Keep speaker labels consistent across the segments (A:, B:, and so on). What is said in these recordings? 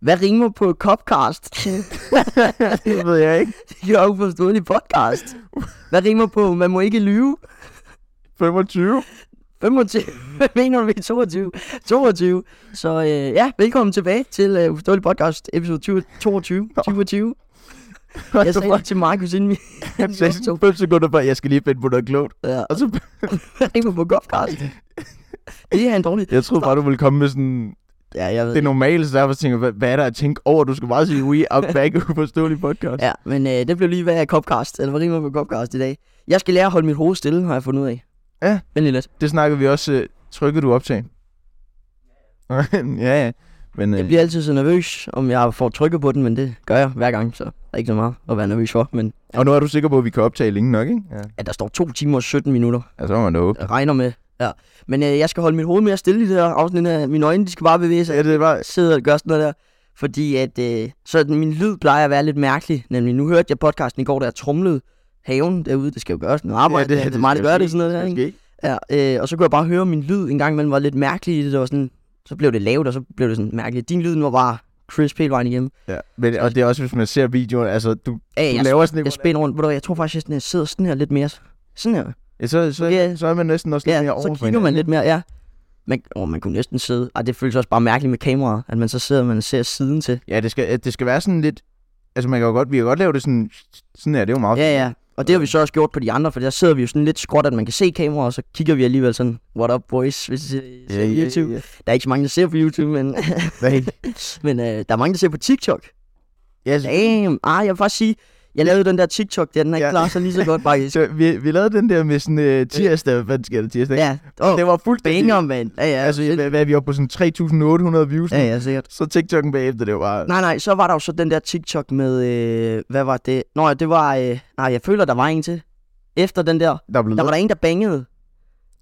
A: Hvad rimer på copcast?
B: Det ved jeg ikke.
A: jo, uforståelig podcast. Hvad rimer på, man må ikke lyve?
B: 25.
A: 25. Hvad mener du med 22? 22. Så øh, ja, velkommen tilbage til øh, Uforståelig Podcast, episode 20, 22. 2020.
B: Altså,
A: Jeg sagde det til Markus inden vi...
B: Han sagde sådan 5 sekunder før, jeg skal lige finde på noget klogt.
A: Ja,
B: Og så,
A: hvad rimer på copcast? Det er en dårlig...
B: jeg troede bare, du ville komme med sådan
A: Ja, jeg ved
B: det normale, så derfor tænker jeg, hvad- hvad er der at tænke over? Du skal bare sige, we are back, uforståelig podcast.
A: Ja, men øh, det blev lige, hvad er Copcast? Eller hvad rimer på Copcast i dag? Jeg skal lære at holde mit hoved stille, har jeg fundet ud af.
B: Ja.
A: Men lidt.
B: Det snakker vi også. Øh, trykker du optag? ja, ja. Men
A: Jeg
B: øh,
A: bliver altid så nervøs, om jeg får trykket på den, men det gør jeg hver gang, så der er ikke så meget at være nervøs for. Men
B: Og nu er du sikker på, at vi kan optage længe nok, ikke? Ja.
A: at der står 2 timer og 17 minutter,
B: Altså, så må man da håbe.
A: jeg regner med. Ja. Men øh, jeg skal holde mit hoved mere stille i det her afsnit her. Mine øjne, de skal bare bevæge sig.
B: Ja, det er bare...
A: Jeg sidder og gør sådan noget der. Fordi at, øh, så den, min lyd plejer at være lidt mærkelig. Nemlig, nu hørte jeg podcasten i går, der jeg trumlede haven derude. Det skal jo gøres noget arbejde. Ja, det, det, det, det, meget, det, gør det sådan noget der, ikke?
B: ikke?
A: Ja, øh, og så kunne jeg bare høre, at min lyd en gang imellem var lidt mærkelig i det. Det var sådan, så blev det lavt, og så blev det sådan mærkeligt. Din lyd den var bare crisp hele vejen igennem.
B: Ja. Men, og det er også, hvis man ser videoen, altså, du,
A: Ja,
B: du
A: jeg,
B: laver sådan
A: jeg
B: et...
A: spænder rundt. Ved du, hvad, jeg tror faktisk, at jeg sådan- jeg sidder sådan her lidt mere. Sådan her.
B: Ja, så, så,
A: Ja.
B: så, så er man næsten også lidt mere
A: Ja,
B: over
A: så
B: for
A: kigger man
B: hinanden.
A: lidt mere, ja. Man, åh, man kunne næsten sidde. Ej, det føles også bare mærkeligt med kameraet, at man så sidder, og man ser siden til.
B: Ja, det skal, det skal være sådan lidt... Altså, man kan jo godt, vi kan godt lave det sådan... Sådan er det er jo meget...
A: Ja, ja. Og det har vi så også gjort på de andre, for der sidder vi jo sådan lidt skråt, at man kan se kameraet, og så kigger vi alligevel sådan, what up boys, hvis I ser- ser på YouTube.
B: ja.
A: Der er ikke så mange, der ser på YouTube, men,
B: Nej.
A: men øh, der er mange, der ser på TikTok.
B: Ja, så,
A: Damn. Ah, jeg vil faktisk sige, jeg lavede den der TikTok der, den har ikke
B: Ja.
A: klaret sig lige så godt faktisk.
B: så vi, vi lavede den der med sådan øh, tirsdag, hvad sker der tirsdag?
A: ja. Åh,
B: Og
A: det
B: det
A: var
B: var fuldstændig...
A: banger, mand. Ja, ja.
B: Altså,
A: fedt.
B: hvad, hvad er vi oppe på sådan 3.800 views? nu?
A: ja, ja, sikkert.
B: Så TikTok'en bagefter, det var bare...
A: Nej, nej, så var der jo så den der TikTok med, øh, hvad var det? Nå, ja, det var, øh, nej, jeg føler, der var en til. Efter den der,
B: Der blev
A: der var der en, der bangede.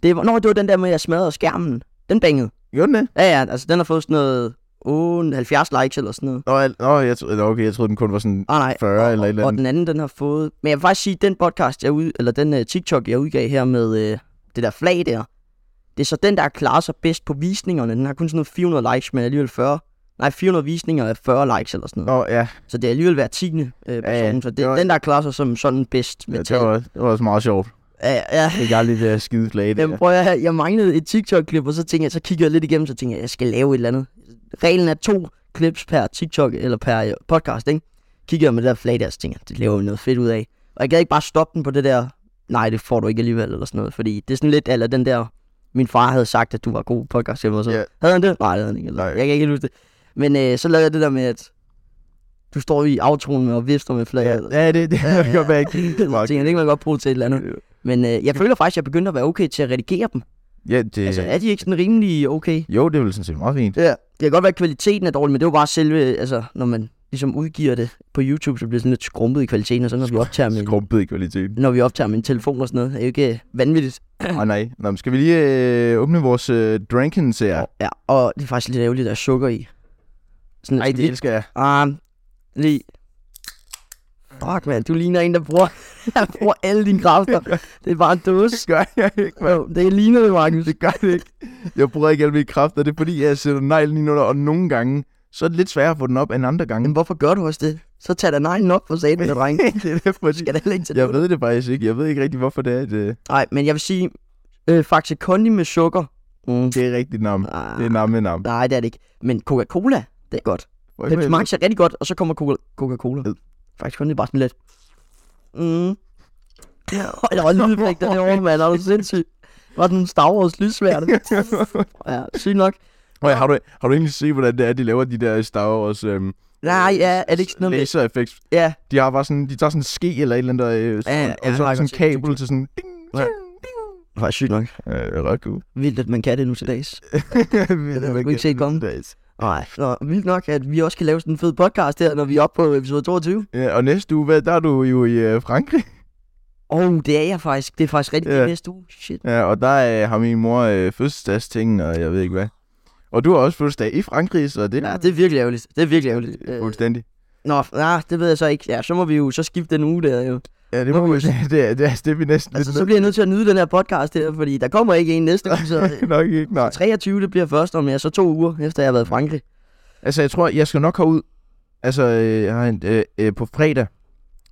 A: Det var, nå, det var den der med, at jeg smadrede skærmen. Den bangede.
B: Gjorde den det?
A: Ja, ja, altså den har fået sådan noget, oh, 70 likes eller sådan noget.
B: Nå, jeg, nå, jeg, tro- nå, okay, jeg troede, den kun var sådan
A: Ah, nej,
B: 40 eller et eller
A: og
B: andet.
A: den anden, den har fået... Men jeg vil faktisk sige, den podcast, jeg ud, eller den uh, TikTok, jeg udgav her med uh, det der flag der, det er så den, der klarer sig bedst på visningerne. Den har kun sådan noget 400 likes, men alligevel 40... Nej, 400 visninger er 40 likes eller sådan noget.
B: Nå, ja,
A: Så det er alligevel hver tiende uh, person. Ja, ja. Så det
B: Det
A: er
B: var-
A: den, der klarer sig som sådan bedst med
B: ja
A: ja,
B: det, var, det var også meget sjovt.
A: Ja, ja.
B: Det gav lidt det skide flag, det
A: Jamen,
B: der.
A: prøv at høre, jeg manglede et TikTok-klip, og så tænkte jeg, så kiggede jeg lidt igennem, så tænkte jeg, jeg skal lave et eller andet. Reglen er to clips per TikTok eller per øh, podcast, ikke? Kiggede jeg med det der flag der, så tænkte jeg, det laver vi noget fedt ud af. Og jeg gad ikke bare stoppe den på det der, nej, det får du ikke alligevel, eller sådan noget, fordi det er sådan lidt, eller den der, min far havde sagt, at du var god podcast, eller så.
B: Ja.
A: Yeah. Havde han det? Nej, det havde han ikke. Eller,
B: Nej.
A: jeg kan ikke helt huske det. Men øh, så lavede jeg det der med, at du står i aftroen med og vifter med flaget.
B: Ja,
A: eller-
B: ja, det, det
A: Ja,
B: kan godt være ikke.
A: Så tænkte jeg, det kan man godt bruge til et eller andet. Men øh, jeg føler faktisk, at jeg begyndte at være okay til at redigere dem.
B: Ja, det,
A: Altså, er de ikke sådan rimelig okay?
B: jo, det ville sådan set meget fint.
A: Ja. Det kan godt være, at kvaliteten er dårlig, men det er jo bare selve, altså, når man ligesom udgiver det på YouTube, så bliver det sådan lidt skrumpet i kvaliteten, og så når vi optager med,
B: Skrumpet i kvaliteten.
A: når vi optager med en telefon og sådan noget, er jo ikke øh, vanvittigt.
B: Åh, nej. Nå, men skal vi lige øh, åbne vores øh, drinkens her?
A: Ja, og det er faktisk lidt ærgerligt, at der er sukker i. Sådan,
B: Nej, det elsker jeg.
A: Ah, lige. Fuck, mand, du ligner en, der bruger, der bruger alle dine kræfter. Det er bare en dåse.
B: Det gør jeg ikke, mand.
A: Jo, Det ligner det, Markus.
B: Det gør det ikke. Jeg bruger ikke alle mine kræfter. Det er fordi, jeg sætter neglen lige under, og nogle gange, så er det lidt sværere at få den op end andre gange.
A: Men hvorfor gør du også det? Så tag da neglen op for satan, dreng.
B: det er det, fordi...
A: Skal da heller ikke tage
B: Jeg ved det faktisk ikke. Jeg ved ikke rigtig, hvorfor det er, at, øh,
A: Nej, men jeg vil sige, øh, Faxe Kondi med sukker. Mm.
B: det er rigtigt nam.
A: Ah,
B: Det er namme nam.
A: nej, det er det ikke. Men Coca-Cola, det er godt.
B: Hvor
A: Pepsi
B: helvede.
A: Max er rigtig godt, og så kommer Coca- Coca-Cola.
B: Ed.
A: Faktisk Kondi er bare sådan lidt. Mm. Der var lydeffekter derovre, mand. Er du sindssygt? Var den Star Wars lydsværte? ja, sygt nok.
B: Prøv at- har, du, har du egentlig set, hvordan det er, de laver de der Star Wars øhm,
A: Nej, ja, er det ikke sådan noget med...
B: laser effects?
A: Ja,
B: De har bare sådan, de tager sådan en ske eller et eller andet, øh,
A: Ja, ja,
B: ja, og
A: jeg
B: så
A: har
B: sådan en
A: godt set det.
B: kabel til sådan... Ding,
A: Ja.
B: ja.
A: det var sygt nok.
B: Øh, ret cool.
A: Vildt, at man kan det nu til dags.
B: det
A: havde du ikke set komme.
B: Days.
A: Nej, så vildt nok, at vi også kan lave sådan en fed podcast her, når vi er oppe på episode 22.
B: Ja, og næste uge, hvad, der er du jo i øh, Frankrig.
A: Åh, oh, det er jeg faktisk. Det er faktisk rigtig
B: Ja.
A: yeah. næste uge. Shit.
B: Ja, og der øh, har min mor øh, fødselsdagsting, og jeg ved ikke hvad. Og du har også fødselsdag i Frankrig, så det
A: Ja,
B: er
A: det er virkelig ærgerligt. Det er virkelig ærgerligt.
B: øh,
A: Øh,
B: fuldstændig.
A: Nå, nej, det ved jeg så ikke. Ja, så må vi jo så skifte den uge der jo.
B: Ja, det må man sige. Det er, det er, det er vi næsten
A: Altså,
B: altså,
A: så
B: lidt
A: bliver jeg nødt til at nyde den her podcast her, fordi der kommer ikke en næste uge, så øh,
B: nødt- nok ikke, nej.
A: 23, det bliver først om, ja, så to uger, efter jeg har været i Frankrig.
B: Altså, jeg tror, jeg skal nok herud. Altså, øh, jeg har en, øh, øh, på fredag.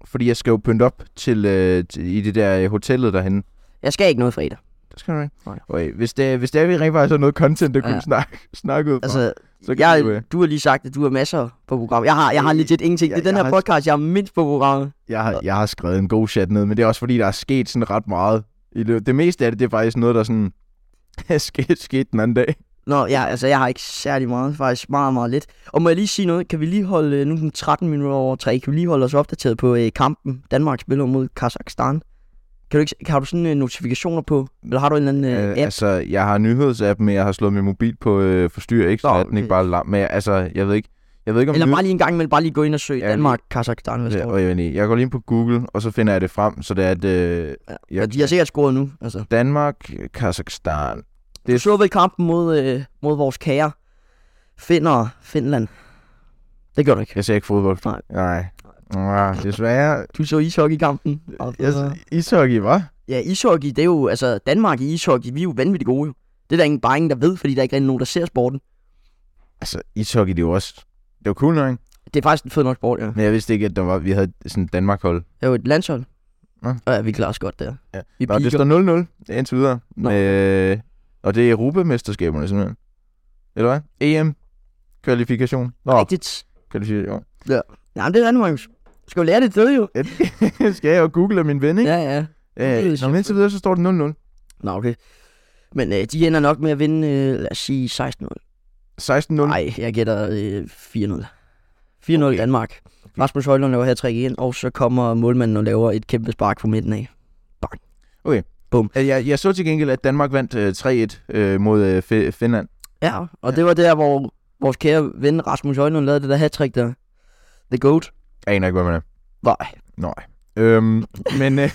B: Fordi jeg skal jo pynte op til, øh, til i det der øh, hotellet derhen.
A: Jeg skal ikke noget fredag.
B: Det skal du ikke.
A: Nej.
B: Okay, hvis det, hvis det er, vi rent faktisk har noget content, der kunne
A: Ja.
B: ja. snakke, snakke ud fra,
A: Altså,
B: så kan
A: jeg,
B: du, øh,
A: du har lige sagt, at du har masser på programmet. Jeg har, jeg har
B: Øh,
A: legit ingenting. Det er
B: jeg-
A: den
B: jeg
A: her
B: har-
A: podcast, jeg har mindst på programmet.
B: jeg, har, jeg har skrevet en god chat ned, men det er også fordi, der er sket sådan ret meget. I løbet. Det meste af det, det er faktisk noget, der sådan er sket, sket den anden dag.
A: Nå, ja, altså, jeg har ikke særlig meget. Faktisk meget, meget lidt. Og må jeg lige sige noget? Kan vi lige holde, øh, nu er den 13 minutter over 3, kan vi lige holde os opdateret på øh, kampen? Danmark spiller mod Kazakhstan. Kan du ikke, har du sådan øh, notifikationer på? Eller har du en eller anden øh, app?
B: Altså, jeg har nyhedsappen, men jeg har slået min mobil på øh, forstyr, ikke? Så
A: Nå,
B: Nå, den ikke
A: okay.
B: bare lam. Men jeg- altså, jeg ved ikke, jeg ved ikke om
A: Eller
B: nyhed-
A: bare lige en gang imellem, bare lige gå ind og søg
B: Ja, lige-
A: Danmark, Kazakhstan, hvad
B: Ja,
A: står
B: og jeg, ved ikke, jeg går lige ind på Google, og så finder jeg det frem, så det er, at øh,
A: Ja, de har sikkert scoret nu. Altså.
B: Danmark, Kazakhstan. Det
A: Du
B: er,
A: så vel kampen mod, øh, mod vores kære Finder Finland. Det gør du ikke.
B: jeg ser ikke fodbold.
A: Nej.
B: Nej. Nej, desværre.
A: Du så ishockey-kampen. Og-
B: Jeg, ishockey, hva'?
A: Ja, ishockey, det er jo, altså Danmark i ishockey, vi er jo vanvittigt gode. jo. Det er der ingen, bare ingen, der ved, fordi der er ikke rigtig nogen, der ser sporten.
B: Altså, ishockey, det er jo også... Det var cool nok, ikke?
A: Det er faktisk en fed nok sport, ja.
B: Men jeg vidste ikke, at der var, vi havde sådan et Danmark-hold.
A: Det er jo et landshold.
B: Nå.
A: Og ja, vi klarer os godt der.
B: Ja.
A: Vi
B: Nå, det
A: piker.
B: står 0-0 indtil videre.
A: Nå.
B: Øh, og det er Europamesterskaberne, simpelthen. Eller hvad? EM. Kvalifikation. Nå,
A: rigtigt.
B: kvalifikation.
A: Nej, men det er Danmark. Skal jo lære det døde jo.
B: Ja, det skal jeg jo google af min ven, ikke?
A: Ja, ja.
B: Ja,
A: det er
B: øh, når man indtil videre, så står det 0-0.
A: Nå, okay. Men øh, de ender nok med at vinde, øh, lad os sige 16
B: 16-0.
A: Nej, jeg gætter øh, 4-0. 4-0 okay. Danmark. Rasmus Højlund laver her træk ind, og så kommer målmanden og laver et kæmpe spark fra midten af.
B: Øh, Jeg, jeg så til gengæld, at Danmark vandt øh, 3-1 øh, mod øh, Fi- Finland.
A: Ja, og ja. det var der, hvor vores kære ven Rasmus Højlund lavede det der hat der. The GOAT.
B: Jeg aner ikke, hvad man er.
A: Nej,
B: Nej. Øhm, men øh,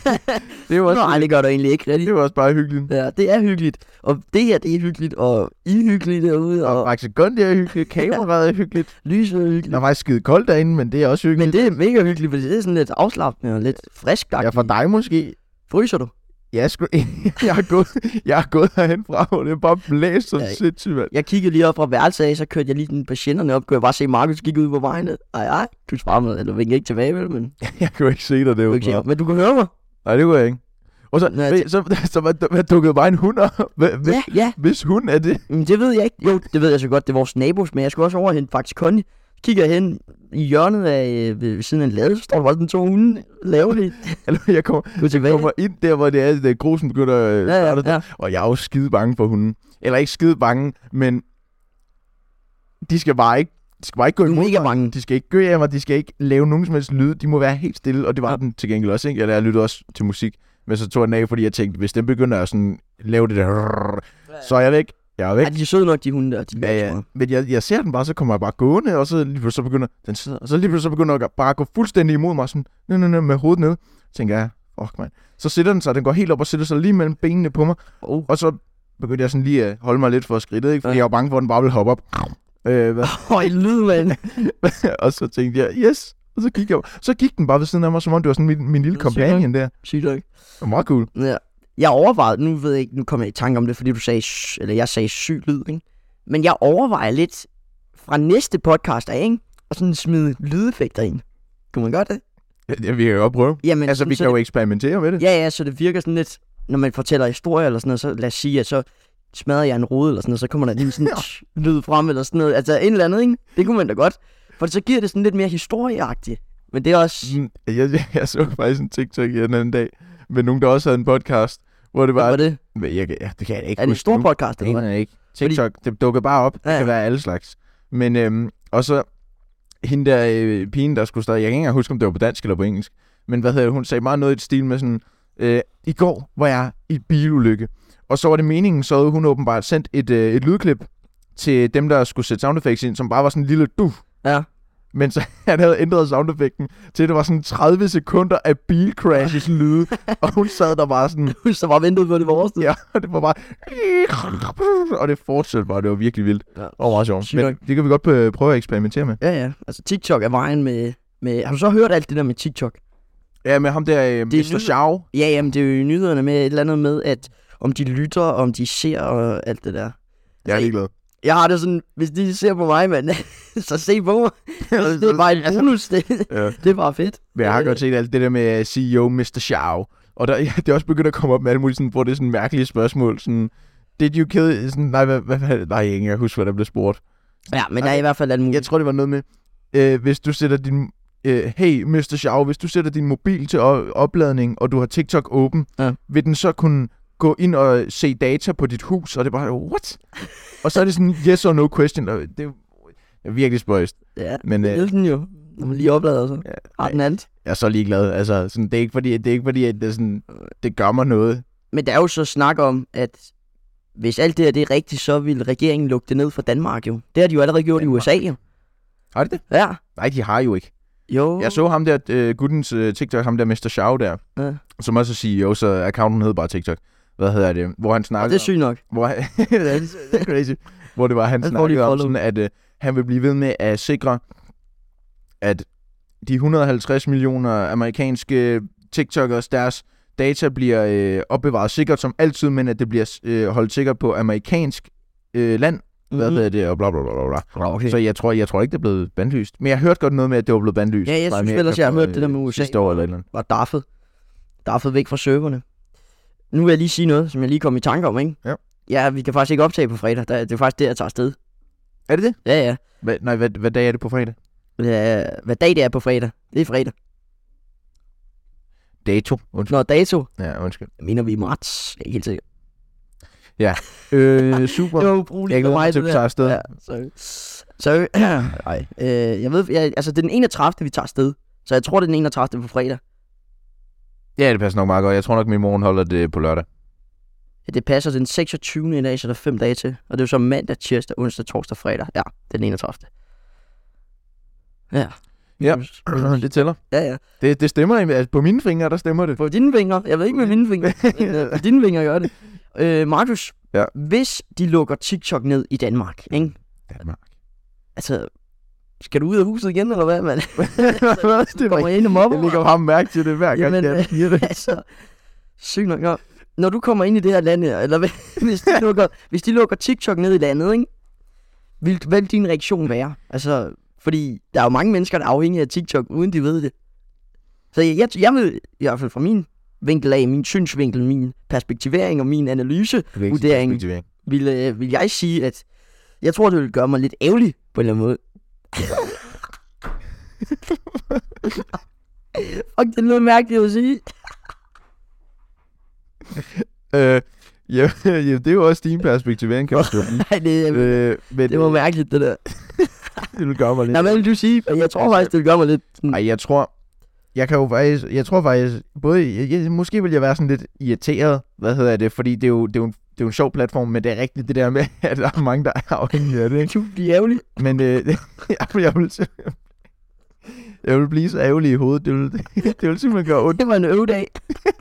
B: det er jo også,
A: Nej det gør der egentlig ikke
B: det
A: rigtigt.
B: er jo også bare hyggeligt.
A: Ja, det er hyggeligt. Og det her, det er hyggeligt, og I er hyggelige derude,
B: Og
A: og
B: Raxagund er hyggeligt, kameraet er hyggeligt.
A: lyset er
B: Der
A: hyggeligt.
B: er faktisk skide koldt derinde, men det er også hyggeligt.
A: Men det er mega hyggeligt, fordi det er sådan lidt afslappende og lidt frisk.
B: Ja, for dig måske.
A: Fryser du?
B: Jeg, sku... jeg, er gået, jeg er gået herhen fra, hvor det er bare blæst som
A: Ja.
B: sindssygt, mand.
A: Jeg kiggede lige op fra værelset af, så kørte jeg lige den på skinnerne op, kunne jeg bare se Markus gik ud på vejen. Ej, ej, du svarer mig, eller vinkede ikke tilbage, vel, men
B: Jeg kunne ikke se dig
A: du ikke
B: derude.
A: se, men du kan høre mig.
B: Nej, det kunne jeg ikke. Og så,
A: Nå,
B: Nej, så, så, så man, man dukkede bare en hund op. Hva- hva-
A: Ja, ja,
B: Hvis hun er det.
A: men Mm, det ved jeg ikke. Jo, det ved jeg så godt, det er vores nabos, men jeg skulle også over og hente faktisk Conny. Så Kigger jeg hen i hjørnet af, øh, ved ved siden af en lade, så står der bare sådan to hunde, lave det,
B: Eller jeg kommer,
A: gå tilbage.
B: kommer ind der, hvor det er, at grusen begynder at
A: Ja, ja, ja.
B: Og jeg er jo skide bange for hunden. Eller ikke skide bange, men de skal bare ikke, de skal bare ikke gå
A: Du er
B: imod
A: mega
B: mig.
A: bange.
B: De skal ikke gø af mig, de skal ikke lave nogen som helst lyd. De må være helt stille, og det var
A: Ja.
B: ja. den til gengæld også. Ikke? Eller jeg lyttede også til musik, men så tog jeg den af, fordi jeg tænkte, hvis den begynder at sådan, lave det der, så er jeg væk. Jeg er væk.
A: Ja, de er søde nok, de hunde der. De gør ikke så
B: Ja, ja.
A: meget.
B: Men jeg, jeg ser den bare, så kommer jeg bare gående, og så lige pludselig så begynder den sidder, og så lige pludselig så begynder den bare at gå fuldstændig imod mig, sådan, nø, nø, nø, med hovedet ned. Tænker jeg, fuck mand. Så sætter den sig, den går helt op og sætter sig lige mellem benene på mig,
A: Oh.
B: og så begyndte jeg sådan lige at holde mig lidt for skridtet, ikke? fordi
A: Ja.
B: ja. jeg var bange for, at den bare ville hoppe op. Øh, hvad?
A: Høj lyd, mand.
B: og så tænkte jeg, yes. Og så gik, jeg, så gik den bare ved siden af mig, som om det var sådan min, min lille
A: Det er sygt,
B: companion der.
A: Sygt nok.
B: Det var meget cool.
A: Ja. Jeg overvejede, nu ved jeg ikke, nu kom jeg i tanke om det, fordi du sagde, sh- eller jeg sagde syg lyd, ikke? Men jeg overvejer lidt fra næste podcast af, ikke? Og sådan smide lydeffekter ind. Kunne man godt det?
B: Ja, det vil jeg jo prøve.
A: Jamen,
B: Altså,
A: sådan,
B: vi
A: så
B: kan jo eksperimentere med det.
A: Ja, ja, så det virker sådan lidt, når man fortæller historier eller sådan noget, så lad os sige, at så smadrer jeg en rode eller sådan noget, så kommer der lige sådan en lyd frem eller sådan noget. Altså, en eller andet, ikke? Det kunne man da godt. For så giver det sådan lidt mere historieagtigt. Men det er også...
B: Mm, Jeg, jeg, jeg så faktisk en TikTok i den anden dag, med nogen, der også havde en podcast, hvor det
A: Hvad
B: var...
A: var det?
B: Men jeg, kan- ja, det kan jeg da ikke
A: Er det en
B: huske
A: stor
B: nu.
A: podcast,
B: Det
A: eller
B: aner
A: hvad?
B: jeg ikke. TikTok, det dukker bare op. Ja,
A: Ja,
B: ja.
A: ja.
B: Det kan være alle slags. Men, øhm, og så hende der øh, pigen, der skulle starte, jeg kan ikke engang huske, om det var på dansk eller på engelsk, men hvad hedder det, hun sagde meget noget i et stil med sådan, øh, i går var jeg i et bilulykke, og så var det meningen, så havde hun åbenbart sendt et, øh, et lydklip til dem, der skulle sætte sound effects ind, som bare var sådan en lille du.
A: Ja.
B: Men så han havde ændret soundeffekten til, at det var sådan 30 sekunder af bilcrashes lyde, og hun sad der bare sådan,
A: så bare ventede på, at det var overstået.
B: Ja, og det var bare... Og det fortsatte bare. Det var virkelig vildt.
A: Ja.
B: Ja. Og meget sjovt.
A: Sygt
B: Men det kan vi godt øh, prøve at eksperimentere med.
A: Ja, ja. Altså, TikTok er vejen med... med har du så hørt alt det der med TikTok?
B: Ja, med ham der, øh,
A: er
B: Mr.
A: nyt.
B: Shaw.
A: Ja, jamen, det er jo i nyhederne med et eller andet med, at om de lytter, om de ser og alt det der.
B: Jeg er ligeglad.
A: Jeg har det sådan, hvis de ser på mig, mand, så se på mig. Det er bare
B: Altså-
A: en bonus, det,
B: Ja.
A: det er bare fedt.
B: Men jeg har godt set alt det der med øh, CEO Mr. Xiao. Og der, ja, det er også begyndt at komme op med alle mulige, sådan, hvor det er sådan mærkelige spørgsmål. Sådan, did you kill... Sådan, nej, hvad, hvad, hvad, nej, jeg kan ikke huske, hvad der blev spurgt.
A: Ja, men der er i hvert fald alt muligt.
B: Jeg tror, det var noget med, øh, hvis du sætter din... Øh, hey, Mr. Xiao, hvis du sætter din mobil til o- opladning, og du har TikTok åben,
A: Ja.
B: vil den så kunne gå ind og se data på dit hus? Og det er bare, what? og så er det sådan, yes or no question. Og det er jo- det er virkelig spøjst.
A: Ja,
B: Men
A: det
B: øh,
A: er den jo. Når man lige oplader så.
B: Ja.
A: Har den alt.
B: jeg er så ligeglad. Altså, sådan, det er ikke fordi, det, er ikke fordi, at det, er sådan, det gør mig noget.
A: Men der er jo så snak om, at hvis alt det her det er rigtigt, så vil regeringen lukke det ned fra Danmark jo. Det har de jo allerede gjort
B: Danmark.
A: i USA jo.
B: Har de det?
A: Ja.
B: Nej, de har jo ikke.
A: Jo.
B: Jeg så ham der, øh, guttens øh, TikTok, ham der Mr. Xiao der,
A: Ja.
B: som også er CEO, så accounten hed bare TikTok. Hvad hedder det? Hvor han
A: Og
B: snakkede
A: det er sygt nok.
B: om, hvor, han- det er- det er crazy. hvor det var, han
A: Han får
B: snakkede
A: lige
B: om,
A: follow.
B: sådan, at øh, han vil blive ved med at sikre, at de 150 millioner amerikanske TikTokers, deres data bliver øh, opbevaret sikkert som altid, men at det bliver øh, holdt sikkert på amerikansk øh, land.
A: Mhm.
B: Hvad hedder det? Og bla bla bla bla. bla.
A: Okay.
B: Så jeg tror, jeg tror ikke, det er blevet bandlyst. Men jeg hørte godt noget med, at det var blevet bandlyst.
A: Ja, jeg
B: fra
A: synes
B: Amerika
A: ellers, jeg har
B: for,
A: hørt det der
B: øh,
A: med USA.
B: Sidste år eller et eller andet.
A: var daffet. Daffet væk fra serverne. Nu vil jeg lige sige noget, som jeg lige kom i tanke om, ikke?
B: Ja.
A: Ja, vi kan faktisk ikke optage på fredag. Der- Det er faktisk det, jeg tager afsted.
B: Er det det?
A: Ja, ja.
B: Hva, nej, hvad, hvad dag er det på fredag?
A: ja hvad dag det er på fredag? Det er fredag.
B: Dato. Undskyld.
A: Når dato,
B: Ja, undskyld.
A: jeg mener vi i marts. Jeg er ikke helt sikker.
B: Øh, super.
A: Det var ubrugeligt
B: jeg
A: for
B: glæder mig
A: mig,
B: til,
A: det
B: at vi
A: der.
B: tager afsted.
A: Ja, sorry. Sorry. Nej. Øh, jeg ved, jeg, altså det er den 31. vi tager afsted. Så jeg tror, det er den 31. på fredag.
B: Ja, det passer nok meget godt. Jeg tror nok, min mor hun holder det på lørdag.
A: Ja, det passer den 26. i dag, så der er fem dage til. Og det er jo så mandag, tirsdag, onsdag, torsdag, fredag. Ja, det er den 31. Ja.
B: Ja. det tæller.
A: Ja, ja.
B: Det, det stemmer. egentlig. Altså, på mine fingre, der stemmer det.
A: På dine vinger. Jeg ved ikke med mine vinger. men, øh, på dine vinger gør det. Øh, Markus,
B: Ja.
A: hvis de lukker TikTok ned i Danmark, ikke?
B: Danmark.
A: Altså, skal du ud af huset igen, eller hvad, mand?
B: det var
A: Kommer jeg ind og mobber
B: jeg
A: mig?
B: lægger ham mærke til det hver gang,
A: Jamen,
B: jeg
A: øh,
B: siger det.
A: altså, sygt nok. Nå, Når du kommer ind i det her land her, eller hvad- hvis de lukker, hvis de lukker TikTok ned i landet, ikke? Vil, hvad vil din reaktion være? Altså, fordi der er jo mange mennesker, der er afhængige af TikTok, uden de ved det. Så jeg, jeg, jeg vil, i hvert fald fra min vinkel af, min synsvinkel, min perspektivering og min analyse,
B: Det er ikke sådan
A: vurdering.
B: perspektivering.
A: vil, øh, vil jeg sige, at jeg tror, det vil gøre mig lidt ærgerlig på en eller anden måde. Fuck, det lød mærkeligt at sige.
B: Øh, ja, ja, det er jo også din perspektivering, kan man sige.
A: Nej, det, øh,
B: øh, men
A: det var mærkeligt, det der.
B: det vil gøre mig lidt.
A: Nej, hvad vil du sige? Jeg tror faktisk, det vil gøre mig lidt... sådan-
B: Nej, jeg tror... Jeg kan jo faktisk... Jeg tror faktisk... Både... Jeg, jeg, måske vil jeg være sådan lidt irriteret. Hvad hedder det? Fordi det er jo, det er jo en, det er jo en sjov platform, men det er rigtigt det der med, at der er mange, der er afhængige af det, ikke?
A: Du bliver ærgerlig.
B: Men øh, jeg, vil- jeg, vil, simpelthen- jeg vil blive så ærgerlig i hovedet. Det vil, det vil simpelthen gøre ondt.
A: Det var en øvedag.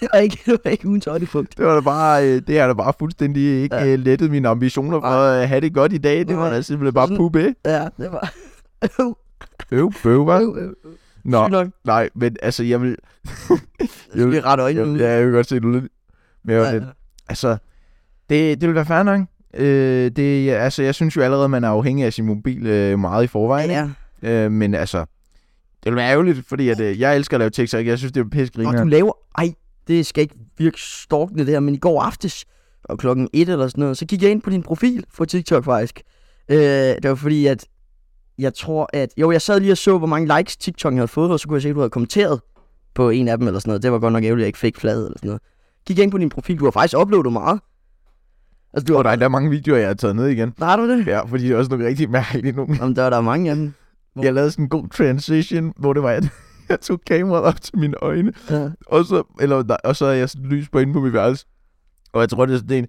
A: det var ikke, det var ikke ugens højdepunkt.
B: Det var da bare, øh, det er da bare fuldstændig øh, ikke
A: Ja.
B: ja. lettet mine ambitioner for at have det godt i dag. Det var
A: Nej.
B: da simpelthen bare
A: Sådan-
B: pube.
A: Ja, det var... Øv,
B: Øv, bøv, hva'?
A: øv, øv.
B: Nå,
A: Sygt nok.
B: nej, men altså, jeg vil...
A: Jeg bliver ret øjnene ud.
B: Jeg, jeg vil godt se det lidt. Men jeg var
A: Ja,
B: lidt,
A: ja.
B: Altså, det, det vil være fair nok. Øh, det, altså, jeg synes jo allerede, man er afhængig af sin mobil øh, meget i forvejen.
A: Ja,
B: ikke? Øh, men altså, det vil være ærgerligt, fordi at, øh, jeg elsker at lave TikTok. Jeg synes, det er
A: Og du
B: pissegrineren.
A: laver... Ej, det skal ikke virke storkende det her, men i går aftes, og klokken et eller sådan noget, så gik jeg ind på din profil på TikTok faktisk. Øh, det var fordi, at jeg tror, at... Jo, jeg sad lige og så, hvor mange likes TikTok havde fået, og så kunne jeg se, at du havde kommenteret på en af dem eller sådan noget. Det var godt nok ærgerligt, at jeg ikke fik flad eller sådan noget. Gik jeg ind på din profil, du har faktisk uploadet meget. Altså, du
B: Og
A: har...
B: der er der er mange videoer, jeg har taget ned igen.
A: Har du det?
B: Ja, fordi det er også nogle rigtig mærkelige nogle.
A: Jamen, der er der mange af dem.
B: Jeg lavede sådan en god transition, hvor det var, at jeg tog kameraet op til mine øjne,
A: Ja.
B: og så, eller, nej, og så er jeg sådan lys på inde på mit værelse. Og jeg tror, det er sådan en...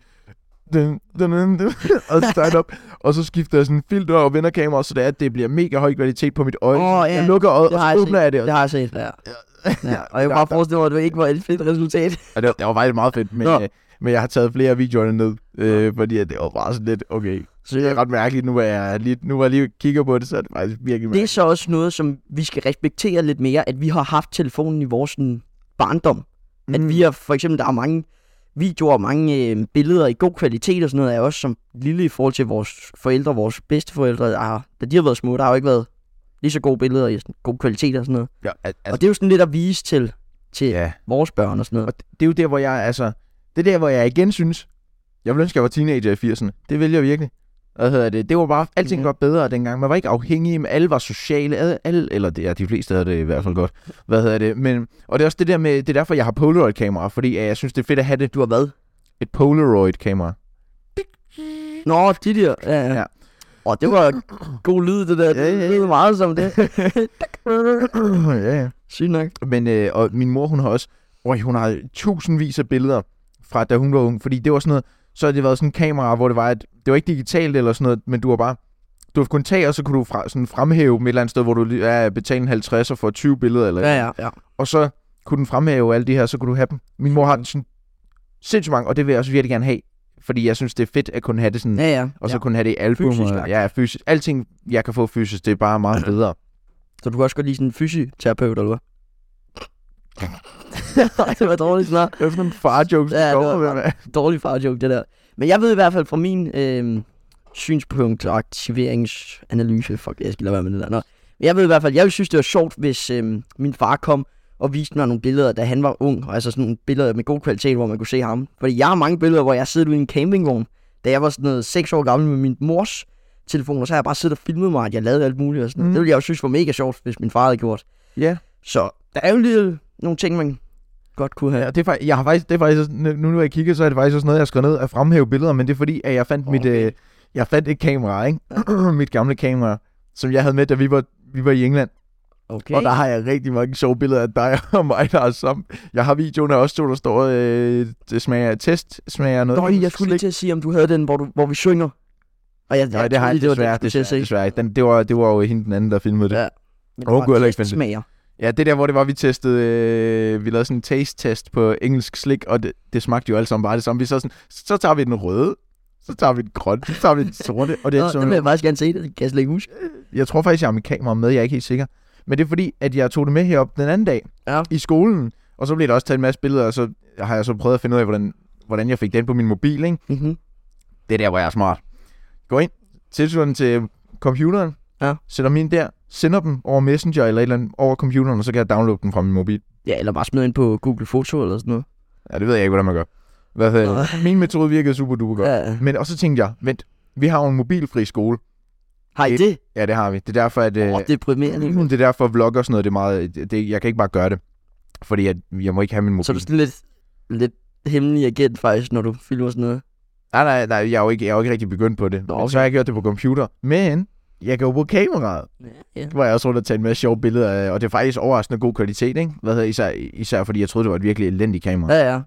B: Dun, dun, dun, dun, og så start op. Og så skifter jeg sådan filter og vender kameraet, så det er, at det bliver mega høj kvalitet på mit øje.
A: Åh,
B: Oh,
A: ja.
B: ja. Jeg lukker øjet,
A: Det
B: og
A: har
B: så
A: jeg
B: åbner jeg det. Og,
A: Det har jeg set, ja. ja. Og jeg kan bare forestille mig, at det ikke var et fedt resultat.
B: og det, var- det var faktisk meget fedt, men,
A: Nå.
B: øh, men jeg har taget flere af videoerne ned, øh, fordi at det var bare sådan lidt, okay,
A: Så
B: det er ret mærkeligt, nu hvor jeg lige, nu hvor jeg lige kigger på det, så er det faktisk virkelig
A: Det er
B: mærkeligt.
A: så også noget, som vi skal respektere lidt
B: Mm.
A: mere, at vi har haft telefonen i vores sådan, barndom. Mm. At vi har, for eksempel, der er mange, videoer og mange øh, billeder i god kvalitet og sådan noget, er også som lille i forhold til vores forældre, vores bedsteforældre, har, da de har været små, der har jo ikke været lige så gode billeder i sådan, god kvalitet og sådan noget.
B: Ja, al-
A: Altså, og
B: altså,
A: det er jo sådan lidt at vise til, til ja.
B: ja.
A: vores børn og sådan noget.
B: Og det er jo der, hvor jeg, altså, det er der, hvor jeg igen synes, jeg ville ønske, jeg var teenager i 80'erne. Det ville jeg virkelig. Hvad hedder det? Det var bare, alting
A: Mhm.
B: var bedre dengang. Man var ikke afhængig, men alle var sociale. Alle, alle, eller det, ja, de fleste havde det i hvert fald godt. Hvad hedder det? Men, og det er også det der med, det er derfor, jeg har Polaroid-kamera, fordi øh, jeg synes, det er fedt at have det.
A: Du har hvad?
B: Et Polaroid-kamera.
A: Nå, de der. Ja, ja.
B: Ja.
A: Og det var god lyd, det der.
B: Ja, ja, ja.
A: Det lyder meget som det.
B: ja, ja.
A: Sygt nok.
B: Men øh, og min mor, hun har også, øh, hun har tusindvis af billeder fra da hun var ung, fordi det var sådan noget, så har det været sådan en kamera, hvor det var, at det var ikke digitalt eller sådan noget, men du var bare, du har kun tage, og så kunne du fra, sådan fremhæve dem et eller andet sted, hvor du lige- ja, betaler en 50 og får 20 billeder, eller,
A: Ja, ja, ja.
B: og så kunne den fremhæve alle de her, så kunne du have dem. Min mor har sådan sindssygt mange, og det vil jeg også virkelig gerne have, fordi jeg synes, det er fedt at kunne have det sådan,
A: Ja, ja.
B: og så
A: ja.
B: kunne have det i album,
A: Fysisk
B: og,
A: lagt.
B: ja, fysisk, alting jeg kan få fysisk, det er bare meget bedre.
A: Så du kan også godt lide sådan en fysioterapeut, eller hvad? Ej, det var dårligt snart.
B: Det er sådan en far-jokes,
A: Ja,
B: ja,
A: det var-
B: kommer med.
A: Dårlig farjoke, det der. Men jeg ved i hvert fald fra min øh, synspunkt og aktiveringsanalyse, fuck, jeg skal lade være med det der. Nå. Men jeg ved i hvert fald, jeg ville synes, det var sjovt, hvis øh, min far kom og viste mig nogle billeder, da han var ung. Altså sådan nogle billeder med god kvalitet, hvor man kunne se ham. Fordi jeg har mange billeder, hvor jeg sidder ude i en campingvogn, da jeg var sådan noget 6 år gammel med min mors telefon, og så har jeg bare siddet og filmet mig, at jeg lavede alt muligt og sådan mm.
B: Mm.
A: Det ville jeg jo synes var mega sjovt, hvis min far havde gjort.
B: Ja.
A: Så der er jo lige nogle ting, man godt kunne have.
B: Ja, det er, faktisk- jeg har faktisk, det er faktisk, også- nu nu når jeg kigger, så er det faktisk også noget, jeg har skrevet ned at fremhæve billeder, men det er fordi, at jeg fandt mit,
A: Okay.
B: øh, jeg fandt et kamera, ikke? mit gamle kamera, som jeg havde med, da vi var, vi var i England.
A: Okay.
B: Okay. Og der har jeg rigtig mange sjove billeder af dig og mig, der er sammen. Jeg har videoen af os to, der står, øh, det smager af test, smager af noget.
A: Nå, jeg skulle lige til at sige, om du havde den, hvor, du, hvor vi synger. Og jeg,
B: Nej, det har jeg
A: troede,
B: desværre,
A: du skulle til at
B: desværre,
A: sige.
B: desværre ikke. Den, det, var, det var jo hende den anden, der filmede det.
A: Ja.
B: Ja,
A: Men
B: Åh,
A: det var
B: Gud, jeg har ikke
A: test-
B: fandt det.
A: smager.
B: ja det der, hvor det var, vi testede, øh, vi lavede sådan en taste-test på engelsk slik, og det, det smagte jo alle sammen bare det samme. Vi så sådan, så tager vi den røde, så tager vi den grønne, så tager vi den sorte, og det
A: Nå,
B: er
A: den
B: sådan
A: vil jeg faktisk gerne se, det kan jeg slet ikke huske.
B: Jeg tror faktisk, jeg har mit kamera med, jeg er ikke helt sikker. Men det er fordi, at jeg tog det med herop den anden dag
A: Ja.
B: i skolen, og så blev der også taget en masse billeder, og så har jeg så prøvet at finde ud af, hvordan, hvordan jeg fik den på min mobil. Ikke?
A: Mm-hmm.
B: Det er der, hvor jeg er smart. Gå ind, tilslutter den til computeren,
A: Ja.
B: sætter min der, sender dem over Messenger eller et eller andet over computeren, og så kan jeg downloade den fra min mobil.
A: Ja, eller bare smide ind på Google Foto eller sådan noget.
B: Ja, det ved jeg ikke, hvordan man gør. Hvad
A: Nå.
B: hedder det? Min metode virkede super duper godt. Ja.
A: Ja.
B: Men og så tænkte jeg, vent, vi har jo en mobilfri skole.
A: Har I
B: Det-
A: det?
B: Ja, det har vi. Det er derfor, at...
A: Åh,
B: øh,
A: oh, deprimerende.
B: Mm, Det er derfor vlog og sådan noget, det er meget, det- det, jeg kan ikke bare gøre det, fordi jeg, jeg må ikke have min mobil.
A: Så er du sådan lidt, lidt hemmelig agent faktisk, når du filmer sådan noget.
B: Nej, nej, nej, jeg er jo ikke, jeg er jo ikke rigtig begyndt på det.
A: Nå,
B: Nå,
A: okay.
B: okay. Så har jeg gjort det på computer, men jeg kan jo bruge kameraet,
A: Ja, ja.
B: hvor jeg også rundt og tage en masse sjove billeder af, og det er faktisk overraskende god kvalitet, ikke? Hvad hedder, især, især fordi jeg troede, det var et virkelig elendigt kamera. Øh,
A: Ja, ja.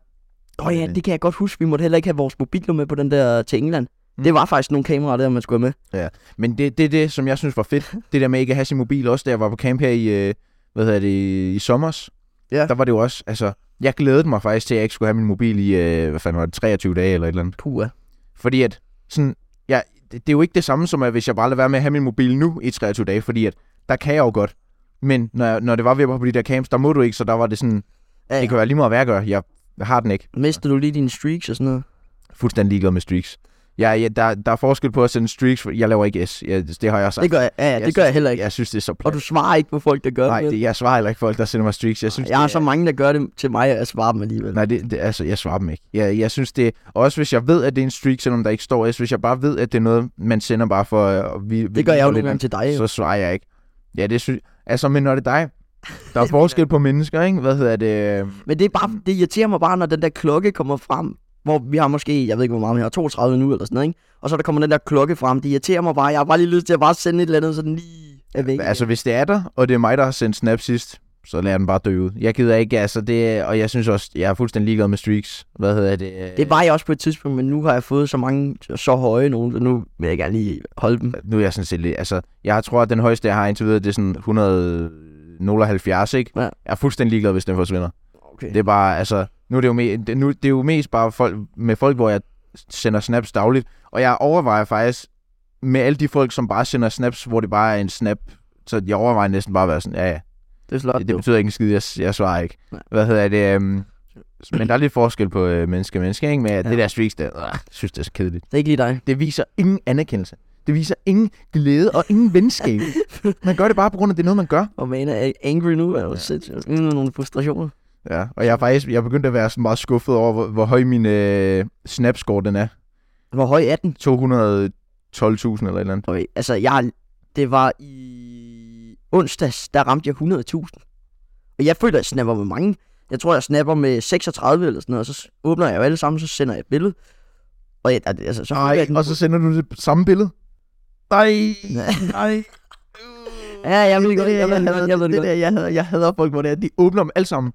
A: Åh oh, ja, det kan jeg godt huske. Vi måtte heller ikke have vores mobiler med på den der til England.
B: Mm.
A: Det var faktisk nogle kameraer der, man skulle have med.
B: Men det, det er det, som jeg synes var fedt, det der med ikke at have sin mobil, også da jeg var på camp her i, øh, hvad hedder det, i sommers.
A: Ja.
B: Der var det jo også, altså, jeg glædede mig faktisk til, at jeg ikke skulle have min mobil i, øh, hvad fanden var det, 23 dage eller et eller andet.
A: Pua.
B: Fordi at sådan, ja, det, det er jo ikke det samme som, at hvis jeg bare lader være med at have min mobil nu i 23 dage, fordi at der kan jeg jo godt. Men når, jeg, når det var ved at være på de der camps, der må du ikke, så der var det sådan,
A: Ja, ja.
B: det kan være lige meget, hvad jeg gør. Jeg har den ikke.
A: Mistede du lige dine streaks og sådan noget?
B: Fuldstændig ligeglad med streaks. Jeg, jeg, der, der er forskel på at sende streaks, for jeg laver ikke S. Jeg, det har jeg sagt.
A: Det gør jeg, ja, ja, det
B: Jeg
A: gør jeg
B: synes-
A: heller ikke.
B: Jeg synes, det er så
A: Og
B: plat.
A: du svarer ikke på folk, der gør
B: Nej,
A: det.
B: det, jeg svarer heller ikke folk, der sender mig streaks. Jeg synes,
A: Jeg har
B: det,
A: så mange, der gør det til mig, og jeg svarer dem alligevel.
B: Nej, det, det, altså, jeg svarer dem ikke. Jeg, jeg synes det, og også hvis jeg ved, at det er en streak, selvom der ikke står S, hvis jeg bare ved, at det er noget, man sender bare for... øh, Og vi,
A: det gør jeg jo nogle gange til dig. Jo.
B: så svarer jeg ikke. Ja, det synes Altså, men når det er dig, der er forskel på mennesker, ikke? Hvad hedder det?
A: Men det, er bare, det irriterer mig bare, når den der klokke kommer frem, hvor vi har måske, jeg ved ikke hvor meget, vi har 32 nu eller sådan noget, ikke? Og så der kommer den der klokke frem, det irriterer mig bare. Jeg har bare lige lyst til at bare sende et eller andet sådan lige af væk.
B: Altså, hvis det er dig, og det er mig, der har sendt snap sidst, så lader den bare dø ud. Jeg gider ikke, altså det, og jeg synes også, jeg er fuldstændig ligeglad med streaks. Hvad hedder det?
A: det var jeg også på et tidspunkt, men nu har jeg fået så mange så høje nogen, så nu vil jeg gerne lige holde dem.
B: Nu er jeg sådan set lidt, altså, jeg tror, at den højeste, jeg har indtil videre, det er sådan 170, ikke?
A: Ja.
B: Jeg er fuldstændig ligeglad, hvis den forsvinder.
A: Okay.
B: Det er bare, altså, nu er det jo, me- det, nu, det er jo mest bare folk, med folk, hvor jeg sender snaps dagligt. Og jeg overvejer faktisk, med alle de folk, som bare sender snaps, hvor det bare er en snap, så jeg overvejer næsten bare at være sådan, ja, ja,
A: det er slot.
B: det, det betyder ikke en skid, jeg, jeg svarer ikke.
A: Nej.
B: Hvad hedder det? Um, Men der er lidt forskel på øh, menneske og menneske, ikke? Men ja.
A: Ja.
B: det der streaks der, øh, synes det er så kedeligt.
A: Det er ikke lige dig.
B: Det viser ingen anerkendelse. Det viser ingen glæde og ingen venskab. Man gør det bare på grund af, det er noget, man gør.
A: Og man er angry nu, er jo sindssygt. Mm, nogle frustrationer.
B: Ja, og jeg er faktisk jeg er begyndt at være sådan meget skuffet over, hvor, hvor høj min øh, snapscore den er.
A: Hvor høj er den?
B: 212.000 eller et eller andet.
A: Okay, altså, jeg, det var i onsdags, der ramte jeg 100.000. Og jeg føler, at jeg snapper med mange. Jeg tror, jeg snapper med 36 eller sådan noget, og så s- åbner jeg jo alle sammen, så sender jeg et billede. Og jeg, altså, så føler
B: Nej,
A: jeg den-
B: og så sender du det samme billede. Nej,
A: Nej.
B: nej.
A: Ja, jeg ved det godt, jeg ved det godt, jeg ved det
B: det
A: godt.
B: der, jeg hader, jeg hader folk, hvor det er, de åbner dem alle sammen,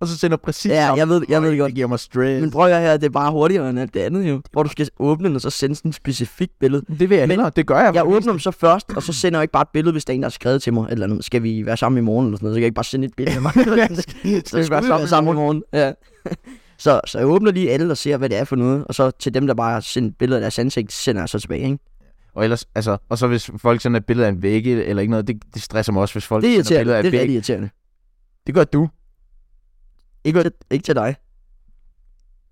B: og så sender præcis
A: Ja,
B: samme.
A: jeg ved, jeg ved det
B: Øj,
A: godt.
B: Det giver mig stress.
A: Men prøv at høre her, det er bare hurtigere end alt det andet jo. Hvor du skal åbne den, og så sende sådan et specifikt billede.
B: det vil jeg
A: Men-
B: hellere, det gør jeg.
A: Jeg åbner dem så først, og så sender jeg ikke bare et billede, hvis der er en, der har skrevet til mig. et Eller andet. Skal vi være sammen i morgen? Eller sådan noget, så kan jeg ikke bare sende et billede af mig. så skal vi være sammen, sammen i morgen. Ja. Så, så jeg åbner lige alle og ser, hvad det er for noget. Og så til dem, der bare har sendt billeder af deres ansigt, sender jeg så tilbage. Ikke?
B: Og, ellers, altså, og så hvis folk sender et billede af en vægge eller ikke noget, det, det stresser mig også, hvis folk
A: Det er
B: sender
A: irriterende.
B: billeder af
A: Det
B: en
A: er rigtig
B: væg.
A: irriterende.
B: Det gør du.
A: Ikke til, ikke til dig.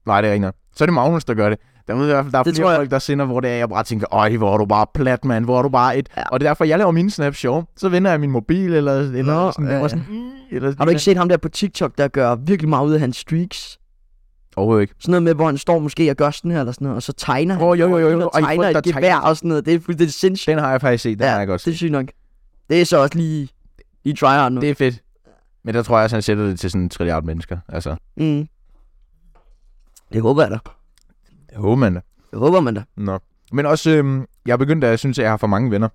B: Nej, det er ikke nok. Så er det Magnus, der gør det. Der er i hvert fald, der er
A: Det
B: flere
A: tror jeg.
B: folk, der sender, hvor det er, jeg bare tænker, øj, hvor er du bare plat, mand, hvor er du bare et.
A: Ja.
B: Ja. Og det er derfor, jeg laver mine snaps sjov. Så vender jeg min mobil, eller, eller
A: Nå,
B: sådan,
A: ja,
B: ja,
A: ja.
B: sådan, "Mm", eller
A: Har du ikke set ham der på TikTok, der gør virkelig meget ud af hans streaks?
B: Overhovedet ikke.
A: Sådan noget med, hvor han står måske og gør sådan her, eller sådan noget, og så tegner han.
B: Åh, jo, jo, jo, jo.
A: Og
B: Og I
A: tegner
B: folk, der
A: et gevær og sådan noget. Det er fuldstændig sindssygt.
B: Den har jeg faktisk set, den ja. har jeg godt set.
A: Det er sygt nok. Det er så også lige, lige tryhard nu.
B: Det er fedt. Men der tror jeg også, han sætter det til sådan en trilliard mennesker. Altså,
A: Mm. Det håber jeg da.
B: jeg håber man da.
A: Det håber man da.
B: Nå. Men også, øhm, jeg er begyndt at synes, at jeg har for mange venner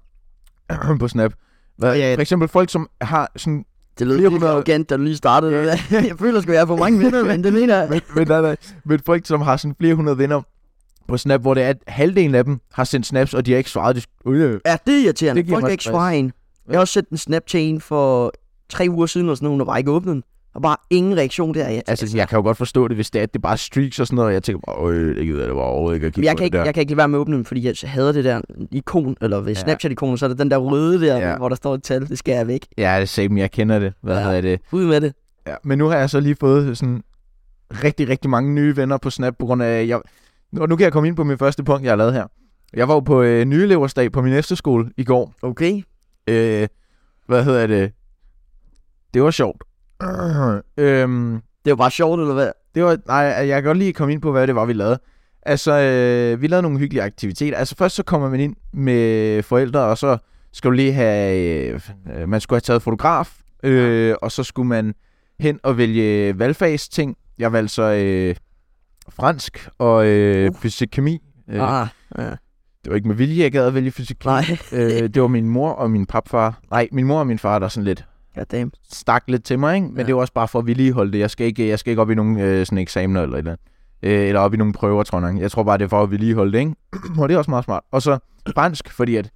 B: på Snap. Hvad,
A: Ja,
B: ja,
A: ja.
B: ja. For eksempel folk, som har sådan...
A: Det lød
B: Flere
A: lidt
B: hundrede-
A: arrogant, da du lige startede. det der. jeg føler sgu, jeg er på mange venner, men det mener jeg.
B: Men, men, nej, nej, men folk, som har sådan flere hundrede venner på Snap, hvor det er, at halvdelen af dem har sendt snaps, og de har ikke svaret. De, øh,
A: Ja, det er irriterende.
B: Det giver
A: Folk kan
B: mig
A: ikke
B: stress.
A: svare en. Jeg har også sendt en snap til en for tre uger siden, eller sådan noget, hun har bare ikke åbnet den. Og bare ingen reaktion der. Jeg,
B: altså, jeg kan jo godt forstå det, hvis det er, at det bare er streaks og sådan noget, og jeg tænker bare, øh, det gider jeg da bare overhovedet ikke at
A: men
B: kigge
A: jeg,
B: på
A: kan
B: det
A: ikke,
B: der.
A: jeg kan ikke lade være med at åbne den, fordi jeg hader det der ikon, eller ved
B: Ja.
A: Snapchat-ikonet, så er der den der røde der,
B: Ja.
A: hvor der står et tal. Det skal jeg væk.
B: Ja, det er same, jeg kender det. Hvad
A: Ja.
B: ja. hedder det?
A: Ud med det.
B: Ja, men nu har jeg så lige fået sådan rigtig, rigtig mange nye venner på Snap, på grund af, jeg... og nu kan jeg komme ind på min første punkt, jeg har lavet her. Jeg var jo på øh, nyeleversdag på min efterskole i går.
A: Okay.
B: Øh, hvad hedder det? Det var sjovt. øhm,
A: Det var bare sjovt, eller hvad?
B: det var, nej, jeg kan godt lige komme ind på, hvad det var, vi lavede. Altså, øh, vi lavede nogle hyggelige aktiviteter. Altså, først så kommer man ind med forældre, og så skal du lige have... Øh, øh, man skulle have taget fotograf, øh, og så skulle man hen og vælge valgfagsting. Jeg valgte så øh, fransk og øh,
A: Uh.
B: fysik-kemi. Øh,
A: Ah, ja.
B: det var ikke med vilje, jeg gad at vælge fysik-kemi.
A: Nej.
B: Øh, det var min mor og min papfar. Nej, min mor og min far, der sådan lidt
A: God damn.
B: stak lidt til mig, ikke? men
A: Ja.
B: ja. det var også bare for at vedligeholde det. Jeg skal ikke, jeg skal ikke op i nogen øh, sådan eksamener eller et eller andet. Øh, eller op i nogle prøver, tror jeg. nok. Jeg tror bare, det er for at vedligeholde det, ikke? og det er også meget smart. Og så fransk, fordi at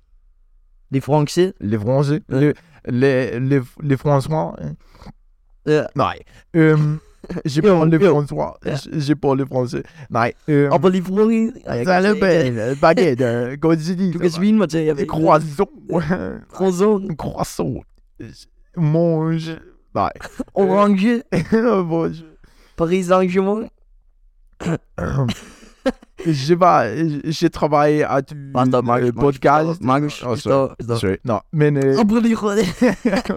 A: Det er francais.
B: le français, le, le, le, le françois, øh,
A: Ja.
B: nej, øhm, je parle le
A: jo.
B: françois, je parle le français, nej, øhm,
A: Og på lige frugge.
B: så er det bare- bare det, der går til dit,
A: øh, Du kan svine mig til, jeg ved ikke.
B: croissant,
A: Croissant.
B: croissant, mange, nej,
A: Orange.
B: mange,
A: Paris Saint-Germain.
B: Øhm, je var, je travaille à du
A: Bare stop, Markus.
B: euh, podcast.
A: Markus,
B: Og så-
A: stop. Stop.
B: Sorry. Nå, men... Øh,
A: Og på lige frugge.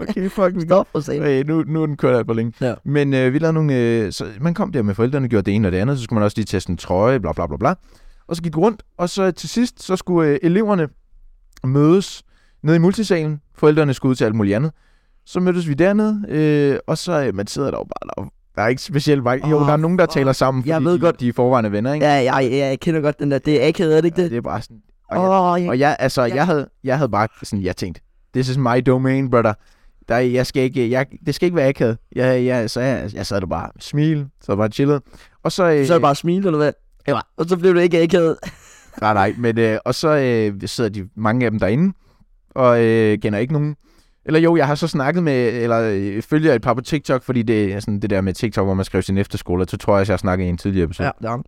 B: okay, fuck. vi-
A: Stop for satan.
B: Okay, nu, nu er den kørt alt for længe.
A: Ja.
B: Men øh, vi lavede nogle... Øh, så man kom der med forældrene, gjorde det ene og det andet, så skulle man også lige teste en trøje, bla bla bla bla. Og så gik det rundt, og så til sidst, så skulle øh, eleverne mødes nede i multisalen. Forældrene skulle ud til alt muligt andet. Så mødtes vi dernede, øh, og så øh, man sidder der jo bare... Der, er jo- der er ikke specielt mange... jo,
A: Åh,
B: der er nogen, der
A: fuck.
B: taler sammen, fordi
A: Jeg ved
B: de,
A: godt.
B: de er forvejende venner, ikke?
A: Ja, ja, ja, jeg kender godt den der. Det er akavet, er det ikke det?
B: det er bare sådan...
A: Åh, oh, jeg...
B: Og jeg, altså,
A: Ja.
B: jeg, havde, jeg havde bare sådan, jeg tænkte, this is my domain, brother. Der, jeg skal ikke, jeg, det skal ikke være akavet. Jeg, jeg, så jeg, jeg sad der bare og smil, så bare chillet. Og så, øh,
A: Så er det bare smil, eller hvad?
B: Ja, bare-
A: Og så blev det ikke akavet.
B: Nej, nej, men øh, og så øh, sidder de, mange af dem derinde, og øh, kender ikke nogen. Eller jo, jeg har så snakket med, eller øh, følger et par på TikTok, fordi det er sådan det der med TikTok, hvor man skriver sin efterskole, og så tror jeg også, jeg har snakket i en tidligere episode.
A: Ja, det er ham.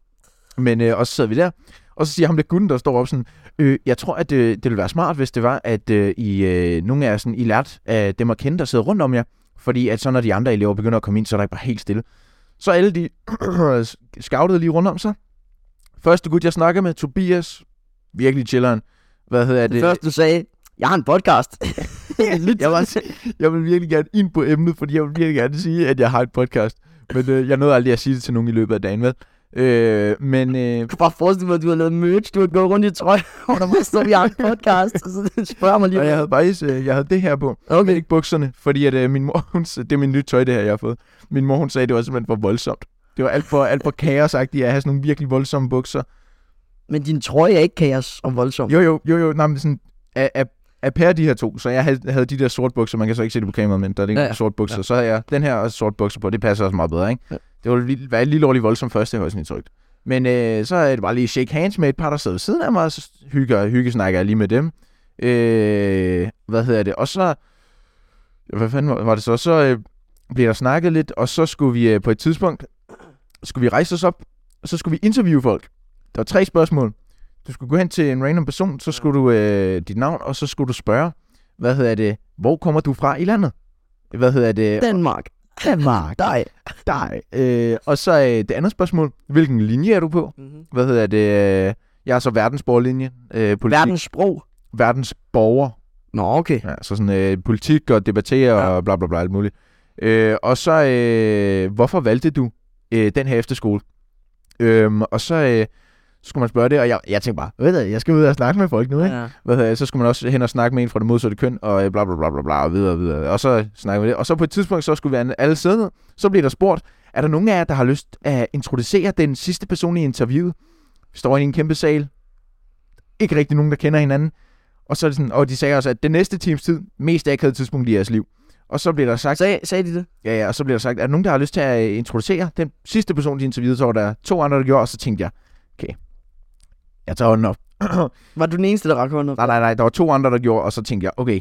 B: Men øh, og så sidder vi der, og så siger ham der gutten, der står op sådan, øh, jeg tror, at øh, det ville være smart, hvis det var, at øh, I, øh, nogle af jer sådan, I lærte af dem at kende, der sidder rundt om jer. Fordi at så når de andre elever begynder at komme ind, så er der ikke bare helt stille. Så alle de scoutede lige rundt om sig. Første gut, jeg snakker med, Tobias. Virkelig chilleren. Hvad hedder
A: Det
B: det?
A: første, du sagde, jeg har en podcast. Lidt.
B: jeg, var, jeg vil virkelig gerne ind på emnet, fordi jeg vil virkelig gerne sige, at jeg har et podcast. Men øh, jeg nåede aldrig at sige det til nogen i løbet af dagen, vel? Øh, men øh,
A: Jeg kunne bare forestille mig, at du har lavet merch, du har gået rundt i trøje, og der var sådan, vi har en podcast, og så spørger mig lige.
B: og jeg havde faktisk øh, jeg havde det her på. Men
A: Okay,
B: ikke bukserne, fordi at, øh, min mor, hun, s- det er min nye tøj, det her, jeg har fået. Min mor, hun sagde, det var simpelthen for voldsomt. Det var alt for, alt for kaosagtigt at have sådan nogle virkelig voldsomme bukser.
A: men din trøje er ikke kaos og voldsom.
B: Jo, jo, jo, jo. Nej, men sådan, af, af, af pære de her to, så jeg havde, havde de der sorte bukser, man kan så ikke se det på kameraet, men der er det
A: Ja,
B: ja,
A: ja.
B: ja. sorte bukser. Ja. Så havde jeg den her og sorte bukser på, det passer også meget bedre, ikke?
A: Ja.
B: Ja. Det var lige, var lige lovligt voldsomt først, det var sådan lidt trygt. Men øh, så er det bare lige shake hands med et par, der sidder ved siden af mig, og så hygger, hygge snakker jeg lige med dem. Øh, hvad hedder det? Og så, hvad fanden var var det så? Så øh, blev der snakket lidt, og så skulle vi øh, på et tidspunkt, skulle vi rejse os op, og så skulle vi interviewe folk. Der var tre spørgsmål. Du skulle gå hen til en random person, så skulle du øh, dit navn, og så skulle du spørge, hvad hedder det, hvor kommer du fra i landet? Hvad hedder det?
A: Danmark.
B: Danmark.
A: Nej.
B: Dig. Øh, og så øh, det andet spørgsmål, hvilken linje er du på? Hvad hedder det? Øh, jeg er så verdensborgerlinje. Øh, politik,
A: Verdens sprog.
B: verdensborger.
A: Nå, okay.
B: Ja, så sådan øh, politik og debattere
A: Ja.
B: ja. og bla bla bla alt muligt. Øh, og så, øh, hvorfor valgte du øh, den her efterskole? Øhm, og så øh, skulle man spørge det, og jeg, jeg tænkte bare, ved du, jeg skal ud og snakke med folk nu, ikke?
A: Ja.
B: Hvad hedder det, så skulle man også hen og snakke med en fra det modsatte køn, og øh, bla bla bla bla bla, og videre og videre. Og så snakke med det. Og så på et tidspunkt, så skulle vi an- alle sidde ned. Så bliver der spurgt, er der nogen af jer, der har lyst at introducere den sidste person i interviewet? Vi står i en kæmpe sal. Ikke rigtig nogen, der kender hinanden. Og så er det sådan, og de sagde også, at det næste times tid, mest akavede tidspunkt i jeres liv. Og så bliver der sagt,
A: Sag, sagde de det?
B: ja, ja, og så bliver der sagt, er der nogen, der har lyst til at øh, introducere den sidste person i interviewet? Så var der to andre, der gjorde, og så tænkte jeg, okay, jeg tager hånden op.
A: Var du den eneste, der rakte hånden op?
B: Nej, nej, nej. Der var to andre, der gjorde, og så tænkte jeg, okay,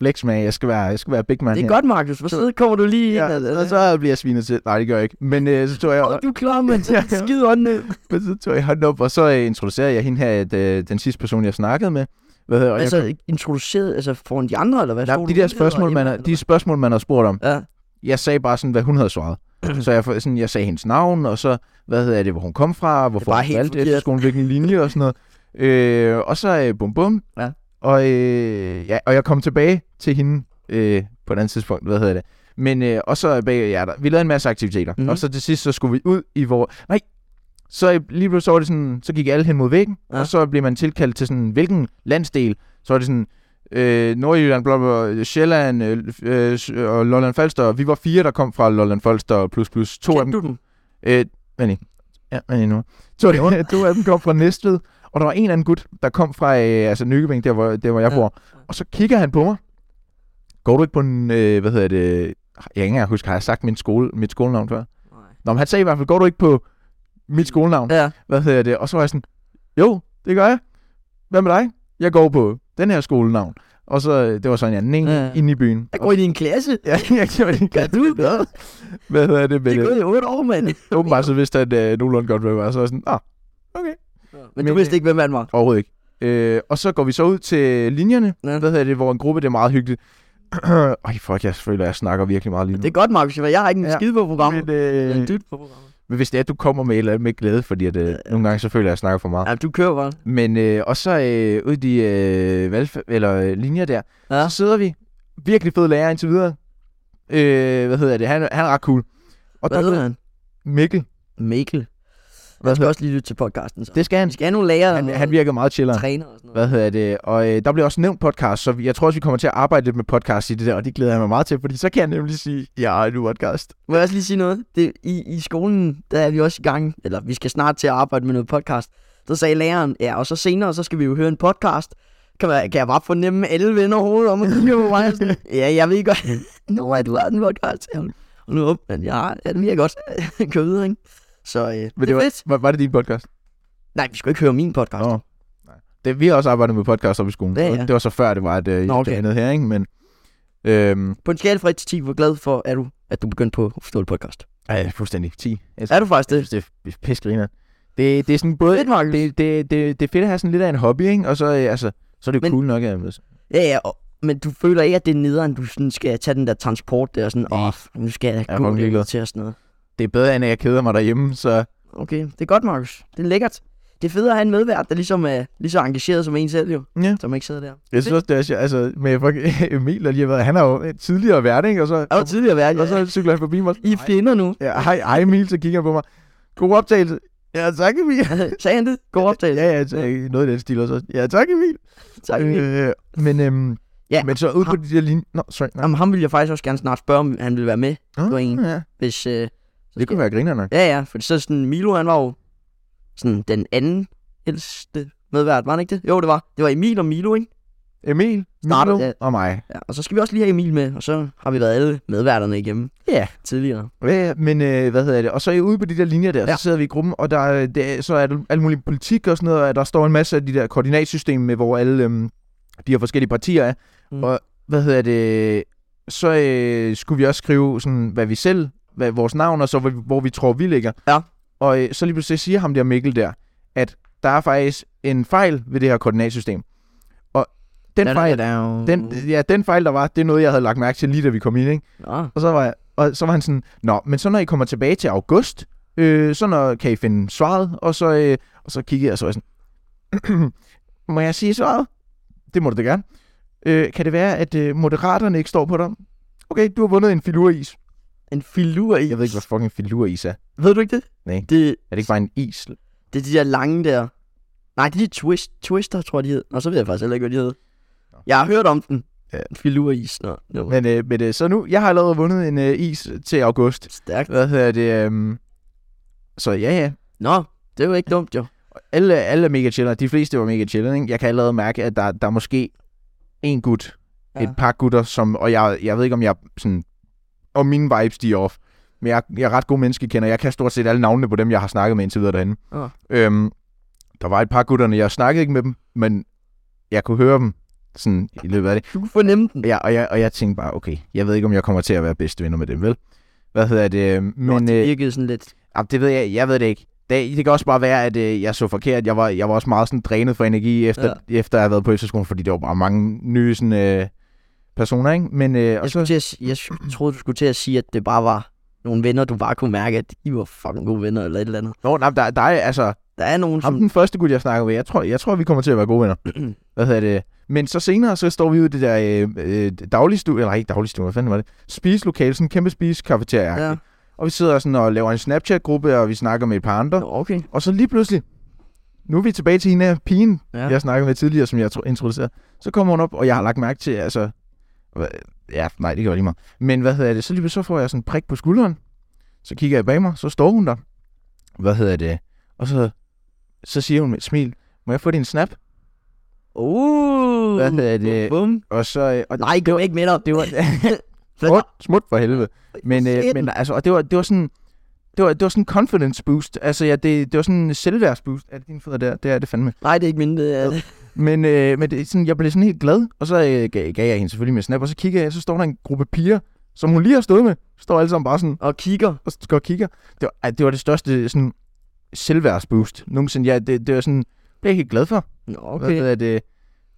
B: flex med, jeg skal være, jeg skal være big man
A: Det er
B: her.
A: godt, Markus. Hvor sidder kommer du lige ind?
B: Ja, og så bliver jeg svinet til. Nej, det gør jeg ikke. Men øh, så tog jeg,
A: Åh, du er klar, mand.
B: Ja.
A: Skide ånden ned.
B: men så tog jeg hånden op, og så øh, introducerede jeg hende her, at, øh, den sidste person, jeg snakkede med. Hvad hedder, og
A: Altså,
B: jeg,
A: introduceret altså, foran de andre, eller hvad?
B: nej,
A: Stod
B: de
A: du
B: der
A: udenfor,
B: spørgsmål, man har,
A: eller
B: de spørgsmål, man har spurt om,
A: hvad? Ja.
B: jeg sagde bare sådan, hvad hun havde svaret. så jeg, for- sådan, jeg sagde hendes navn, og så, hvad hedder det, hvor hun kom fra, hvorfor
A: bare
B: hun
A: helt
B: valgte
A: forkert.
B: efterskolen, hvilken linje og sådan noget. Øh, og så øh, bum bum.
A: Ja.
B: Og, øh, ja, og jeg kom tilbage til hende øh, på et andet tidspunkt, hvad hedder det. Men, øh, og så bag jer der. Vi lavede en masse aktiviteter.
A: Mhm.
B: Mm-hmm. Og så til sidst, så skulle vi ud i vores... Nej, så øh, lige pludselig så var det sådan, så gik alle hen mod væggen,
A: Ja.
B: ja. og så blev man tilkaldt til sådan, hvilken landsdel? Så var det sådan, øh, Nordjylland, bla, bla, bla, Sjælland øh, øh, s- og Lolland Falster. Vi var fire, der kom fra Lolland Falster plus plus. To af
A: Kendte
B: dem,
A: du dem?
B: øh, vent lige. Ja, vent lige nu. To, af dem- to af dem kom fra Næstved, og der var en anden gut, der kom fra øh, altså Nykøbing, der hvor, der hvor jeg
A: Ja.
B: bor. Og så kigger han på mig. Går du ikke på en, øh, hvad hedder det, jeg kan ikke engang huske, har jeg sagt min skole, mit skolenavn før?
A: Nej.
B: Nå, men han sagde i hvert fald, går du ikke på mit skolenavn?
A: Ja.
B: Hvad hedder det? Og så var jeg sådan, jo, det gør jeg. Hvad med dig? Jeg går på den her skolenavn. Og så, øh, det var sådan, ja, den ene
A: Ja.
B: ja. inde i byen.
A: Jeg går i din klasse.
B: Ja, jeg gjorde det.
A: Gør du?
B: Hvad hedder det?
A: Det
B: Men,
A: er
B: øh,
A: gået i otte år, mand.
B: Åbenbart så vidste han øh, nogenlunde godt, hvad det var. Så var jeg sådan, ah,
A: Men du
B: Men-
A: vidste ikke, hvem han var.
B: overhovedet ikke. Øh, og så går vi så ud til linjerne,
A: Ja.
B: ja. hvad hedder det, hvor en gruppe, det er meget hyggeligt. Ej, fuck, jeg føler, jeg snakker virkelig meget lige nu.
A: Det er godt, Markus. Jeg har ikke en
B: Ja.
A: skid på programmet.
B: men, øh,
A: Men
B: men,
A: du på programmet.
B: hvis det er, at du kommer med et eller andet med glæde, fordi at, øh, nogle gange så føler jeg, at jeg snakker for meget.
A: Ja, du kører bare.
B: Men øh, og så øh, ud i de øh, valgf- eller, øh, linjer der,
A: Ja.
B: ja. så sidder vi. Virkelig fed lærer indtil videre. Øh, hvad hedder det? Han, han er ret cool. Og
A: Hvad
B: der,
A: hedder han?
B: Mikkel,
A: Mikkel. Jeg skal også lige lytte til podcasten. Så.
B: det skal han.
A: Vi skal have nogle lager
B: Han,
A: og
B: han virker meget chillere.
A: træner og sådan noget.
B: Hvad hedder det? Og øh, der bliver også nævnt podcast, så vi- jeg tror også, vi kommer til at arbejde lidt med podcast i det der, og det glæder jeg mig meget til, fordi så kan jeg nemlig sige, jeg har en podcast.
A: Må jeg også lige sige noget? Det, i, I skolen, der er vi også i gang, eller vi skal snart til at arbejde med noget podcast. Så sagde læreren, ja, og så senere, så skal vi jo høre en podcast. Kan, man, kan jeg bare fornemme alle venner hovedet om at kigge på mig? Sådan, ja, jeg ved godt. nu er du har en podcast. Ja, Og nu op, men jeg har, ja, det virker godt. Kør videre, ikke? Så øh, det,
B: Men
A: det er
B: var,
A: fedt.
B: Var, var det din podcast?
A: Nej, vi skal ikke høre min podcast.
B: Nå. Nej. Det, vi har også arbejdet med podcast op i skolen.
A: Ja, ja.
B: Det var så før, det var et, øh,
A: Nå, okay.
B: det andet her, ikke? Men, øhm,
A: På en skala fra 1 til 10, hvor glad for er du, at du begyndte på Forståelig Podcast?
B: ej, fuldstændig 10. Jeg
A: Er du faktisk det?
B: synes, det er pisgriner. Det, det er sådan både...
A: Fedt, Markus.
B: Det, det, det, det er fedt at have sådan lidt af en hobby, ikke? Og så, øh, altså, så er det jo
A: Men-
B: cool nok, at... altså,
A: Ja, ja, og, men du føler ikke, at det er nederen, du sådan skal tage den der transport der, og sådan, åh, nu skal jeg
B: Jeg er
A: gå
B: fucking ligeglad.
A: til og sådan noget.
B: det er bedre, end at jeg keder mig derhjemme, så
A: Okay, det er godt, Markus. Det er lækkert. Det er fedt at have en medvært, der ligesom er lige så engageret som en selv jo.
B: ja.
A: Som ikke sidder der.
B: Jeg synes også, det er sjovt, altså med fuck- Emil, der lige har været, han er jo tidligere vært, ikke? Og så,
A: Jeg var tidligere vært,
B: og så cykler han forbi mig.
A: I er fjender nu.
B: Ja, hej, hej Emil, så kigger han på mig. God optagelse. Ja, tak Emil.
A: Altså, Sagde han det? God optagelse.
B: Ja, ja, tak. noget af den stil også. Ja, tak Emil.
A: Tak.
B: Øh, men, øhm,
A: Ja,
B: ja, men så ud på de der linje... Nå, sorry. Nej.
A: Jamen, ham ville jeg faktisk også gerne snart spørge, om han ville være med, var en.
B: ja.
A: hvis... Øh,
B: Det kunne være griner nok.
A: Ja, ja, for så sådan, Milo, han var jo sådan den anden ældste medvært, var han ikke det? Jo, det var. Det var Emil og Milo, ikke?
B: Emil,
A: Starter,
B: Milo
A: ja.
B: og mig.
A: Ja, og så skal vi også lige have Emil med, og så har vi været alle medværterne igennem
B: Ja.
A: tidligere.
B: Ja, ja, men øh, hvad hedder det? Og så er I ude på de der linjer der,
A: Ja.
B: ja. så sidder vi i gruppen, og der, er- det, er- så er der alt muligt politik og sådan noget, og der står en masse af de der koordinatsystemer med, hvor alle øhm, de her forskellige partier er.
A: Mm.
B: Mm. Og hvad hedder det? Så øh, skulle vi også skrive, sådan, hvad vi selv, hvad vores navn, og så hvor, hvor vi tror, vi ligger.
A: Ja.
B: Og øh, så lige pludselig siger ham der Mikkel der, at der er faktisk en fejl ved det her koordinatsystem. Og den fejl,
A: er jo...
B: den, ja, den fejl, der var, det er noget, jeg havde lagt mærke til lige da vi kom ind, ikke?
A: Nå,
B: Og så var, jeg, og så var han sådan, nå, men så når I kommer tilbage til august, øh, så når, kan I finde svaret, og så, øh, og så kiggede jeg, og så var jeg sådan, må jeg sige svaret? Det må du da gerne. Øh, kan det være, at øh, moderaterne ikke står på dig? Okay, du har vundet en filuris.
A: en filur i.
B: Jeg ved ikke, hvad fucking filuris er.
A: Ved du ikke det?
B: Nej.
A: Det,
B: Er det ikke bare en is?
A: det er de der lange der... Nej, det er de twist, twister, tror jeg, de hed. Og så ved jeg faktisk heller ikke, hvad de hed. Jeg har hørt om den.
B: Ja.
A: Filuris. Nå, no.
B: Men, øh, men øh, så nu, jeg har allerede vundet en øh, is til august.
A: Stærkt.
B: Hvad hedder det? Øh, så ja, ja.
A: Nå, det var ikke dumt, jo.
B: alle, alle er mega chiller. De fleste var mega chiller, ikke? Jeg kan allerede mærke, at der, der er måske en gut,
A: Ja.
B: ja. et par gutter, som, og jeg, jeg ved ikke, om jeg sådan, og mine vibes, de er off. Men jeg, jeg er ret god menneskekender. Jeg kan stort set alle navnene på dem, jeg har snakket med indtil videre derinde.
A: Ja.
B: Øhm, der var et par gutterne, jeg snakkede ikke med dem, men jeg kunne høre dem sådan i løbet af det.
A: Du kunne fornemme den.
B: Ja, og, jeg, og jeg tænkte bare, okay, jeg ved ikke, om jeg kommer til at være bedste venner med dem, vel? Hvad hedder det? Men,
A: Altså, det
B: øh,
A: virkede sådan lidt.
B: Jamen, det ved jeg, jeg ved det ikke. Det, det kan også bare være, at øh, jeg så forkert. Jeg var, jeg var også meget sådan drænet for energi, efter, ja. efter jeg havde været på efterskolen, fordi der var bare mange nye sådan, øh, personer, ikke? Men, øh, og
A: Jeg,
B: så,
A: skulle til at, si- jeg troede, du skulle til at sige, at det bare var nogle venner, du bare kunne mærke, at I var fucking gode venner eller et eller andet.
B: nå, nej, der, der er, altså,
A: Der er nogen,
B: ham
A: som...
B: den første gut, jeg snakker med, jeg tror, jeg tror, vi kommer til at være gode venner. Hvad hedder det? Men så senere, så står vi ude i det der øh, øh, dagligstue, eller ikke dagligstue, hvad fanden var det? Spiselokale, sådan en kæmpe spisekafeteria.
A: Ja.
B: Ja. Og vi sidder sådan og laver en Snapchat-gruppe, og vi snakker med et par andre.
A: Nå, okay.
B: Og så lige pludselig, nu er vi tilbage til hende af pigen,
A: Ja.
B: ja. jeg snakkede med tidligere, som jeg tro- introducerede. Så kommer hun op, og jeg har lagt mærke til, altså... hva- Ja, nej, det gør lige meget. Men hvad hedder det? Så lige pludselig så får jeg sådan en prik på skulderen. Så kigger jeg bag mig, så står hun der. Hvad hedder det? Og så, så siger hun med et smil, må jeg få din snap?
A: Uh,
B: Hvad hedder det?
A: Bum.
B: Og så... øh, Og
A: Nej, det var ikke med dig.
B: det var...
A: Flot.
B: smut, smut for helvede. Men, øh,
A: Shit.
B: men altså, og det var, det var sådan... Det var, det var sådan en confidence boost. Altså, ja, det, det var sådan en selvværdsboost. Er det dine fødder der? Det er det fandme.
A: Nej, det er ikke min. øh, Det er...
B: Men, øh, men det, er sådan, jeg blev sådan helt glad, og så øh, gav, gav jeg hende selvfølgelig min snap, og så kigger jeg, så står der en gruppe piger, som hun lige har stået med, står alle sammen bare sådan,
A: Og kigger.
B: og går og kigger. Det var, ej, det var det største sådan, selvværdsboost nogensinde. Ja, det, det var sådan, blev jeg helt glad for.
A: Nå,
B: Hvad
A: okay.
B: hedder det?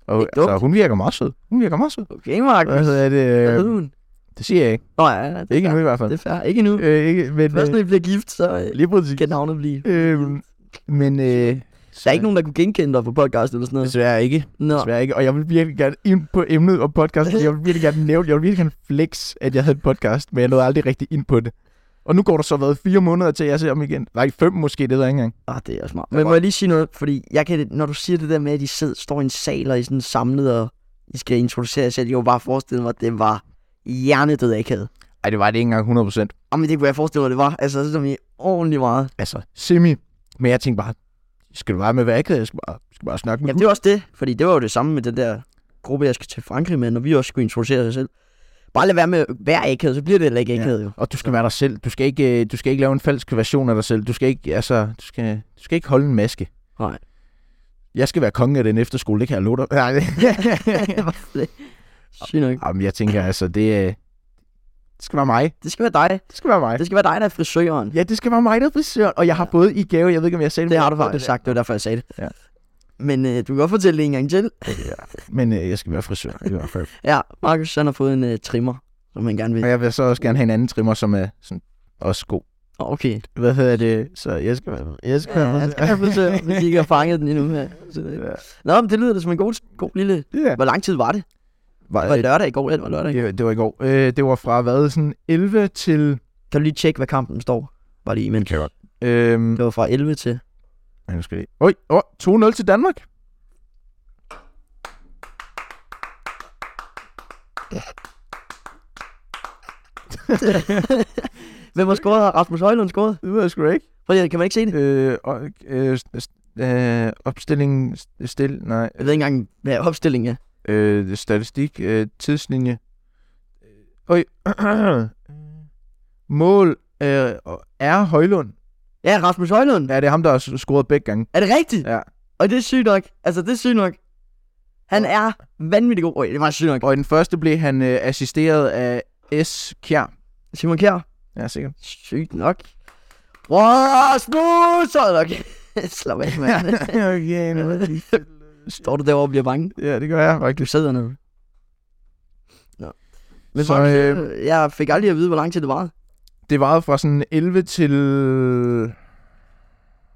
B: Og,
A: Det er dumt.
B: altså, hun virker meget sød. Hun virker meget sød.
A: Okay, Mark.
B: Hvad hedder
A: Hvad hed
B: det? Øh,
A: hun?
B: det siger jeg ikke.
A: Nå, ja, ja, det er
B: Ikke
A: fair.
B: nu i hvert fald.
A: Det er fair. Ikke nu.
B: Øh, ikke, men,
A: Først
B: øh,
A: når I bliver gift, så øh,
B: lige præcis.
A: kan navnet blive.
B: Øh, men øh,
A: Der er ikke nogen, der kunne genkende dig på podcast eller sådan noget.
B: Desværre ikke.
A: Nå,
B: Desværre ikke, og jeg vil virkelig gerne ind på emnet og podcast. Jeg vil virkelig gerne nævne, jeg vil virkelig gerne flex, at jeg havde en podcast, men jeg nåede aldrig rigtig ind på det. Og nu går der så været fire måneder til, at jeg ser om igen. Nej, fem måske, det ved jeg ikke engang.
A: ah, det er også smart. Men må jeg lige sige noget? Fordi jeg kan, når du siger det der med, at I sidder, står i en sal, og I er sådan samlet, og I skal introducere jer selv, jeg kunne bare forestille mig, at det var hjernedød akavet.
B: Nej, det var det ikke engang 100 procent.
A: Ah, men det kunne jeg forestille mig, det var. Altså, så som I ordentligt meget.
B: Altså, semi. Men jeg tænkte bare, skal du bare med hvad jeg skal bare, skal bare snakke med
A: Jamen, det var også det, fordi det var jo det samme med den der gruppe, jeg skal til Frankrig med, når vi også skulle introducere os selv. Bare lad være med at være akavet, så bliver det heller ikke
B: Ja.
A: akavet jo.
B: Og du skal være dig selv. Du skal ikke, øh, du skal ikke lave en falsk version af dig selv. Du skal ikke, altså, du skal, du skal ikke holde en maske.
A: Nej.
B: Jeg skal være konge af den efterskole, det kan jeg love dig. Nej,
A: Sygt nok.
B: Jamen, jeg tænker, altså, det, øh, det skal være mig.
A: Det skal være dig.
B: Det skal være mig.
A: Det skal være dig, der er frisøren.
B: Ja, det skal være mig, der er frisøren. Og jeg har fået i gave, jeg ved ikke, om jeg sagde
A: Det har du
B: men-
A: faktisk sagt, det var derfor, jeg sagde det.
B: Ja.
A: Men øh, du kan godt fortælle det en gang til.
B: Men øh, jeg skal være frisør i hvert fald.
A: Ja, Markus han har fået en øh, trimmer, som han gerne vil.
B: Og jeg vil så også gerne have en anden trimmer, som er sådan, også god.
A: Okay.
B: Hvad hedder det? Så jeg skal være med. Jeg skal være med.
A: Jeg skal have forsøge, hvis de ikke har fanget den endnu her. Så det-
B: Ja.
A: Nå, men det lyder da som en god, god lille...
B: Ja.
A: Hvor lang tid var det? Det var
B: Var,
A: lørdag i går, eller var lørdag?
B: det, var- det var i går. Øh, det var fra hvad? Sådan 11 til...
A: Kan du lige tjekke, hvad kampen står? Var det imens?
B: Kan jeg godt. Øhm,
A: Det var fra 11 til...
B: Ej, nu skal jeg lige... Oj, oh, 2-0 til Danmark.
A: Hvem har scoret? Har Rasmus Højlund scoret?
B: Det ved jeg sgu ikke.
A: Prøv lige, kan man ikke se det?
B: Øh, og, øh, st- st- øh, opstilling... st- Stil... Nej.
A: Jeg ved ikke engang, hvad opstillingen er.
B: Øh, statistik. Øh, tidslinje. Øh, Oj. Mål øh, er Højlund.
A: Ja, Rasmus Højlund.
B: Ja, det er ham, der har s- scoret begge gange.
A: Er det rigtigt?
B: Ja.
A: Og det er sygt nok. Altså, det er sygt nok. Han er vanvittig god. Øj, det var sygt nok.
B: Og i den første blev han øh, assisteret af S. Kjær.
A: Simon Kjær.
B: Ja, sikkert.
A: Sygt nok. Rasmus! Hold nok. Slap af, mand.
B: okay, nu er det
A: Står du derovre og bliver bange?
B: Ja, det gør jeg
A: Du
B: faktisk.
A: sidder nede. Nå. Men
B: Så,
A: så, øh... jeg fik aldrig at vide, hvor lang tid det varede.
B: Det varede fra sådan 11 til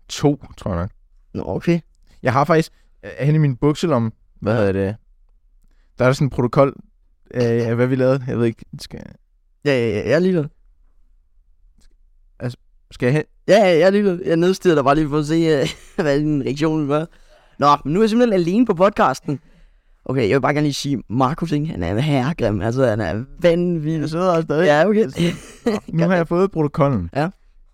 B: 2, tror jeg nok.
A: Nå, okay.
B: Jeg har faktisk øh, hen i min bukselom, hvad hedder det, der er sådan en protokol af, af hvad vi lavede. Jeg ved ikke, skal,
A: Ja, ja, ja, jeg er lige der.
B: skal jeg hen?
A: Ja, ja, jeg er lige der. Jeg nedstiger dig bare lige for at se, øh, hvad din reaktion var. Nå, men nu er jeg simpelthen alene på podcasten. Okay, jeg vil bare gerne lige sige, Markus, ikke? han er herregrim. Altså, han er vanvittig.
B: sidder her stadig. Ja.
A: Ja, okay.
B: Nu har jeg fået protokollen.
A: Ja.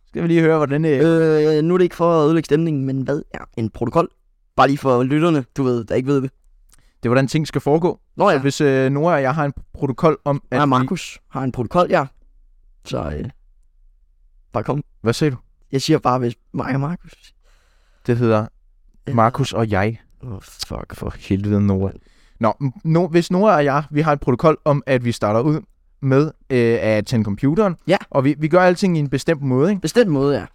B: Skal vi lige høre, hvordan det er?
A: Øh, nu er det ikke for at ødelægge stemningen, men hvad er en protokol? Bare lige for lytterne, du ved, der ikke ved det.
B: Det er, hvordan ting skal foregå.
A: Nå ja,
B: Og hvis øh, Nora og jeg har en protokol om, at
A: ja
B: vi-
A: Markus har en protokol, ja. Så øh, bare kom.
B: Hvad siger du?
A: Jeg siger bare, hvis mig og Markus...
B: Det hedder
A: Ja.
B: Markus og jeg.
A: Oh, fuck.
B: For helvede, Nora. Nå, m- no, hvis Nora og jeg, vi har et protokol om, at vi starter ud med øh, at tænde computeren.
A: Ja.
B: Og vi, vi gør alting i en bestemt måde, ikke?
A: Bestemt måde, ja.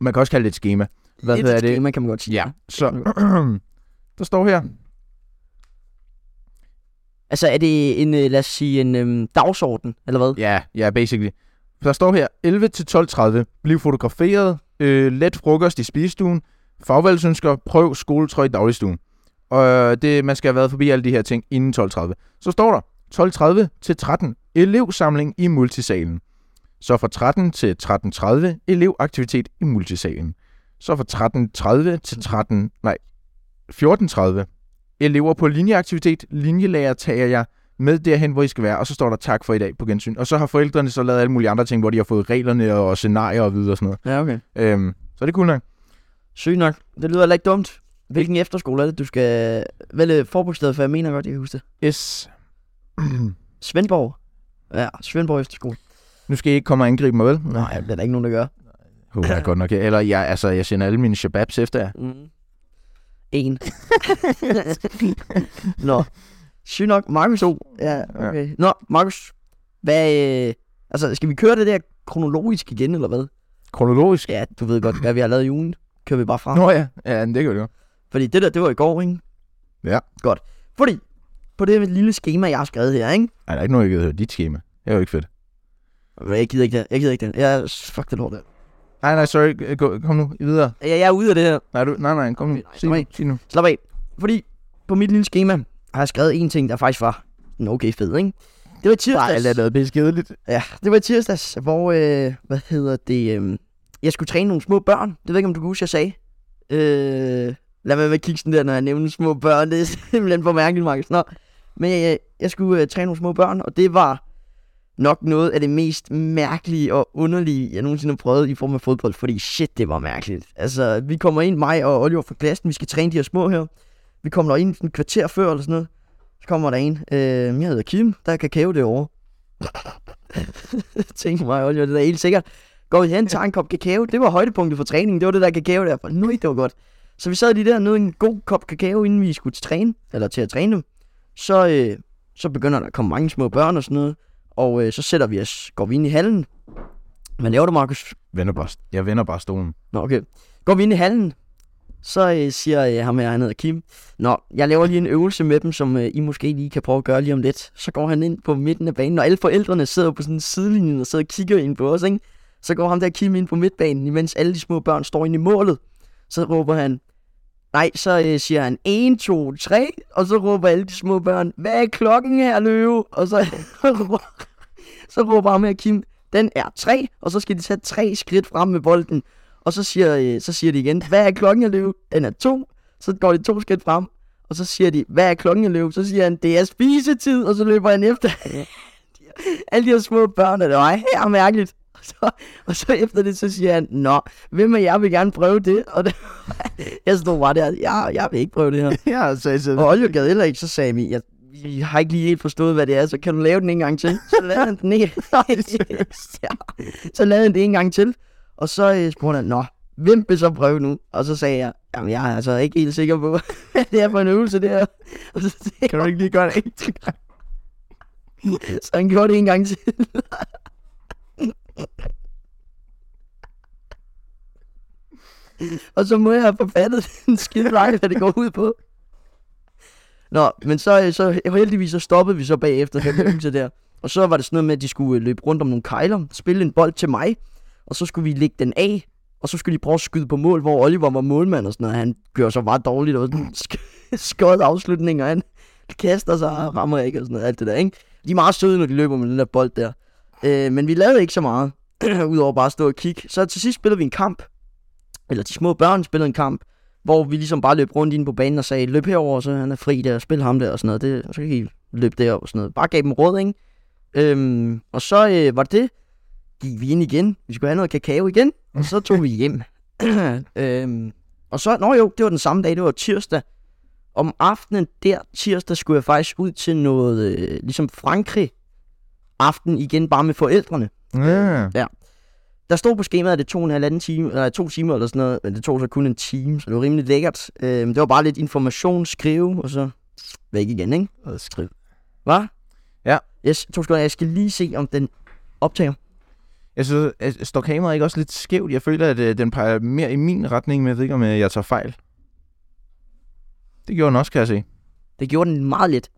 B: Man kan også kalde det et schema. Hvad
A: Et
B: hedder det?
A: Schema, kan man godt sige.
B: Ja, så der står her.
A: Altså, er det en, øh, lad os sige, en øhm, dagsorden, eller hvad?
B: Ja, ja, basically. Der står her, 11 til 12.30, bliv fotograferet, øh, let frokost i spisestuen, fagvalgsønsker, prøv skoletrøj i dagligstuen. Og øh, det, man skal have været forbi alle de her ting inden 12.30. Så står der, 12.30 til 13, elevsamling i multisalen. Så fra 13 til 13.30, elevaktivitet i multisalen. Så fra 13.30 til 13, nej, 14.30, elever på linjeaktivitet, linjelærer tager jeg med derhen, hvor I skal være, og så står der tak for i dag på gensyn. Og så har forældrene så lavet alle mulige andre ting, hvor de har fået reglerne og scenarier og videre og sådan
A: Ja, okay.
B: noget. Øhm, så er det cool nok.
A: Sygt nok. Det lyder heller ikke dumt. Hvilken efterskole er det, du skal vælge forbogstavet, for jeg mener godt, jeg kan huske det.
B: Yes.
A: Svendborg. Ja, Svendborg Efterskole.
B: Nu skal I ikke komme og angribe mig, vel?
A: Nej, det er der ikke nogen, der gør.
B: Håber jeg godt nok. Eller jeg, altså, jeg sender alle mine shababs efter jer.
A: Mm. En. Nå. Sygt nok. Markus O. Ja, okay. Ja. Nå, Markus. Hvad, øh, altså, skal vi køre det der kronologisk igen, eller hvad?
B: Kronologisk.
A: Ja, du ved godt, hvad vi har lavet i ugen. Kører vi bare fra.
B: Nå ja, ja men det kan vi godt.
A: Fordi det der, det var i går, ikke?
B: Ja.
A: Godt. Fordi på det her lille schema, jeg har skrevet her, ikke?
B: Ej, der er ikke nogen, der gider høre dit schema. Det er jo ikke fedt.
A: Jeg gider ikke det. Jeg gider ikke det. Jeg, fuck det lort der.
B: Nej, nej, sorry. Gå, kom nu videre.
A: Jeg, jeg er ude af det her.
B: Nej, du, nej, nej, kom nu.
A: Okay, nej,
B: Sig
A: kom
B: nu.
A: af.
B: Sig nu.
A: Slap af. Fordi på mit lille schema har jeg skrevet en ting, der faktisk var en okay fed, ikke? Det var i
B: Ej,
A: tirsdags.
B: det er noget beskedeligt.
A: Ja, det var i tirsdags, hvor, øh, hvad hedder det, øh, jeg skulle træne nogle små børn. Det ved jeg ikke, om du kan huske, jeg sagde. Øh, lad mig med at kigge sådan der, når jeg nævner små børn. Det er simpelthen for mærkeligt, Markus. Nå, men øh, jeg skulle øh, træne nogle små børn, og det var nok noget af det mest mærkelige og underlige, jeg nogensinde har prøvet i form af fodbold, fordi shit, det var mærkeligt. Altså, vi kommer ind, mig og Oliver fra klassen, vi skal træne de her små her. Vi kommer ind en kvarter før eller sådan noget. Så kommer der en, øh, jeg hedder Kim, der er kakao derovre tænkte mig, Oliver, det er da helt sikkert. Går vi hen, tager en kop kakao. Det var højdepunktet for træningen. Det var det der kakao der. For nu det var godt. Så vi sad lige der og nød en god kop kakao, inden vi skulle til træne, eller til at træne dem. Så, øh, så begynder der at komme mange små børn og sådan noget. Og øh, så sætter vi os, går vi ind i hallen. Hvad laver du, Markus?
B: Vender bare, jeg vender bare stolen.
A: Nå, okay. Går vi ind i hallen, så øh, siger øh, ham her, han hedder Kim, Nå, jeg laver lige en øvelse med dem, som øh, I måske lige kan prøve at gøre lige om lidt. Så går han ind på midten af banen, og alle forældrene sidder på sådan en sidelinje og sidder og kigger ind på os, ikke? Så går ham der Kim ind på midtbanen, imens alle de små børn står inde i målet. Så råber han, nej, så øh, siger han 1, 2, 3, og så råber alle de små børn, hvad er klokken her, løve? Og så, så råber ham her Kim, den er 3, og så skal de tage tre skridt frem med bolden. Og så siger, øh, så siger de igen, hvad er klokken, her, løve? Den er 2. Så går de to skridt frem, og så siger de, hvad er klokken, her, løve? Så siger han, det er spisetid, og så løber han efter alle de her små børn, og det var her mærkeligt. Og så, og så efter det, så siger han, nå, hvem af jer vil gerne prøve det? Og det, jeg stod bare der, jeg, jeg vil ikke prøve det her.
B: ja, så jeg
A: Og Olje gad heller ikke, så sagde vi, jeg, vi har ikke lige helt forstået, hvad det er, så kan du lave den en gang til? Så lavede han den ikke. ja. Så lavede han det en gang til, og så øh, spurgte han, nå, hvem vil så prøve nu? Og så sagde jeg, jamen jeg er altså ikke helt sikker på, hvad det er for en øvelse, det her. Og så,
B: Kan du ikke lige gøre det en gang?
A: så han gjorde det en gang til. og så må jeg have forfattet den skide vej, hvad det går ud på. Nå, men så, øh, så heldigvis så stoppede vi så bagefter den øvelse der. Og så var det sådan noget med, at de skulle øh, løbe rundt om nogle kejler, spille en bold til mig, og så skulle vi lægge den af, og så skulle de prøve at skyde på mål, hvor Oliver var målmand og sådan noget. Han gør så bare dårligt, og sådan sk- skød afslutninger, han kaster sig og rammer ikke og sådan noget, alt det der, ikke? De er meget søde, når de løber med den der bold der. Øh, men vi lavede ikke så meget, udover bare at stå og kigge. Så til sidst spillede vi en kamp, eller de små børn spillede en kamp, hvor vi ligesom bare løb rundt inde på banen og sagde, løb herover, så han er fri der, spil ham der og sådan noget. Det, så kan I løbe derop og sådan noget. Bare gav dem råd, ikke? Øhm, og så øh, var det, gik vi ind igen. Vi skulle have noget kakao igen, og så tog vi hjem. øhm, og så, nå jo, det var den samme dag, det var tirsdag. Om aftenen der tirsdag skulle jeg faktisk ud til noget, øh, ligesom Frankrig aften igen, bare med forældrene.
B: Ja.
A: Der stod på skemaet, at det tog en halvanden time, eller to timer eller sådan noget, men det tog så kun en time, så det var rimelig lækkert. Øhm, det var bare lidt information, skrive, og så væk igen, ikke?
B: Og skriv.
A: Hvad?
B: Ja.
A: Yes, to sekunder, jeg skal lige se, om den optager.
B: Jeg synes, at står kameraet ikke også lidt skævt? Jeg føler, at øh, den peger mere i min retning, men jeg ved ikke, om øh, jeg tager fejl. Det gjorde den også, kan jeg se.
A: Det gjorde den meget lidt.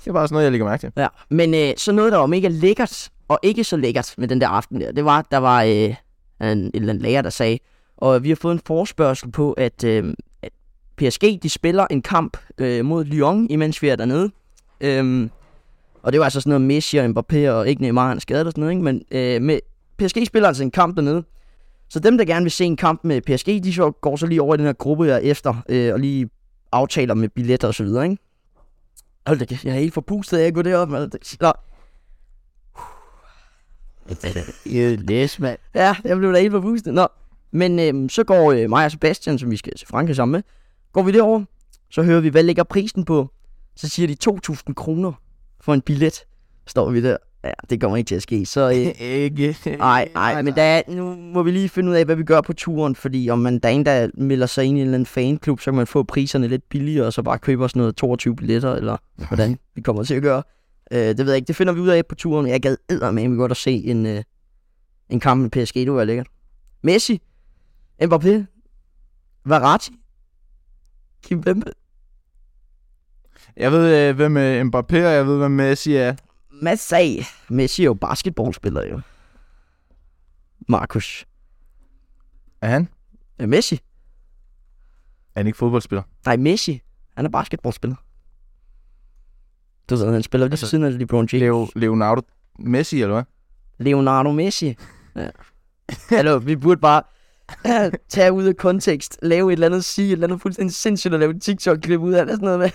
B: Det er bare sådan noget, jeg lægger mærke til.
A: Ja. Men øh, så noget, der var mega lækkert, og ikke så lækkert med den der aften der, det var, der var øh, en, en eller anden lærer, der sagde, og vi har fået en forspørgsel på, at, øh, at PSG, de spiller en kamp øh, mod Lyon, imens vi er dernede. Øhm, og det var altså sådan noget Messi og Mbappé og ikke Neymar, han er skadet og sådan noget, ikke? men øh, med PSG spiller altså en kamp dernede. Så dem, der gerne vil se en kamp med PSG, de så går så lige over i den her gruppe, jeg er efter, øh, og lige aftaler med billetter og så videre, ikke? Hold da kæft, jeg er helt forpustet af at gå derop, mand. Det- Nå.
B: Jeg læs, mand.
A: Ja, jeg blev da helt forpustet. Nå. Men øhm, så går øh, mig og Sebastian, som vi skal til Frankrig sammen med, går vi derover, så hører vi, hvad ligger prisen på? Så siger de 2.000 kroner for en billet. Står vi der. Ja, det kommer ikke til at ske. Så øh,
B: ikke.
A: Nej, Øh, nej, men der er, nu må vi lige finde ud af, hvad vi gør på turen, fordi om man der er en, der melder sig ind i en eller anden fanklub, så kan man få priserne lidt billigere, og så bare købe sådan noget 22 billetter, eller hvordan vi kommer til at gøre. Øh, det ved jeg ikke, det finder vi ud af på turen. Jeg gad eddermame godt at se en, øh, en kamp med PSG, det var lækkert. Messi, Mbappé, Verratti, Kim Bembe,
B: Jeg ved, øh, hvem øh, Mbappé er, jeg ved, hvem Messi er.
A: Massey. Messi er jo basketballspiller jo. Markus.
B: Er han?
A: Øh, Messi?
B: Er han ikke fodboldspiller?
A: Nej, Messi. Han er basketballspiller. Du ved, han spiller lige altså,
B: Altså,
A: siden af LeBron James.
B: Leo, Leonardo Messi, eller hvad?
A: Leonardo Messi. Ja. Hallo, vi burde bare øh, tage ud af kontekst, lave et eller andet, sige et eller andet fuldstændig sindssygt, og lave et TikTok-klip ud af det, sådan noget med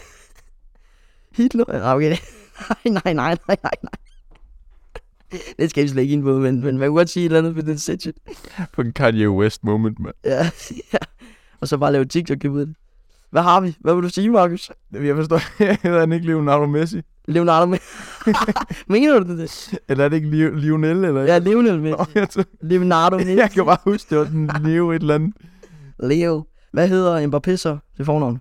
A: Hitler. Ah, okay. nej, nej, nej, nej, nej, nej. Det skal vi slet ikke ind på, men, men man kunne godt sige et eller andet, for det er sindssygt.
B: På en Kanye West moment, mand.
A: Ja, ja. Og så bare lave et TikTok-klip ud af det. Hvad har vi? Hvad vil du sige, Markus?
B: Jeg forstår, hedder han ikke Leonardo Messi?
A: Leonardo Messi. Mener du det?
B: Eller er det ikke Leo- Lionel, eller?
A: Ja, Lionel Messi.
B: Nå, jeg, tror-
A: Leonardo
B: jeg
A: Messi.
B: kan bare huske, det var den Leo et eller andet.
A: Leo. Hvad hedder Mbappé så til fornavn?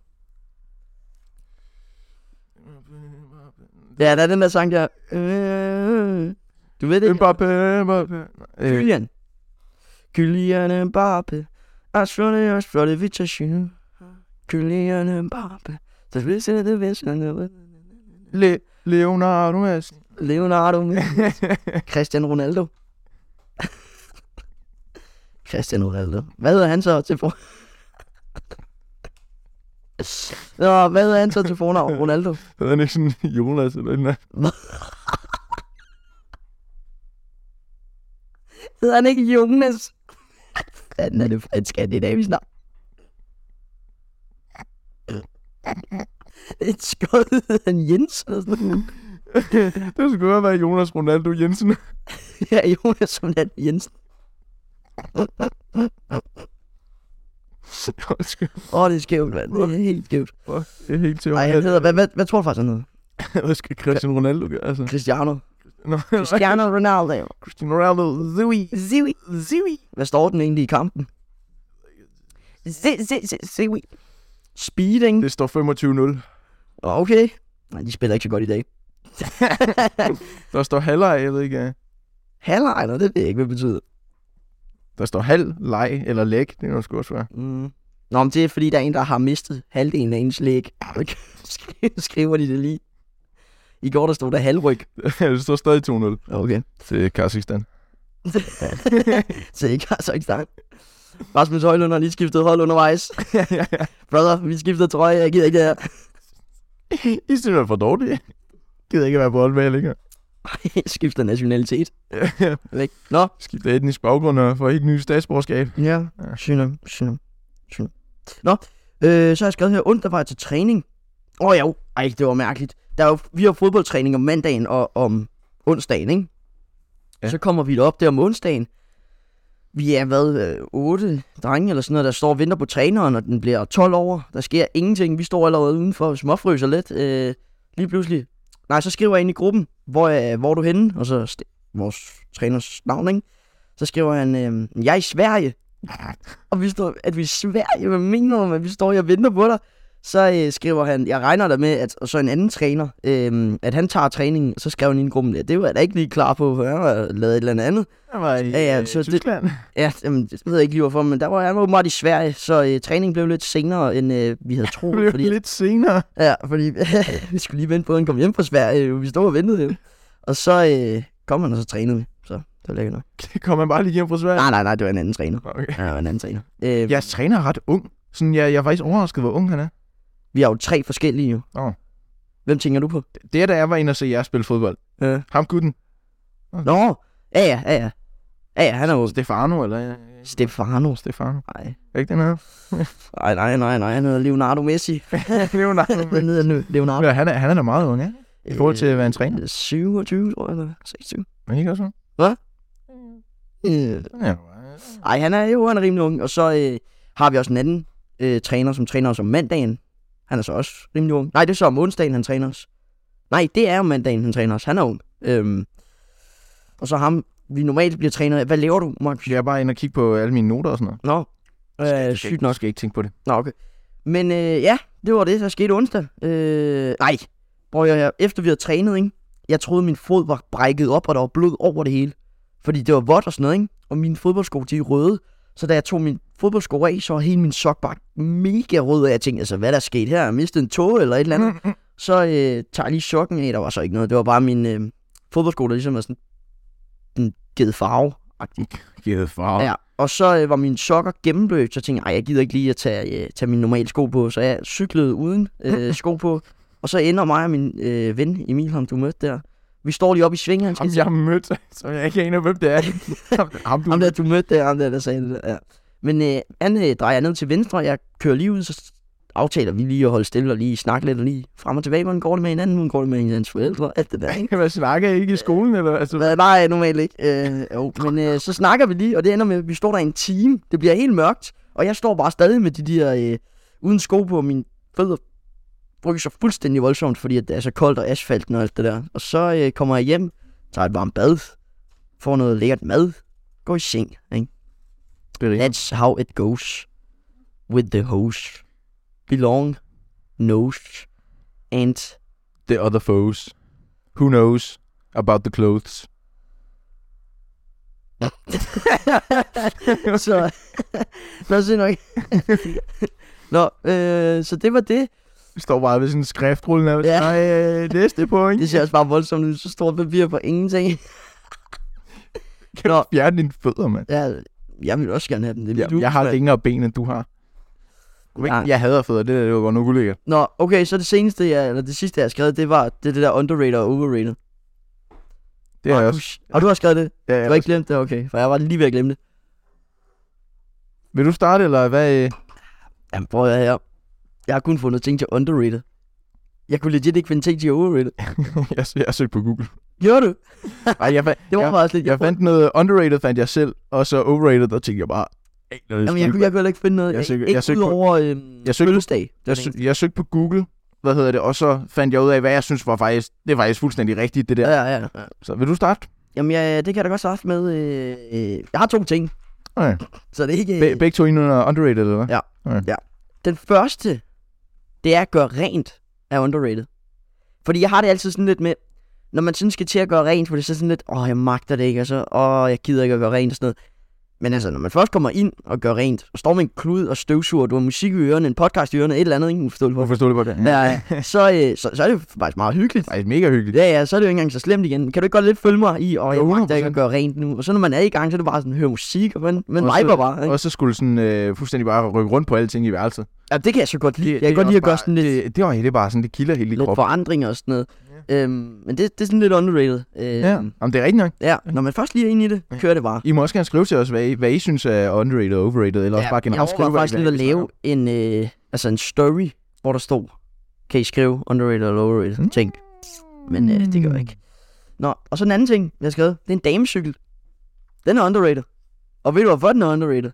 A: Ja, der er den der sang der. Øh, du ved det ikke?
B: Mbappé, Mbappé. Øh,
A: Kylian. Kylian Mbappé. Asfrode, asfrode, vitashin. Kylian Mbappé. Så vi ser det vestende.
B: Le- Leonardo Messi.
A: Leonardo Messi. Cristiano Ronaldo. Christian Ronaldo. Hvad hedder han så til for... Nå, hvad hedder han så til fornavn? Ronaldo.
B: Hedder han ikke sådan Jonas eller noget?
A: Hedder han ikke Jonas? Fanden er det for en skandinavisk navn? Det er et skød, hedder han Jens eller sådan noget.
B: det skulle godt være Jonas Ronaldo Jensen.
A: Ja, Jonas Ronaldo Jensen.
B: Undskyld.
A: Åh, oh, det er skævt, mand. Det er helt skævt.
B: Fuck, det er helt til.
A: Nej, han hedder... Hvad, hvad, hvad tror du faktisk, han hedder?
B: Hvad skal Christian Ronaldo gøre? Altså.
A: Cristiano.
B: Nå,
A: Cristiano Ronaldo.
B: Christian Ronaldo. Zui.
A: Ziwi.
B: Zui.
A: Hvad står den egentlig i kampen? Ziwi. Speeding.
B: Det står 25-0.
A: Okay. Nej, de spiller ikke så godt i dag.
B: Der står halvleg, jeg ved ikke. øh,
A: Halvleg, nå, det ved jeg ikke, hvad det betyder.
B: Der står halv, leg eller læg. Det kan jo sgu også være.
A: Mm. Nå, men det er fordi, der er en, der har mistet halvdelen af ens læg. Skri- Skriver de det lige? I går, der stod der halvryg.
B: det står stadig 2-0
A: Okay.
B: til Kazakhstan.
A: Så ikke har sagt stang. Rasmus Højlund har lige skiftet hold undervejs. Brother, vi skifter trøje, jeg gider ikke det her.
B: I synes, er for dårligt. Gider ikke at være boldmand længere.
A: skifter nationalitet. Væk. Nå.
B: Skifter etnisk baggrund og får ikke ny statsborgerskab.
A: Ja, syne, syne, syne. Nå, øh, så har jeg skrevet her, ondt der var jeg til træning. Åh oh, jo, ej, det var mærkeligt. Der er jo, vi har fodboldtræning om mandagen og om onsdagen, ikke?
B: Ja.
A: Ja. Så kommer vi op der om onsdagen. Vi er, hvad, øh, otte drenge eller sådan noget, der står og venter på træneren, og den bliver 12 over. Der sker ingenting. Vi står allerede udenfor og småfryser lidt. Øh, lige pludselig. Nej, så skriver jeg ind i gruppen, hvor, øh, hvor er du henne? Og så st- vores træners navn, ikke? Så skriver han, øh, jeg er i Sverige.
B: Ah.
A: Og vi står, at vi er i Sverige, hvad mener du, med, at vi står her og venter på dig? Så øh, skriver han, jeg regner der med, at og så en anden træner, øh, at han tager træningen, så skrev han ind i gruppen der. Det var jeg da ikke lige klar på, for han har lavet et eller andet andet.
B: Jeg var i
A: Ja, ja,
B: øh,
A: så det-
B: Tyskland.
A: Ja, jamen, det ved jeg ikke lige hvorfor, men der var han var åbenbart i Sverige, så øh, træningen blev lidt senere, end øh, vi havde
B: Det
A: troet.
B: blev
A: fordi,
B: lidt senere.
A: ja, fordi vi skulle lige vente på, at han kom hjem fra Sverige. Vi stod og ventede jo. Og så øh, kom han, og så trænede vi. Så det var lækkert nok.
B: Det kom man bare lige hjem fra Sverige.
A: Nej, nej, nej, det var en anden træner.
B: Okay.
A: Ja, det var en anden træner. Øh,
B: Jeres træner er ret ung. Sådan, jeg, jeg er faktisk overrasket, hvor ung han er.
A: Vi har jo tre forskellige jo.
B: Åh.
A: Hvem tænker du på?
B: Det er da jeg var inde og se jer spille fodbold.
A: Ja.
B: Ham gutten.
A: Øh, Nå, ja, ja, ja, ja. Ja, ja, han er jo
B: Stefano, eller? Ja, ja, ja.
A: Stefano.
B: Stefano.
A: Nej,
B: Er ikke den her?
A: nej, nej, nej, nej, han hedder Leonardo Messi. Han
B: Leonardo.
A: hedder nu Leonardo.
B: Ja, han, er, han er da meget ung, ja? I forhold til at være en træner.
A: Øh, 27, tror jeg, eller 26.
B: Men ikke også ung?
A: Øh,
B: Ja.
A: Ej, han er jo han er rimelig ung. Og så øh, har vi også en anden øh, træner, som træner os om mandagen. Han er så også rimelig ung. Nej, det er så om onsdagen, han træner os. Nej, det er om mandagen, han træner os. Han er ung. Øhm, og så ham, vi normalt bliver trænet af. Hvad laver du, Max?
B: Jeg er bare inde og kigge på alle mine noter og sådan noget.
A: Nå, øh,
B: Skal-
A: sygt nok.
B: Skal ikke tænke på det.
A: Nå, okay. Men øh, ja, det var det, der skete onsdag. Øh, nej, prøv jeg her. Efter vi havde trænet, ikke? jeg troede, min fod var brækket op, og der var blod over det hele. Fordi det var vådt og sådan noget, ikke? og mine fodboldsko, de er røde. Så da jeg tog min fodboldsko af, så var hele min sok bare mega rød, og jeg tænkte, altså, hvad der er sket her? Jeg har jeg mistet en tog eller et eller
B: Mm,
A: andet. Så øh, tager jeg lige sokken af, der var så ikke noget. Det var bare min øh, fodboldsko, der ligesom var sådan, den givet farve.
B: Givet far.
A: Ja, og så øh, var mine sokker gennemblødt, så tænkte jeg, "Ej, jeg gider ikke lige at tage, øh, tage mine normale sko på, så jeg cyklede uden øh, sko på. Og så ender mig og min øh, ven Emil, ham du mødte der, vi står lige oppe i svinget. han skal
B: Ham jeg har mødt, som jeg ikke aner, hvem det er. Ham- Ham du...
A: Ham der, du mødte der, ham der, der sagde det der. Ja. Men øh, han øh, drejer ned til venstre, jeg kører lige ud, så aftaler vi lige at holde stille og lige snakke lidt og lige frem og tilbage. Hvordan går det med hinanden? Hvordan går det med hinandens forældre? Alt det der, ikke?
B: Hvad snakker I ikke i skolen? Eller? Altså,
A: Hvad, nej, normalt ikke. Øh, jo, men øh, så snakker vi lige, og det ender med, at vi står der i en time. Det bliver helt mørkt, og jeg står bare stadig med de der øh, uden sko på, og mine fødder fryser fuldstændig voldsomt, fordi at det er så koldt og asfalten og alt det der. Og så øh, kommer jeg hjem, tager et varmt bad, får noget lækkert mad, går i seng. Ikke?
B: det er rigtigt.
A: That's how it goes with the hose. Belong, nose, and
B: The other foes. Who knows about the clothes?
A: så... Nå, synd nok. Nå, øh, så det var det.
B: Vi står bare ved sådan en skriftrulle. nærmest.
A: Ja.
B: Nej, øh, næste point.
A: Det ser også bare voldsomt ud. Så stort papir på ingenting.
B: Kan du
A: Nå.
B: fjerne dine fødder, mand?
A: Ja, jeg vil også gerne have dem. Det er
B: Jeg,
A: mit hus,
B: jeg har
A: mand.
B: længere ben, end du har. Men
A: Nej.
B: Jeg hader fødder, det der, det var godt nok ulækkert.
A: Nå, okay, så det seneste, jeg, eller det sidste, jeg har skrevet, det var det, det der underrated og overrated.
B: Det har jeg også.
A: Markus, Og du har skrevet det?
B: Ja,
A: Du
B: jeg
A: har ikke glemt det? Okay, for jeg var lige ved at glemme det.
B: Vil du starte, eller hvad? øh?
A: Jamen, prøv at høre her. Jeg har kun fundet ting til underrated. Jeg kunne legit ikke finde ting til overrated.
B: jeg, jeg har søgt på Google.
A: Gjorde du?
B: Ej, jeg, fa-
A: Det var
B: jeg,
A: bare også lidt...
B: jeg fandt noget underrated, fandt jeg selv, og så overrated, der tænkte jeg bare, "Ej, det er
A: Jamen, jeg
B: sgu-
A: kunne, jeg kunne heller ikke finde noget.
B: Jeg
A: Jeg,
B: søg-
A: ikke
B: jeg søg på-
A: udover øhm,
B: jeg søg på-
A: fødselsdag. Det var
B: jeg,
A: det eneste.
B: søg, jeg søgte på Google, hvad hedder det, og så fandt jeg ud af, hvad jeg synes var faktisk, det er faktisk fuldstændig rigtigt, det der.
A: Ja, ja, ja.
B: Så vil du starte?
A: Jamen, ja, det kan jeg da godt starte med. Øh, øh, jeg har to ting,
B: Okay.
A: så det er ikke...
B: Be- begge to inden under underrated, eller hvad?
A: Ja. Den første, det er at gøre rent, er underrated. Fordi jeg har det altid sådan lidt med, når man sådan skal til at gøre rent, for det er så sådan lidt, åh, jeg magter det ikke, og så, åh, jeg gider ikke at gøre rent og sådan noget. Men altså, når man først kommer ind og gør rent, og står med en klud og støvsuger, du har musik i ørerne, en podcast i ørerne, et eller andet, ingen forstår det
B: Du
A: på.
B: forstår det godt, ja.
A: Ja, ja. så, øh, så, så er det jo faktisk meget hyggeligt.
B: Faktisk mega hyggeligt.
A: Ja, ja, så er det jo ikke engang så slemt igen. Kan du ikke godt lidt følge mig i, og jeg
B: Jo,
A: magter ikke at
B: 100%.
A: gøre rent nu. Og så når man er i gang, så er det bare sådan, høre musik, og man, man
B: Og så-
A: viber bare. Ikke?
B: Og så skulle sådan øh, fuldstændig bare rykke rundt på alting i værelset.
A: Ja, det kan jeg så godt lide. jeg
B: Det- det
A: kan
B: er
A: godt lide
B: også
A: at gøre
B: bare-
A: sådan lidt...
B: Det, det var det er bare sådan, det kilder hele i
A: lidt
B: kroppen.
A: forandringer og sådan noget. Yeah. Øhm, men det, det er sådan lidt underrated. Øhm,
B: Ja, Jamen, det er rigtigt nok.
A: ja. Når man først lige er inde i det, kører det bare.
B: I må også gerne skrive til os, hvad I, hvad I synes er underrated og overrated, eller ja, også bare
A: jeg
B: generelt skrive,
A: overvejede
B: hvad I-
A: faktisk
B: hvad
A: lidt
B: I
A: at
B: snakker
A: lave
B: om.
A: en, øh, altså en story, hvor der stod, kan I skrive underrated eller overrated
B: Hmm?
A: mm. ting. Men øh, det gør jeg ikke. Nå, og så en anden ting, jeg har skrevet, det er en damecykel. Den er underrated. Og ved du, hvorfor den er underrated?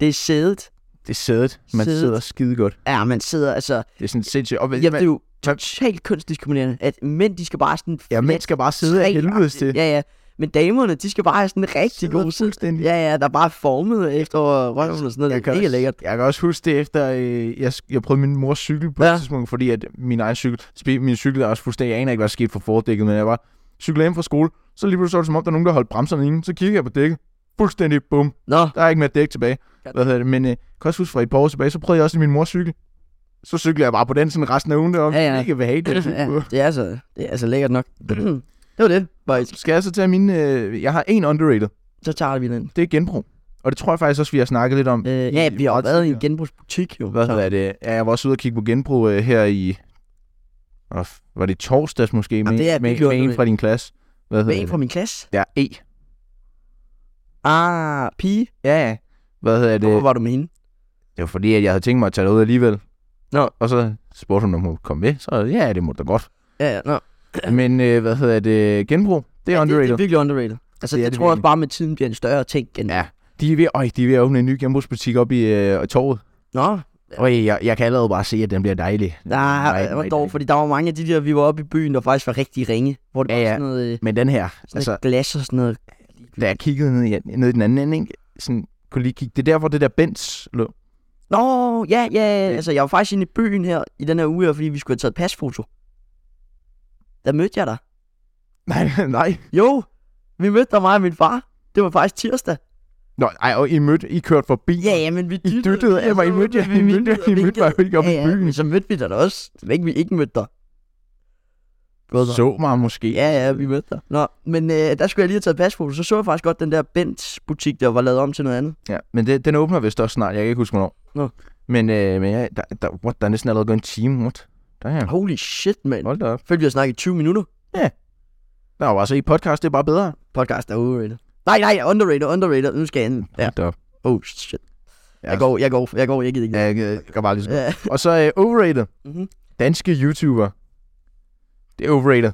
A: Det er sædet.
B: Det er sædet. Man
A: Sædet.
B: sidder skide godt.
A: Ja, man sidder, altså,
B: Det er sådan sindssygt. Og,
A: jamen, det er jo
B: man-
A: totalt kønsdiskriminerende, at mænd, de skal bare sådan...
B: ja, mænd
A: fladt
B: skal bare sidde af
A: træagtigt.
B: helvedes til.
A: Ja, ja. Men damerne, de skal bare have sådan en rigtig
B: Sidder
A: god sæde.
B: fuldstændig.
A: Ja, ja, der er bare formet efter røven og sådan noget. Det er mega
B: også,
A: lækkert.
B: Jeg kan også huske det efter, øh, jeg, jeg prøvede min mors cykel på ja.
A: Ja.
B: et tidspunkt, fordi at min egen cykel, spe- min cykel er også fuldstændig, jeg aner ikke, hvad der skete for fordækket, men jeg var cyklede hjem fra skole, så lige pludselig så var det som om, der er nogen, der holdt bremserne inde, så kigger jeg på dækket, fuldstændig bum,
A: Nå,
B: der er ikke mere dæk tilbage,
A: Godt.
B: hvad hedder det, men øh, kan også huske fra et par år tilbage, så prøvede jeg også i min mors cykel, så cyklede jeg bare på den sådan resten af ugen deroppe,
A: Ja, ja.
B: ikke behageligt.
A: ja, det er altså, det er altså lækkert nok. det var det, boys.
B: Skal jeg så tage min, øh, jeg har en underrated,
A: Så tager vi den.
B: det er genbrug, og det tror jeg faktisk også, vi har snakket lidt om.
A: Øh,
B: i-
A: ja, vi har jo
B: meget
A: været i en
B: tidligere.
A: genbrugsbutik jo.
B: Hvad
A: så.
B: hedder det? Ja, jeg var også ude og kigge på genbrug øh, her i... Og f- var det i torsdags måske? med,
A: det er
B: med,
A: virkelig
B: med en
A: underligt.
B: fra din klasse. Hvad
A: Med
B: hedder
A: en
B: det?
A: fra min klasse.
B: Ja, E.
A: Ah, pige.
B: Ja, ja. Hvad hedder det?
A: Hvor var du med hende?
B: Det var fordi, at jeg havde tænkt mig at tage det ud alligevel.
A: Nå.
B: Og så spurgte hun, om hun komme med. Så ja, det må da godt.
A: Ja, ja, nå.
B: Men øh, hvad hedder det? Genbrug, det er
A: Ja, det, det
B: underrated.
A: er virkelig underrated. Altså,
B: Det
A: det
B: er
A: jeg
B: det
A: tror også
B: virkelig.
A: bare, med tiden bliver en større ting. End...
B: Ja. De er ved, øj, de er ved at åbne en ny genbrugsbutik op i øh, torvet.
A: Nå,
B: Øj, jeg, jeg kan allerede bare se, at den bliver dejlig.
A: nej, det var dog, fordi der var mange af de der, vi var oppe i byen, der faktisk var rigtig ringe. Hvor det
B: Ja,
A: var
B: ja.
A: sådan noget, øh,
B: Men den her,
A: sådan
B: altså,
A: noget glas og sådan noget.
B: da jeg kiggede ned, i, ned i den anden ende, ikke? sådan, kunne lige kigge. Det er der, hvor det der Benz lå.
A: Nå, ja, ja,
B: Det-
A: altså jeg var faktisk inde i byen her i den her uge her, fordi vi skulle have taget pasfoto. Der mødte jeg dig.
B: Nej, nej.
A: Jo, vi mødte dig mig og min far. Det var faktisk tirsdag.
B: Nå, ej, og I mødte, I kørte forbi.
A: Ja, ja, men vi dyttede.
B: dyttede af
A: og
B: mig. I
A: så
B: mødte jer.
A: vi
B: I mødte
A: vinkede
B: jer.
A: og
B: I mødte
A: vinkede.
B: mig ikke oppe i
A: ja, ja,
B: byen.
A: men så mødte vi dig da også. Det var ikke, vi ikke mødte dig. Ved du?
B: Så mig måske.
A: Ja, ja, vi mødte dig. Nå, men øh, der skulle jeg lige have taget pasfoto. Så så jeg faktisk godt den der Bents butik, der var lavet om til noget andet.
B: ja men det, den åbner vist også snart. Jeg kan ikke huske, hvornår.
A: Nå.
B: Men, øh, men ja, der, der, what, der er næsten allerede gået en time. What? Der er
A: Holy shit, mand.
B: Hold da op.
A: Følte vi har snakket i 20 minutter.
B: Der var altså i podcast, det er bare bedre.
A: Podcast er overrated. Nej, nej, underrated, underrated. Nu skal jeg ind. Ja.
B: Hold da op.
A: Oh shit.
B: Mm. Ja,
A: Jeg går, jeg går, jeg går, jeg gider ikke.
B: Ja, jeg, jeg kan bare lige så godt.
A: Ja.
B: Og så øh, overrated.
A: Mhm.
B: Danske YouTuber. Det er overrated.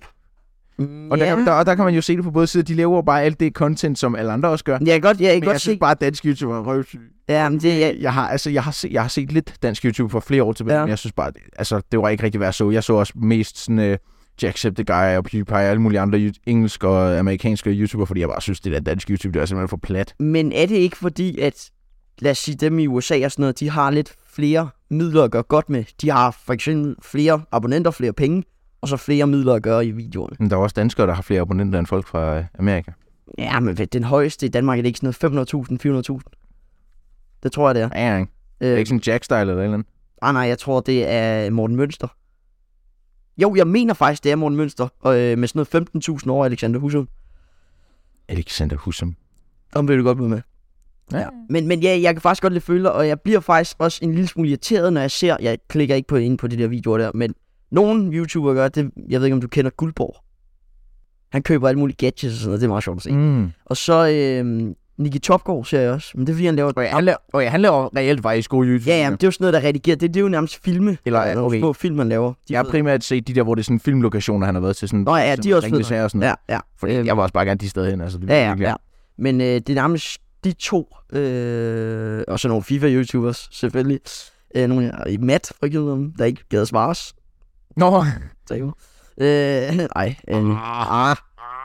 A: Mm,
B: Og
A: ja.
B: der, kan- der, og der kan man jo se det på både sider. De laver jo bare alt det content, som alle andre også gør.
A: Jeg kan godt, jeg kan
B: Men jeg
A: godt se.
B: synes bare, at danske YouTuber er røvsyge.
A: Ja, men det, jeg,
B: jeg har, altså, jeg har, set, jeg har set lidt dansk YouTube for flere år tilbage,
A: Ja.
B: ja. men jeg synes bare, det, altså, det var ikke rigtig, hvad jeg så. Jeg så også mest sådan, øh, Jacksepticeye og PewDiePie og alle mulige andre ju- engelske og amerikanske YouTuber, fordi jeg bare synes, det der dansk YouTube, det er simpelthen for plat.
A: men er det ikke fordi, at lad os sige dem i USA og sådan noget, de har lidt flere midler at gøre godt med. De har for eksempel flere abonnenter, flere penge, og så flere midler at gøre i videoerne.
B: Men der er også danskere, der har flere abonnenter end folk fra øh, Amerika.
A: Ja, men ved- den højeste i Danmark er det ikke sådan noget 500.000, 400.000. Det tror jeg, det er.
B: Ja, ikke? Det er
A: Øh,
B: ikke sådan Jack-style eller et eller andet.
A: ah, nej, jeg tror, det er Morten Mønster. Jo, jeg mener faktisk, det er Morten Mønster, og, øh, med sådan noget 15.000 over Alexander Husum.
B: Alexander Husum.
A: Om vil du godt med med.
B: Ja.
A: Men, men ja, jeg kan faktisk godt lidt føle, og jeg bliver faktisk også en lille smule irriteret, når jeg ser, jeg klikker ikke på ind på de der videoer der, men nogle YouTubere gør det, jeg ved ikke om du kender Guldborg. Han køber alle mulige gadgets og sådan noget, det er meget sjovt at se. Mm.
B: Mm.
A: Og så øh, Nicky Topgaard ser jeg også, men det er fordi, han laver...
B: Og ja, han, laver, og ja, han laver reelt faktisk gode YouTube.
A: Ja, ja, men det er jo sådan noget, der redigerer. Det, det er jo nærmest filme,
B: Eller,
A: eller
B: okay.
A: okay. små film, man laver. De
B: Jeg har
A: ved-
B: primært set de der, hvor det er sådan filmlokationer, han har været til. Sådan,
A: Nå ja, ja, de er også fede.
B: fede. Og sådan noget.
A: Ja, ja.
B: Fordi
A: Øhm,
B: jeg var også bare gerne de steder hen. Altså, det
A: Ja, ja,
B: virkelig-
A: ja. Men øh, det er nærmest de to, øh, og så nogle FIFA-youtubers selvfølgelig. Øh, nogle i Matt, for eksempel, om, der ikke gad at svare os.
B: Nå,
A: Tak. Øh, nej. Øh, ah,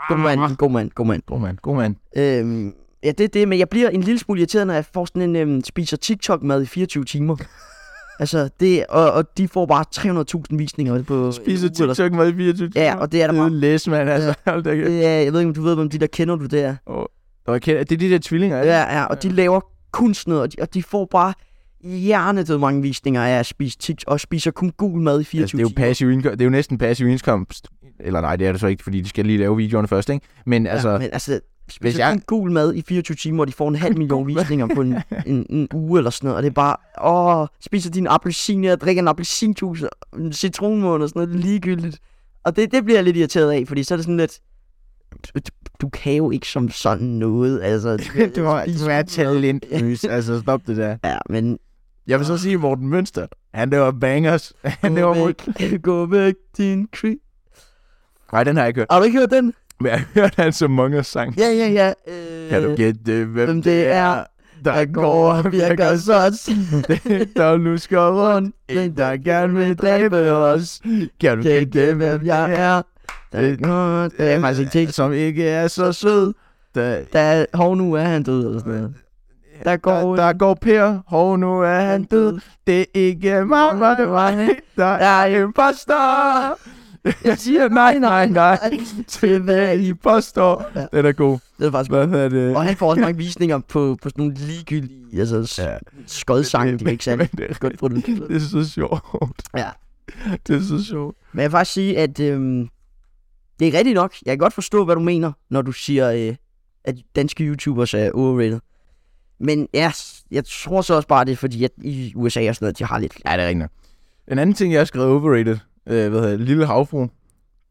A: god mand, god mand, god mand.
B: god mand, god mand.
A: Øh, ja, det er det, men jeg bliver en lille smule irriteret, når jeg får sådan en øh, spiser TikTok-mad i 24 timer. altså, det, og, og de får bare 300.000 visninger på...
B: Spiser TikTok med i 24
A: Ja, ja, og det er der
B: timer.
A: meget.
B: Fede læs, mand. Altså, hold da kæft.
A: Øh, jeg ved ikke, om du ved, hvem de der kender du der.
B: Og jeg kender, det er de der tvillinger, ikke?
A: Ja, ja, og de laver kun sådan noget, og de, og de får bare hjernedød mange visninger af at spise tiks, og spiser kun gul mad i 24
B: Altså, det er jo
A: timer.
B: passiv indkomst. Det er jo næsten passiv indkomst. Eller nej, det er det så ikke, fordi de skal lige lave videoerne først, ikke? Men altså,
A: ja,
B: ja,
A: men altså, spiser
B: hvis
A: hvis
B: jeg-
A: jeg... kun gul mad i 24 timer, og de får en halv million visninger på en, en, en, uge eller sådan noget, og det er bare, åh, spiser din appelsin, og drikker en appelsinjuice, og en citronmåne og sådan noget, det er ligegyldigt. Og det, det bliver jeg lidt irriteret af, fordi så er det sådan lidt, du, du kan jo ikke som sådan noget, altså.
B: du, har, du er talentløs. altså, stop det der.
A: Ja, men
B: Jeg vil så sige, Morten Mønster, han laver bangers. Han laver
A: gå
B: mod...
A: væk, gå væk, din krig.
B: Nej, den har jeg ikke hørt.
A: Har du ikke hørt den?
B: Men jeg har hørt hans Among Us sang.
A: Ja, ja, ja. Øh,
B: Kan du gætte, hvem,
A: hvem det er, der går og virker sådan?
B: der lusker rundt, en der gerne vil dræbe os. Kan du
A: Kan
B: gætte,
A: det, hvem jeg er? Der
B: Det-
A: går, det er faktisk ikke ting.
B: som ikke er så sød? Der,
A: Der, hov, nu er han død, eller sådan noget. Der går
B: der, der går Per, hov nu er han død. Det er ikke mig, var det mig, der er imposter. Jeg siger nej, nej, nej. Til hvad imposter. Den er god.
A: Det er faktisk
B: Hvad hedder
A: Og
B: det?
A: han får også mange visninger på, på sådan nogle ligegyldige, altså
B: Ja.
A: ja. skodsange, det er ikke særlig
B: Men det er
A: godt for den.
B: Det er så sjovt.
A: Ja.
B: Det er så sjovt.
A: Men jeg vil faktisk sige, at øhm, det er rigtigt nok. Jeg kan godt forstå, hvad du mener, når du siger, øh, at danske YouTubers er overrated. Men ja, jeg tror så også bare, det er fordi, at i USA og sådan noget, de har lidt...
B: Ja, det er rigtigt. nok. En anden ting, jeg har skrevet overrated, øh, hvad hedder det? Lille havfru.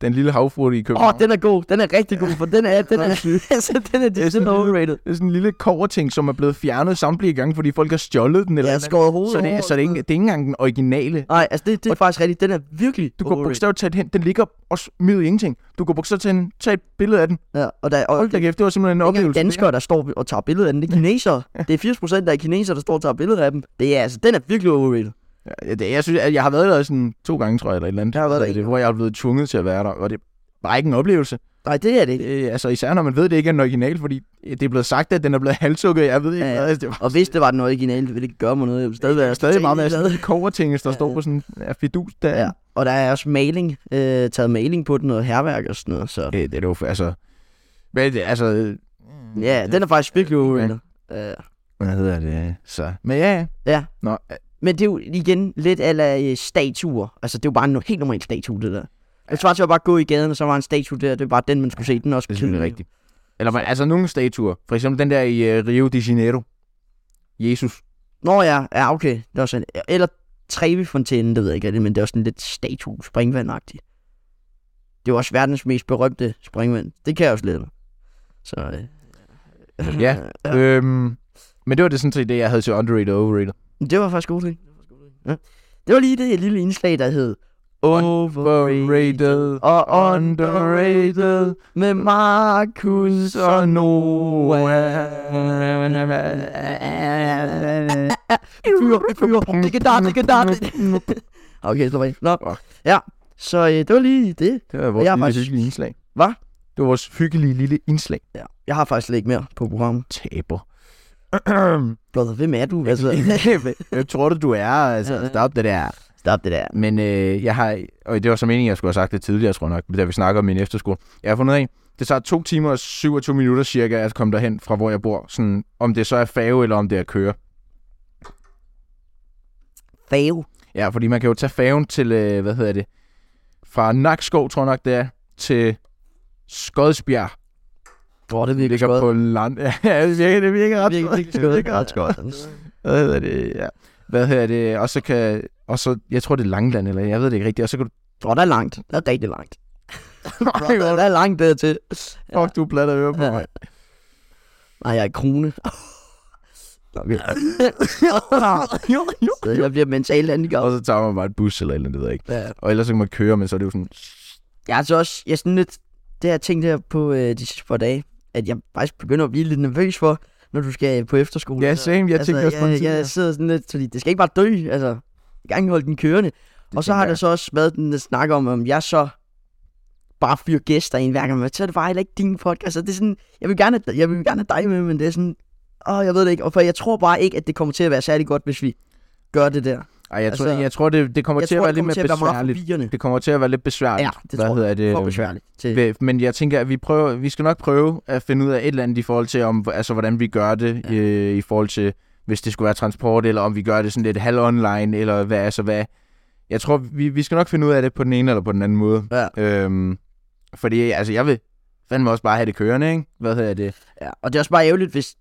B: Den lille havfru i
A: Åh,
B: København.
A: oh, den er god. Den er rigtig god, for den er... Den er, altså, den er, den er overrated.
B: Det er sådan en lille koverting, som er blevet fjernet samtlige gange, fordi folk har stjålet den. Eller
A: Ja,
B: et eller
A: skåret
B: andet.
A: hovedet.
B: så det, er- så det, er ikke, det er ikke engang den originale.
A: Nej, altså det, det er faktisk rigtigt. Den er virkelig
B: Du går bogstaveligt talt hen. Den ligger og smider i ingenting. Du går bogstaveligt talt hen. Tag et billede af den.
A: Ja, og der, og
B: Hold da kæft, det var simpelthen
A: det
B: en
A: er ikke engang
B: oplevelse.
A: danskere, der står og tager billeder af den. Det er kinesere. Det er 80% der er kinesere, der står og tager billeder af dem. Det er altså, den er virkelig overrated.
B: Ja, det, jeg synes, at jeg har været der sådan to gange, tror jeg, eller et eller andet. Jeg har
A: været der
B: det,
A: en
B: hvor jeg er blevet tvunget til at være der. Og det var ikke en oplevelse.
A: Nej, det er det ikke.
B: Øh, altså især når man ved, det ikke er den original, fordi det er blevet sagt, at den er blevet halshugget. Jeg ved ikke,
A: Ja,
B: ja,
A: ja.
B: ja. hvad det var.
A: Og hvis det var den originale, ville det ikke gøre mig noget. Jeg ville stadig være
B: stadig meget med
A: totalt
B: sådan
A: ligeglad.
B: kovertinges, der står på sådan en fidus der.
A: Ja, og der er også maling, øh, taget maling på den, og herværk og sådan noget, så...
B: Øh, det er jo, altså... Men, det- altså, øh,
A: Ja, den er faktisk virkelig overrated. Øh,
B: hvad hedder det? Så. Men ja, ja.
A: Ja.
B: Nå, øh,
A: men det er jo igen lidt ala øh, statuer. Altså, det er jo bare en helt normal statue, det der. Det svarer til at bare gå i gaden, og så var en statue der, det er bare den, man skulle se. Den er også
B: det er
A: kedelig.
B: selvfølgelig rigtigt. Eller man, altså nogle statuer. For eksempel den der i øh, Rio de Janeiro. Jesus.
A: Nå ja, ja okay. Det er også en, eller Trevi-fontænen, det ved jeg ikke rigtigt, men det er også en lidt statue, springvandagtig. Det er jo også verdens mest berømte springvand. Det kan jeg også lidt. Så, øh.
B: Ja. Øhm, men det var det sådan set det, jeg havde til underrated og overrated.
A: Det var faktisk gode ting. Ja. Det var lige det lille indslag, der hed
B: Overrated
A: og
B: og
A: underrated
B: underrated.
A: med Markus og Noah. Fyre, fyre, dikke dar, dikke dar. Okay, slå mig af. Nå, ja. Så øh, det var lige det.
B: Det var vores
A: Jeg er
B: lille
A: faktisk-
B: hyggelige indslag.
A: Hva?
B: Det var vores hyggelige lille indslag.
A: Ja. Jeg har faktisk slet ikke mere på programmet.
B: Taber.
A: Brother, hvem er du? Altså,
B: jeg tror du, du er. Altså,
A: Ja.
B: stop det der.
A: stop det der.
B: Men øh, jeg har, og det var så meningen, jeg skulle have sagt det tidligere, tror jeg nok, da vi snakker om min efterskole. Jeg har fundet ud af, det tager to timer og 27 minutter cirka at komme derhen fra, hvor jeg bor. Sådan, om det så er fave, eller om det er køre.
A: Fave.
B: Ja, fordi man kan jo tage faven til, øh, hvad hedder det, fra Nakskov, tror jeg nok det er, til Skodsbjerg.
A: Åh, det virker
B: ligger
A: skørt.
B: på land. Ja, det virker, det virker ret
A: Det virker virkelig
B: skørt. Det
A: skørt.
B: virker ret skørt. Hvad hedder det? Ja. Hvad hedder det? Og så kan... Og så, jeg tror, det er Langland, eller jeg ved det ikke rigtigt. Og så kan du...
A: Åh, der er langt. Der er rigtig langt. Bro, der er langt dertil.
B: Fuck, du er blandt øre på
A: Ja.
B: mig.
A: Nej, jeg er krone. Nå, vi-
B: jo, jo.
A: Så jeg bliver mentalt
B: Og
A: handicappet.
B: så tager man bare et bus eller et eller andet, det ved jeg ikke.
A: Ja.
B: Og ellers så kan man køre, men så er det jo sådan...
A: Jeg er altså også, jeg er sådan lidt, det har jeg tænkt her på øh, de sidste par dage, at jeg faktisk begynder at blive lidt nervøs for, når du skal øh, på efterskole.
B: Ja, same.
A: altså,
B: Jeg tænkte også på
A: jeg,
B: en
A: jeg sidder sådan lidt, fordi det skal ikke bare dø, altså, i gang holde den kørende. og så
B: tænker
A: har der
B: jeg.
A: så også været den der snak om, om jeg så bare fyrer gæster ind hver gang, men så er det bare heller ikke din podcast, og det er sådan, jeg vil gerne, have- jeg vil gerne have dig med, men det er sådan, åh, jeg ved det ikke, og for jeg tror bare ikke, at det kommer til at være særlig godt, hvis vi gør det der.
B: Ej, jeg tror,
A: Altså,
B: jeg tror det, det kommer
A: Jeg
B: til at
A: tror,
B: være
A: det
B: lidt
A: kommer til
B: mere
A: at være meget
B: besværligt.
A: forvirrende.
B: Det kommer til at være lidt besværligt.
A: Ja, det
B: Hvad
A: tror jeg.
B: hedder det?
A: For besværligt. Til,
B: Ved- Men jeg tænker, at vi, prøver, vi skal nok prøve at finde ud af et eller andet i forhold til, om, altså, hvordan vi gør det ja.
A: Ja.
B: øh, i forhold til, hvis det skulle være transport, eller om vi gør det sådan lidt halv-online, eller hvad, altså hvad. Jeg tror, vi, vi skal nok finde ud af det på den ene eller på den anden måde.
A: ja.
B: Øhm, fordi altså, jeg vil fandme også bare have det kørende, ikke? Hvad hedder det?
A: Ja, og det er også bare ærgerligt, hvis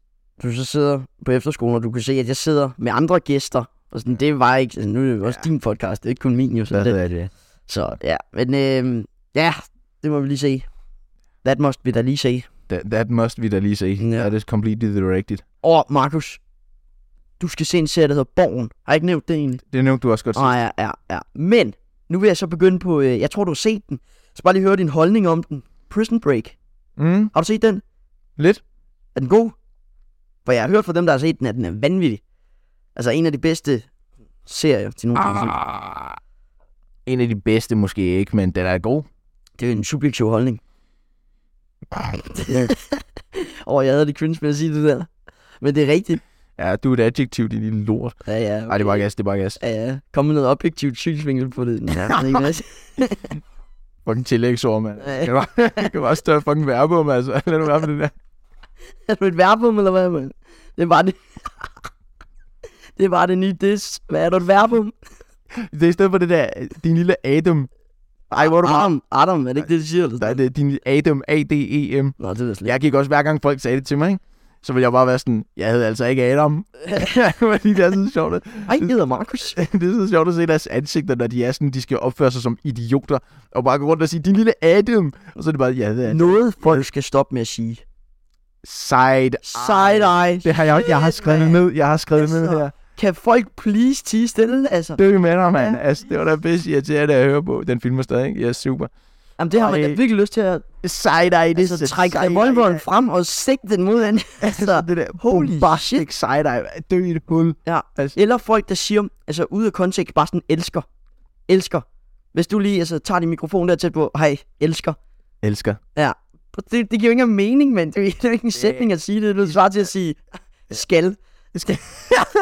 A: du så sidder på efterskolen, og du kan se, at jeg sidder med andre gæster. Og sådan, det var ikke, altså, nu er det jo også
B: Ja.
A: din podcast, det er ikke kun min jo. Så,
B: Hvad
A: det,
B: hedder det?
A: så ja, men øhm, ja, det må vi lige se. That must vi da lige se.
B: That, that must vi da lige se.
A: Ja.
B: Ja. Er det completely directed?
A: Og Markus, du skal se en serie, der hedder Borgen. Har jeg ikke nævnt det egentlig?
B: Det nævnte du også godt.
A: Nej, ja, ja, ja. Men, nu vil jeg så begynde på, øh, jeg tror, du har set den. Så bare lige høre din holdning om den. Prison Break.
B: Mm,
A: Har du set den?
B: lidt.
A: Er den god? For jeg har hørt fra dem, der har set den, at den er vanvittig. Altså en af de bedste serier til nogensinde. Ah.
B: Ah, en af de bedste måske ikke, men den er god.
A: Det er jo en subjektiv holdning. Og jeg havde det cringe med at sige det der. Men det er rigtigt.
B: Ja, du er et adjektiv, din lille lort.
A: Ja, ja.
B: Nej, det er bare gas, det er bare gas.
A: Ja, ja. Kom med noget objektivt synsvinkel på det. Ja, det er ikke noget.
B: Fucking tillægsord, mand.
A: Ja.
B: Kan du bare, kan du bare større fucking verbum, altså. Lad nu være med det der.
A: er du et verbum, eller hvad, mand? Det var det. det var det nye dis. Hvad er du et verbum?
B: Det er i stedet for det der, din lille Adam. Ej, hvor er du bare...
A: Adam, Adam, er det ikke det, de siger? Eller?
B: Nej, det er din lille Adam, A-D-E-M.
A: Nå, det ved jeg slet ikke.
B: Jeg gik også, hver gang folk sagde det til mig, ikke? så ville jeg bare være sådan, jeg hedder altså ikke Adam. Fordi det er så sjovt. at-
A: Ej, jeg hedder Markus.
B: Det er så sjovt at se deres ansigter, når de er sådan, de skal opføre sig som idioter. Og bare gå rundt og sige, din lille Adam. Og så er det bare, ja, det er
A: Øh, Noget folk skal stoppe med at sige.
B: side.
A: Side-eye.
B: Det har jeg, jeg har skrevet det ned. Jeg har skrevet det ned
A: Altså.
B: her.
A: Kan folk please tige stille? Altså,
B: Det er jo med dig, mand. Altså, det var da bedst irriterende at høre på. Den filmer stadig, ikke? Ja, super.
A: Jamen, det har man da
B: Ej.
A: virkelig lyst til at
B: Side-eye, det
A: altså, trække revolveren frem og sigte den mod en.
B: Altså,
A: altså,
B: det der
A: holy
B: bombastic side-eye. Dø i et hul.
A: ja.
B: Altså.
A: Eller folk, der siger, altså ude af kontekst, bare sådan elsker. Elsker. Hvis du lige altså, tager din mikrofon der tæt på, hej, elsker.
B: Elsker.
A: Ja. Det, det giver jo ikke engang mening, men det er jo- det er jo ikke en sætning at sige det. Det er svar til at sige, skal. skal.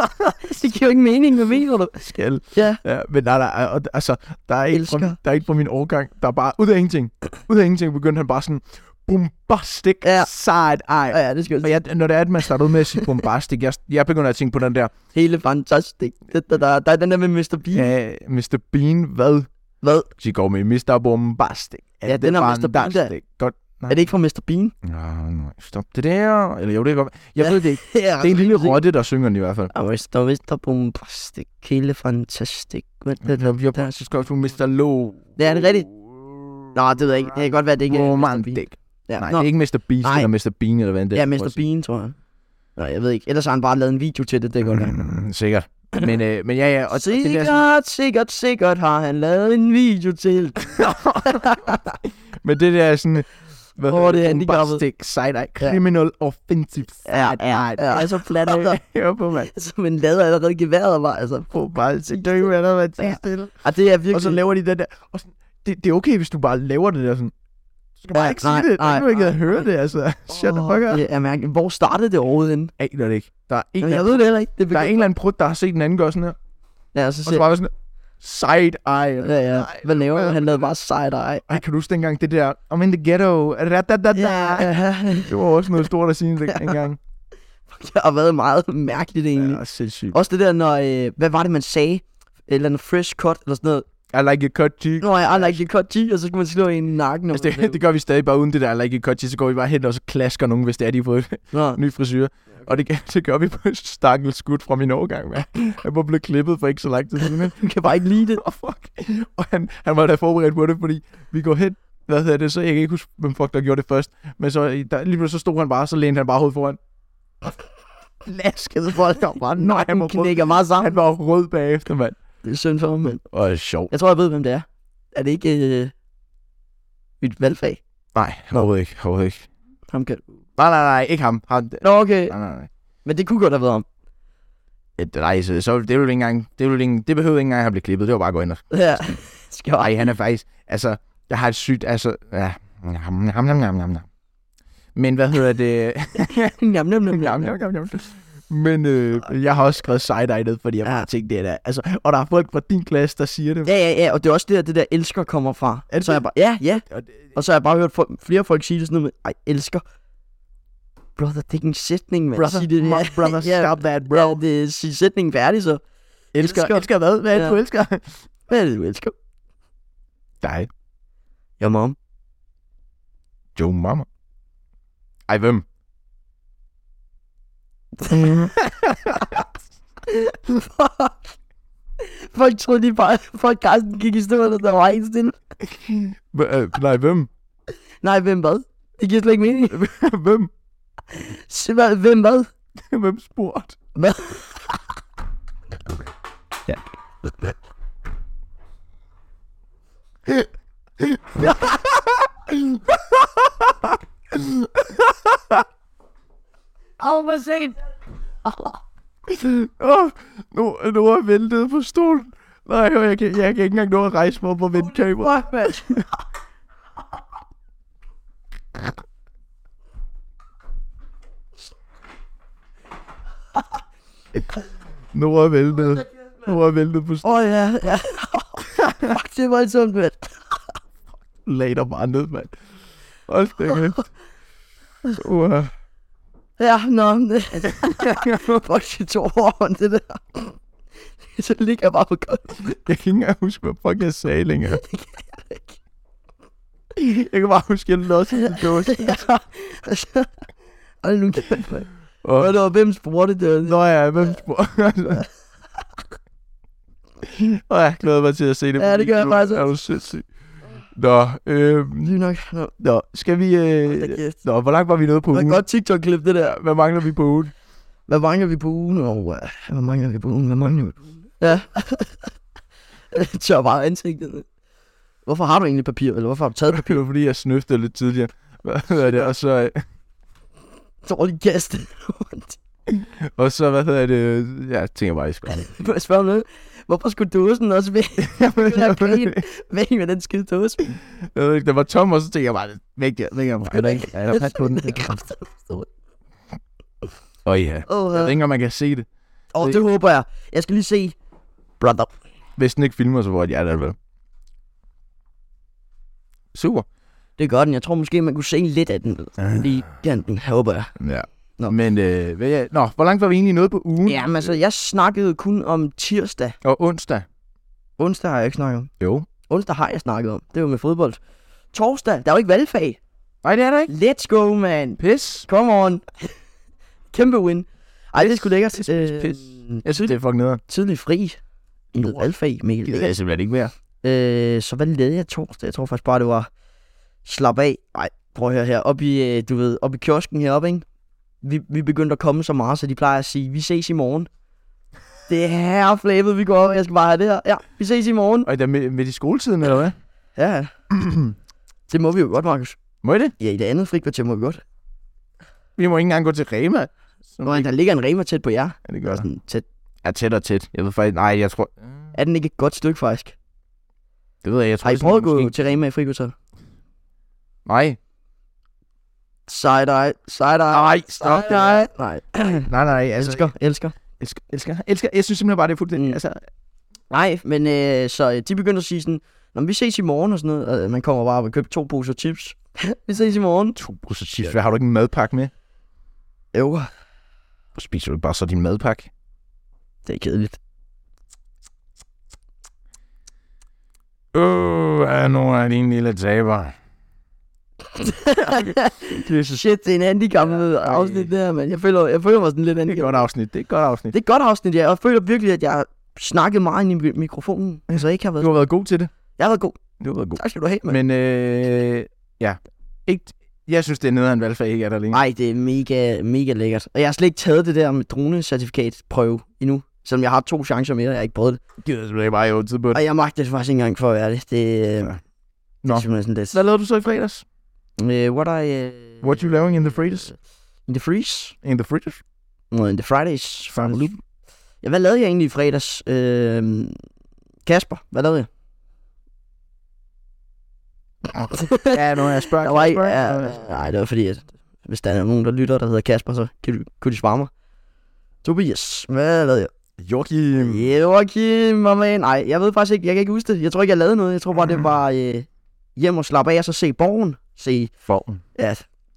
A: det giver jo ikke mening, hvad mener du?
B: Skal.
A: Ja.
B: Ja, men nej, nej, og, altså, der er, ikke fra,
A: Elsker.
B: der er ikke fra min årgang, der er bare, ud af ingenting, ud af ingenting begyndte han bare sådan, bombastic
A: Ja.
B: side-eye.
A: Ja, ja, det skal
B: Og
A: jeg
B: jeg, når det er, at man starter ud med at sige bombastic, jeg, jeg begynder at tænke på den der,
A: Hele fantastisk. Det, der, der, der, er den der med Mr. Bean. Ja.
B: ja, Mr. Bean, hvad?
A: Hvad?
B: De går med Mr. Bombastic.
A: Ja, den er Mr. Bean, der.
B: fantastisk. Godt. Nej.
A: Er det ikke fra Mr. Bean?
B: Nå, nej, stop det der. Eller jo, det er godt. Jeg
A: Ja.
B: ved det ikke.
A: Ja,
B: Det er en lille rotte, der synger den i hvert fald.
A: Og hvis der vist der bombastik, hele fantastik. Men det,
B: Jeg bliver
A: der-
B: bare så skørt, du mister lo.
A: det er det rigtigt. Nå, det ved jeg ikke. Det kan godt være, det ikke er Mr. Bean.
B: Romantik.
A: Ja,
B: Nej,
A: Nå,
B: det er ikke Mr. Beast
A: Nej.
B: eller Mr. Bean, eller hvad det er.
A: ja, Mr. Bean, tror jeg. Nå, jeg ved ikke. Ellers har han bare lavet en video til det, det går godt.
B: Mm, sikkert. Men, øh, men ja, ja. Og
A: Og
B: det der, sådan-
A: sikkert, sikkert, sikkert har han lavet en video til.
B: men det der er sådan... Hvad
A: Åh, det er handicappet.
B: Bombastic side-eye.
A: Ja.
B: Criminal offensive
A: Ja,
B: side-eye.
A: ja,
B: Det er
A: ja.
B: så flat af. Hør på, mand.
A: Som en lader allerede geværet var, altså.
B: På bare til døgn, eller hvad
A: Ja.
B: det stille.
A: Og det er
B: Og så
A: virkelig...
B: laver de den der... Og sådan, det, det er okay, hvis du bare laver det der sådan... Du skal bare
A: Ja,
B: ikke sige
A: nej,
B: det.
A: nej,
B: Nej, nu ikke
A: nej,
B: at høre det, altså. Shut the fuck up.
A: det er mærkeligt. Hvor startede det overhovedet henne?
B: Jeg aner det ikke. Der er en,
A: Jamen, jeg
B: eller-
A: ved det heller ikke. Det
B: der er en eller anden prut, der har set den anden gøre sådan her.
A: Ja, så
B: Og så
A: se.
B: bare sådan... Side-eye.
A: Ja, ja. Hvad laver han? Han lavede bare side-eye.
B: Ej, kan du huske dengang det der, I'm in the ghetto, ratadada.
A: Ja,
B: Det var også noget stort at sige den- dengang.
A: det har været meget mærkeligt egentlig.
B: Ja, sindssygt.
A: Også det der, når, øh, hvad var det, man sagde? Et eller andet fresh cut, eller sådan noget.
B: I like a cut cheek.
A: Nå, jeg har ikke cut G, og så skal man slå en i nakken.
B: Altså, det, det, gør vi stadig bare uden det der I like a cut cheek, så går vi bare hen og så klasker nogen, hvis det er, de har fået
A: Nå,
B: ny frisyr. Og det, gør- det gør vi på en stakkels skud fra min årgang, man. Han var blevet klippet for ikke så lang tid siden. men
A: kan bare ikke lide det.
B: Oh, fuck. Og han, han var da forberedt på det, fordi vi går hen, hvad hedder det, så jeg kan ikke huske, hvem fuck der gjorde det først. Men så, der, lige pludselig så stod han bare, så lænede han bare hovedet foran.
A: Laskede folk, der bare
B: Nej, han var
A: nakken
B: rød.
A: knækker meget sammen.
B: Han var rød bagefter, mand.
A: Det er synd for ham, men
B: Åh, sjov.
A: jeg tror, jeg ved, hvem det er. Er det ikke øh, mit valgfag?
B: Nej, overhovedet ikke, overhovedet ikke.
A: Ham kan...
B: Nej, nej, nej, ikke ham. ham
A: Nå, okay.
B: nej, nej, nej.
A: Men det kunne godt have været ham.
B: Et, nej, så, så det ville ikke engang, det, ville ikke, det behøvede ikke engang at have blivet klippet, det var bare at gå ind og...
A: Ja. Skal jeg
B: Ej, han er faktisk, altså, jeg har et sygt, altså, ja, ham, ham, ham, ham, ham, ham. Men hvad hedder det?
A: Njam, njam, njam,
B: Jam,
A: njam.
B: jam, jam, jam. Men øh, jeg har også skrevet side-eye ned, fordi jeg
A: Ja.
B: ja. tænkte, det er da... Altså, og der er folk fra din klasse, der siger det.
A: Ja, ja, ja, og det er også der, det der elsker kommer fra.
B: Er det
A: så
B: det?
A: jeg bare, ja, ja,
B: Og det-
A: og så har jeg bare hørt fol- flere folk sige det sådan noget med, ej, elsker. Brother, det er ikke en sætning, man.
B: Brother,
A: Sig det,
B: mo- brother, stop that, bro.
A: Ja, det er sig sætningen færdig, så.
B: elsker,
A: elsker.
B: elsker, elsker hvad? Hvad er det,
A: Ja.
B: du elsker?
A: Hvad er det, du elsker?
B: Dig.
A: Your mom.
B: Joe Mama. Ej, hvem?
A: folk troede lige bare, at podcasten gik i stå, og der var en stille.
B: H- øh, nej, hvem?
A: Nej, hvem hvad? Det giver slet ikke mening.
B: hvem?
A: Se, hvad- Hvem hvad?
B: Hvem spurgte?
A: Hvad? Åh, hvor sent.
B: Åh, nu, nu er jeg væltet på stolen. Nej, og jeg kan, jeg kan ikke engang nå at rejse mig op og vende kameraet. Nu er jeg væltet. Nu er jeg væltet på
A: Åh, ja, ja. Fuck, det er voldsomt, mand.
B: stolen. Lag dig bare ned, mand. Hold da kæft. Uh,
A: Ja, nå, men det...
B: Altså,
A: Fuck, det tog overhånd, det der. Så ligger jeg bare på gulvet.
B: jeg kan ikke engang huske, hvad fuck jeg sagde længere. Jeg kan bare huske, at jeg låste til dåse.
A: Ja, altså... Hold nu kæft, mand.
B: Og,
A: Og det var, hvem spurgte det? var-
B: nå ja, hvem spurgte? Og jeg glæder mig til at se det.
A: Ja, det gør jeg
B: Nu
A: faktisk
B: Er du sindssyg? Nå, øh,
A: Lige nok. Nå,
B: nå, skal vi...
A: da
B: Øh,
A: kæft.
B: nå, hvor langt var vi nede på
A: Det var
B: ugen?
A: et godt TikTok-klip, det der.
B: Hvad mangler vi på ugen?
A: Hvad mangler vi på ugen? Og, uh, hvad mangler vi på ugen? Hvad mangler vi på ugen? Ja. Jeg tør bare ansigtet. Hvorfor har du egentlig papir? Eller hvorfor har du taget papir?
B: Det var fordi, jeg snøftede lidt tidligere. Hvad hedder det? Og så... Øh,
A: Dårlig gæst.
B: Og så, hvad hedder det? Jeg tænker bare, jeg skal...
A: Må jeg spørge om noget? Hvorfor skulle dåsen også væk? Jeg
B: jeg,
A: griner.
B: ved,
A: Væk med den skide dåse.
B: jeg ved ikke, den var tom, og så tænkte jeg bare, det væk der, væk der. Er der ikke? Er der pas på den?
A: Det er kraftedeme stort.
B: Åh oh, ja. Jeg
A: Åh,
B: ved
A: øh.
B: ikke, engang, om man kan se det.
A: Åh, det håber jeg. Jeg skal lige se. Brother.
B: Hvis den ikke filmer, så hvor er det, jeg der vel. Super.
A: Det gør den. Jeg tror måske, man kunne se lidt af den. Lige kanten, håber jeg.
B: Ja.
A: Nå.
B: Nå. Men, øh, hvad, jeg... Nå, hvor langt var vi egentlig nået på ugen?
A: Jamen altså, jeg snakkede kun om tirsdag.
B: Og onsdag?
A: Onsdag har jeg ikke snakket om.
B: Jo.
A: Onsdag har jeg snakket om. Det var med fodbold. Torsdag, der er jo ikke valgfag.
B: Nej, det er der ikke.
A: Let's go, man.
B: Pis.
A: Come on. Kæmpe win. Ej, det skulle lækkert.
B: Pis, pis, pis.
A: Øh,
B: Jeg synes, det er fucking nederen.
A: tidlig fri. I noget valgfag, Mikkel.
B: Det ved
A: Ikke?
B: jeg simpelthen ikke mere.
A: Øh, så hvad lavede jeg torsdag? Jeg tror faktisk bare, det var slap af. Nej, prøv at høre her. Op i, øh, du ved, op i kiosken heroppe, ikke? Vi, vi begyndte at komme så meget, så de plejer at sige, vi ses i morgen. Det er her flæbet, vi går op. Jeg skal bare have det her. Ja, vi ses i morgen.
B: Og er det med, med i skoletiden, eller hvad?
A: Ja, ja. det må vi jo godt, Markus.
B: Må I det?
A: Ja, i det andet frikvarter må vi godt.
B: Vi må ikke engang gå til Rema. Så
A: Nå, der ligger en Rema tæt på jer.
B: Ja, det gør
A: Ja.
B: der.
A: Sådan tæt.
B: Ja, tæt og tæt. Jeg ved faktisk... Nej, jeg tror...
A: Er den ikke et godt stykke, faktisk?
B: Det ved jeg, jeg tror...
A: Har I
B: sådan,
A: prøvet at gå
B: måske-
A: til Rema i frikvarteret?
B: Nej.
A: Side-eye, side-eye.
B: Nej, stop dig.
A: side-eye. Nej,
B: Nej, nej, altså...
A: elsker, elsker.
B: elsker, elsker, elsker. Jeg synes simpelthen bare, det er fuldstændig...
A: Mm.
B: Mm. Altså,
A: Nej, men øh, så øh, de begynder at sige sådan, Nå, men vi ses i morgen og sådan noget. Og øh, man kommer bare op og køber to poser chips. vi ses i morgen.
B: to brusser chips. Hvad har du ikke en madpakke med?
A: Jo,
B: Så spiser du bare så din madpakke.
A: det er kedeligt.
B: Øh, er nogle af dine lille taber. Jesus.
A: Shit, det er en handicap ja,
B: ej.
A: afsnit der, men jeg føler, jeg føler mig sådan lidt
B: Det er et
A: handicap.
B: godt afsnit. Det er et godt afsnit.
A: Det er et godt afsnit, ja. og jeg føler virkelig, at jeg har snakket meget ind i mi- mikrofonen, så jeg ikke har
B: Du
A: været...
B: har været god til det.
A: Jeg har været god.
B: Du har været god.
A: Tak skal du have, mand.
B: Men øh, ja, ikke, jeg synes, det er nederen valgfag, ikke er der længere.
A: Nej, det er mega, mega lækkert. Og jeg har slet ikke taget det der med dronecertifikat prøve endnu. Selvom jeg har to chancer mere, jeg har ikke prøvet det.
B: Jeg gider simpelthen bare i tid på det.
A: Og jeg magter det faktisk ikke engang for at være det. Det, øh,
B: Ja.
A: ja.
B: Nå.
A: det er simpelthen sådan lidt.
B: Hvad lavede du så i fredags?
A: Uh, what I... Uh,
B: What you loving in the fredays?
A: In the freeze?
B: In the fridges?
A: No, in the Fridays.
B: Fra Loop.
A: Ja, hvad lavede jeg egentlig i fredags? Øh, Kasper, hvad lavede jeg?
B: Ja, når jeg spørger
A: Der var ikke,
B: Kasper,
A: ja,
B: øh,
A: nej, det var fordi, at hvis der er nogen, der lytter, der hedder Kasper, så kan du, kunne de svare mig. Tobias, hvad lavede jeg?
B: Joachim.
A: Joachim, my man. Nej, jeg ved faktisk ikke, jeg kan ikke huske det. Jeg tror ikke, jeg lavede noget. Jeg tror
B: Mm-hmm.
A: bare, det var øh, hjem og slappe af, og så se borgen. Se,
B: Formen.
A: ja,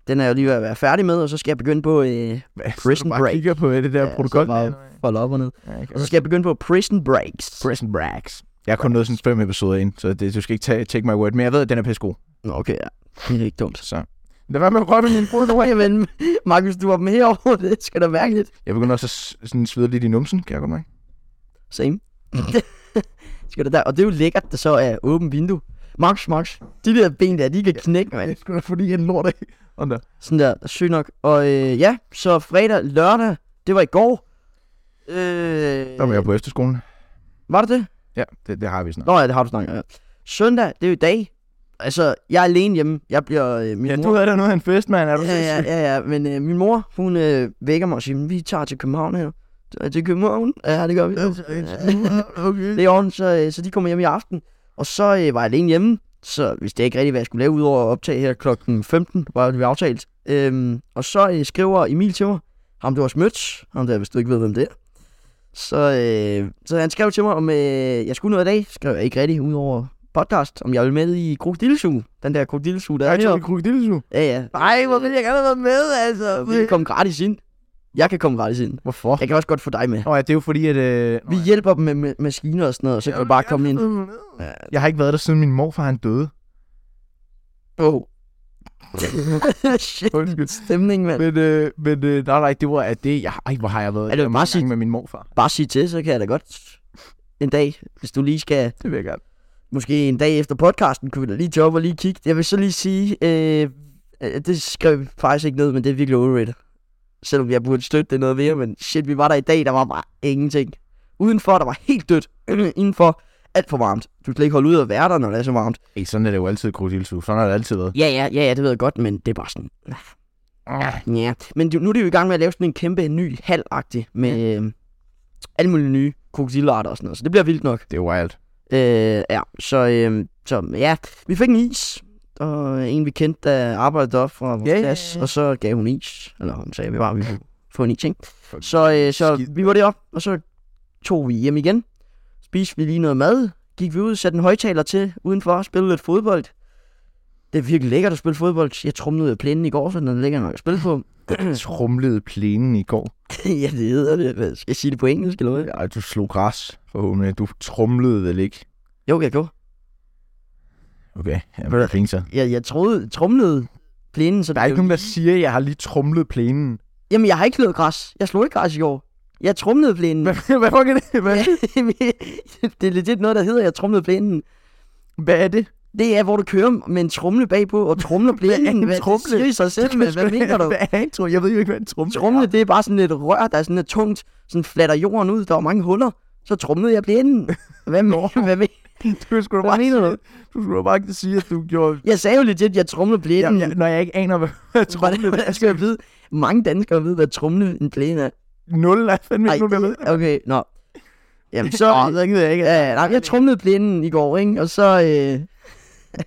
A: den er jeg lige ved at være færdig med, og så skal jeg begynde på øh,
B: Hvad, så
A: Prison
B: du bare
A: Break.
B: kigger på øh, det der
A: Ja,
B: protokol.
A: så bare- hold op og ned.
B: Ja,
A: Så skal jeg begynde på Prison Breaks.
B: Prison Breaks. Jeg har kun nået sådan fem episoder ind, så det, du skal ikke tage, take my word. Men jeg ved, at den er pissegod.
A: Nå, okay, ja. Det er ikke dumt.
B: Så. Lad være med at røre ved min bror.
A: Nå, jamen, Markus, du var med over det. Skal da mærke lidt.
B: Jeg begynder også at s- sådan svede lidt i numsen, kan jeg godt mærke.
A: Same. skal da der. Og det er jo lækkert, der så er åbent vindue. Max, Max, de der ben der, de kan knække, mand.
B: skulle da fordi, han lort af. Og der.
A: Sådan der, sygt nok. Og øh, ja, så fredag, lørdag, det var i går. Øh,
B: der var jeg på efterskolen.
A: Var det det?
B: Ja, det, det har vi snart.
A: Nå ja, det har du snakket om. Ja. Søndag, det er jo i dag. Altså, jeg er alene hjemme. Jeg bliver... Øh, min
B: Ja,
A: mor...
B: du havde da noget af en fest, mand. Er du
A: Ja, ja, ja, ja, men øh, min mor, hun øh, vækker mig og siger, vi tager til København her. Øh, Til København? Ja, det gør vi.
B: Altså, øh, Okay.
A: Det er on, så, øh, så de kommer hjem i aften. Og så øh, var jeg alene hjemme, så hvis det ikke rigtigt, hvad jeg skulle lave, udover at optage her klokken 15, var det vi aftalt. Øhm, og så øh, skriver Emil til mig, ham du har smødt, ham der, hvis du ikke ved, hvem det er. Så, øh, så han skrev til mig, om øh, jeg skulle noget i dag, skrev jeg ikke rigtigt, udover podcast, om jeg ville med i krokodillesuge, den der krokodillesuge, der
B: Jeg
A: er
B: har taget
A: heroppe.
B: en krokodillesu.
A: Ja, ja.
B: Nej, hvor ville jeg gerne have været med, altså.
A: Vi kan komme gratis ind. Jeg kan komme gratis ind.
B: Hvorfor?
A: Jeg kan også godt få dig med.
B: Nå ja, det er jo fordi, at... Øh...
A: Vi hjælper dem med, med maskiner og sådan noget, og så kan du bare komme ind. Ja.
B: Jeg har ikke været der, siden min morfar han døde.
A: Oh. Shit,
B: Undskyld.
A: stemning, mand.
B: Men, øh, men øh, nej, nej, det var at det, jeg, ej, hvor har jeg været
A: Er det
B: jeg
A: bare sit-
B: med min morfar.
A: Bare sig til, så kan jeg da godt en dag, hvis du lige skal,
B: Det vil jeg gerne.
A: måske en dag efter podcasten, kunne vi da lige tage op og lige kigge. Jeg vil så lige sige, øh, øh, det skrev vi faktisk ikke ned, men det er virkelig overrated. Selvom jeg burde støtte det noget mere, men shit, vi var der i dag, der var bare ingenting. Udenfor, der var helt dødt. Indenfor, alt for varmt. Du kan slet ikke holde ud og være der, når det er så varmt.
B: Ej, sådan er det jo altid, krokodilsu. Sådan har det altid været.
A: Ja, ja, ja, ja, det ved jeg godt, men det er bare sådan,
B: Ah,
A: Ja, men du- nu er de jo i gang med at lave sådan en kæmpe ny halvagtig med øh, alle mulige nye krokodillarter og sådan noget, så det bliver vildt nok.
B: Det er wild.
A: Øh, ja, så, øh, så ja, vi fik en is, og en vi kendte, der arbejdede op fra vores
B: Ja, ja,
A: yeah. klasse,
B: ja.
A: og så gav hun is, eller hun sagde, vi bare vi kunne få en is, ikke? Så, øh, så
B: Skid.
A: vi var deroppe, og så tog vi hjem igen, spiste vi lige noget mad, gik vi ud, satte en højtaler til udenfor, spillede lidt fodbold. Det er virkelig lækkert at spille fodbold. Jeg trumlede plænen i går, så den er lækker nok at spille på.
B: Trumlede plænen i går.
A: ja, det hedder det. Hvad, Skal jeg sige det på engelsk eller hvad?
B: Ej, du slog græs forhåbentlig. Du trumlede vel ikke?
A: Jo, jeg gjorde.
B: Okay,
A: Ved
B: jeg
A: du-
B: fint så.
A: Jeg, jeg troede, trumlede plænen, så
B: Der er ikke nogen, der siger, at jeg har lige trumlet plænen.
A: Jamen, jeg har ikke slået græs. Jeg slog ikke græs i år. Jeg trumlede plænen.
B: Hvad, hvad fuck er det? Hvad,
A: det er legit noget, der hedder, jeg trumlede plænen.
B: hvad er det?
A: Det er, hvor du kører med en trumle bagpå og trumler plænen.
B: en
A: Hvad, det
B: tromle?
A: siger i sig selv, men hvad mener du?
B: Hvad er en trumle? Jeg ved jo ikke, hvad en trumle
A: Trumle, det er bare sådan et rør, der er sådan et tungt, sådan flatter jorden ud. Der var mange huller. Så trumlede jeg plænen. Hvad, men, hvad men,
B: er. Du skulle da
A: Hvad
B: bare,
A: mener du?
B: sige- du skulle da bare ikke sige, at du gjorde...
A: Jeg sagde jo legit, jeg trumlede
B: Ja,
A: plænen.
B: ja, når jeg ikke aner, hvad, hvad trumle
A: Hvordan, hvordan skal jeg vide? Mange danskere ved, hvad trumle en plæne er.
B: Nul er fandme ikke nogen, der ved.
A: okay, nå. Jamen, så...
B: Åh, det gider jeg ikke.
A: ja, nej, jeg trumlede plænen i går, ikke? Og så, øh,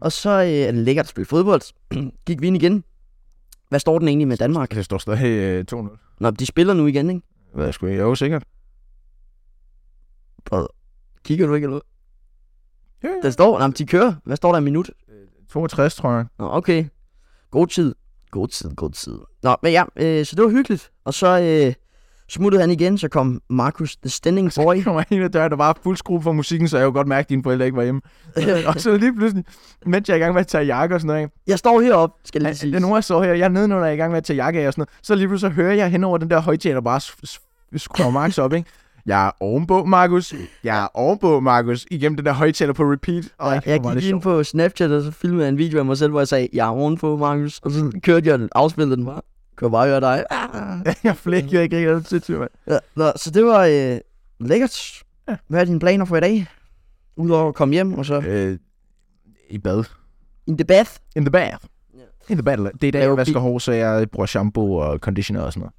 A: og så øh, er det lækkert at spille fodbold. Gik vi ind igen. Hvad står den egentlig med Danmark?
B: Det står stadig øh, 2-0.
A: Nå, de spiller nu igen, ikke?
B: Hvad sgu ikke? Jo, sikkert.
A: Brød. Kigger du ikke eller hvad?
B: Ja, ja.
A: Der står, nej, men de kører. Hvad står der i minut?
B: 62, tror jeg.
A: Nå, okay. God tid. God tid, god tid. Nå, men ja, øh, så det var hyggeligt. Og så, øh, Smuttede han igen, så kom Markus The Standing Boy.
B: Jeg kommer ind ad døren, der var fuld skrue for musikken, så jeg kunne godt mærke, at dine forældre ikke var hjemme. og så lige pludselig, mens jeg er i gang med at tage jakke og sådan noget, ikke?
A: Jeg står heroppe, skal jeg lige
B: Altså,
A: sige.
B: det er nogen, jeg så her, jeg er nedenunder jeg er i gang med at tage jakke af og sådan noget. Så lige pludselig så hører jeg hen over den der højtaler bare s- s- skruer Markus op, ikke? Jeg er ovenpå, Markus. Jeg er ovenpå, Markus. Igennem den der højtaler på repeat. Og
A: Jeg gik ind på Snapchat, og så filmede jeg en video af mig selv, hvor jeg sagde, jeg er ovenpå, Markus. Og så kørte jeg den, afspillede den bare. Kunne jeg bare høre dig. Ah.
B: jeg flækkede ikke rigtig noget til, mand.
A: Ja, nå, så det var øh, lækkert.
B: Ja.
A: Hvad er dine planer for i dag? Udover at komme hjem, og så
B: Øh, I bad.
A: en debat.
B: In the bath. In the battle. Det er i dag,
A: Laver
B: jeg
A: bi-
B: vasker hår, så jeg bruger shampoo og conditioner og sådan noget.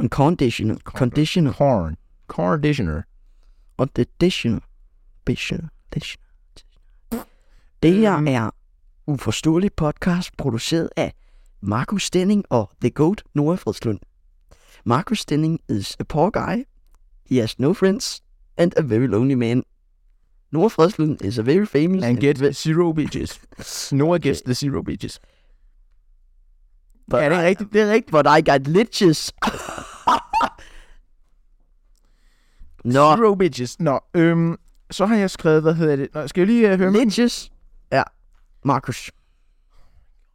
A: En conditioner. Conditioner.
B: Corn. Conditioner.
A: Og deditioner. Bitioner. Ditioner. Det her
B: Øhm.
A: er uforståelig podcast, produceret af Markus Stenning og The Goat Nora Fredslund. Markus Stenning is a poor guy. He has no friends and a very lonely man. Nora Fredslund is a very famous...
B: And get zero bitches. Noah
A: Okay.
B: gets the zero bitches.
A: But
B: Ja, det er
A: I-
B: rigtigt. Det er rigtigt.
A: But I got liches. Nå,
B: Zero bitches. Nå, øhm, så har jeg skrevet, hvad hedder det? Nå, skal jeg lige øh, høre med?
A: liches. Ja, Markus.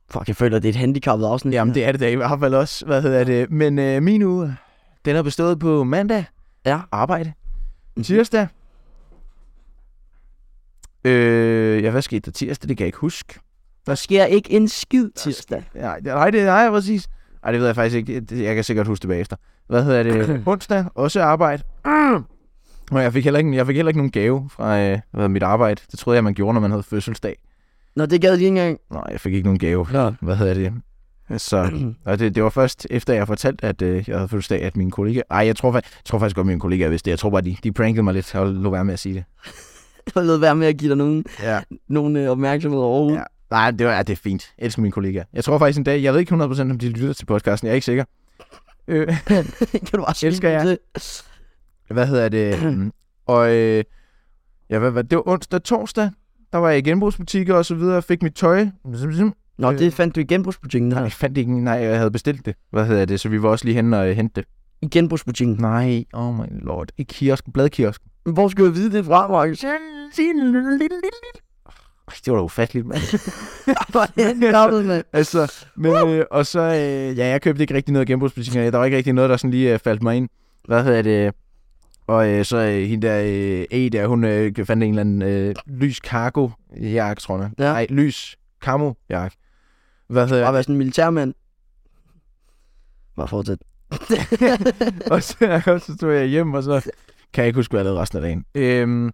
A: Fuck, jeg føler, det er et handicappet afsnit.
B: Jamen, det er det da i hvert fald også. Hvad hedder det? Men øh, min uge, den har bestået på mandag.
A: Ja.
B: Arbejde.
A: Mhm.
B: Tirsdag. Øh, ja, hvad skete der tirsdag? Det kan jeg ikke huske.
A: Der sker ikke en skid tirsdag.
B: Nej, det- nej, det, nej, præcis. Nej, det ved jeg faktisk ikke. Det- Jeg kan sikkert huske det bagefter. Hvad hedder det? Onsdag, også arbejde. Og jeg fik heller ikke, jeg fik heller ikke nogen gave fra øh, hvad, mit arbejde. Det troede jeg, man gjorde, når man havde fødselsdag.
A: Nå, det gad de ikke engang.
B: Nej, jeg fik ikke nogen gave.
A: Nå.
B: Hvad hedder det? Så, og det, det var først efter, jeg fortalte, at øh, jeg havde fødselsdag, at mine kollegaer... Ej, jeg tror, faktisk, jeg tror faktisk godt, mine kollegaer vidste det. Jeg tror bare, de, de prankede mig lidt og lå være med at sige det.
A: Jeg lod være med at give dig nogen,
B: Ja.
A: nogen øh, opmærksomhed overhovedet.
B: Ja. Nej, det, var, ja, det er fint. Jeg elsker mine kollegaer. Jeg tror faktisk en dag... Jeg ved ikke 100% om de lytter til podcasten. Jeg er ikke sikker. Øh,
A: kan du bare sige
B: Elsker
A: det
B: jer.
A: til?
B: hvad hedder det? Mm. og øh, ja, hvad, hvad, det var onsdag torsdag. Der var jeg i genbrugsbutikker og så videre. Fik mit tøj. Zim, zim.
A: Nå,
B: Øh.
A: det fandt du i genbrugsbutikken.
B: Nej, jeg fandt ikke. Nej, jeg havde bestilt det. Hvad hedder det? Så vi var også lige henne og øh, hente det.
A: I genbrugsbutikken.
B: Nej, oh my lord. I kiosken, bladkiosken.
A: Hvor skulle jeg vide det fra, Markus?
B: Ej, det var da ufatteligt, mand.
A: Hvor er det handicappet, mand?
B: altså, men, øh, og så, øh, ja, jeg købte ikke rigtig noget i genbrugsbutikken. Der var ikke rigtig noget, der sådan lige øh, faldt mig ind. Hvad hedder det? Og øh, så øh, hende der, øh, A der, hun øh, fandt en eller anden øh, lys cargo jakke, tror jeg.
A: Ja.
B: Nej, lys camo jakke. Hvad hedder
A: Bare være sådan en militærmand. Bare fortsæt.
B: og så, og så tog jeg hjem, og så kan jeg ikke huske, hvad jeg lavede resten af dagen. Øhm,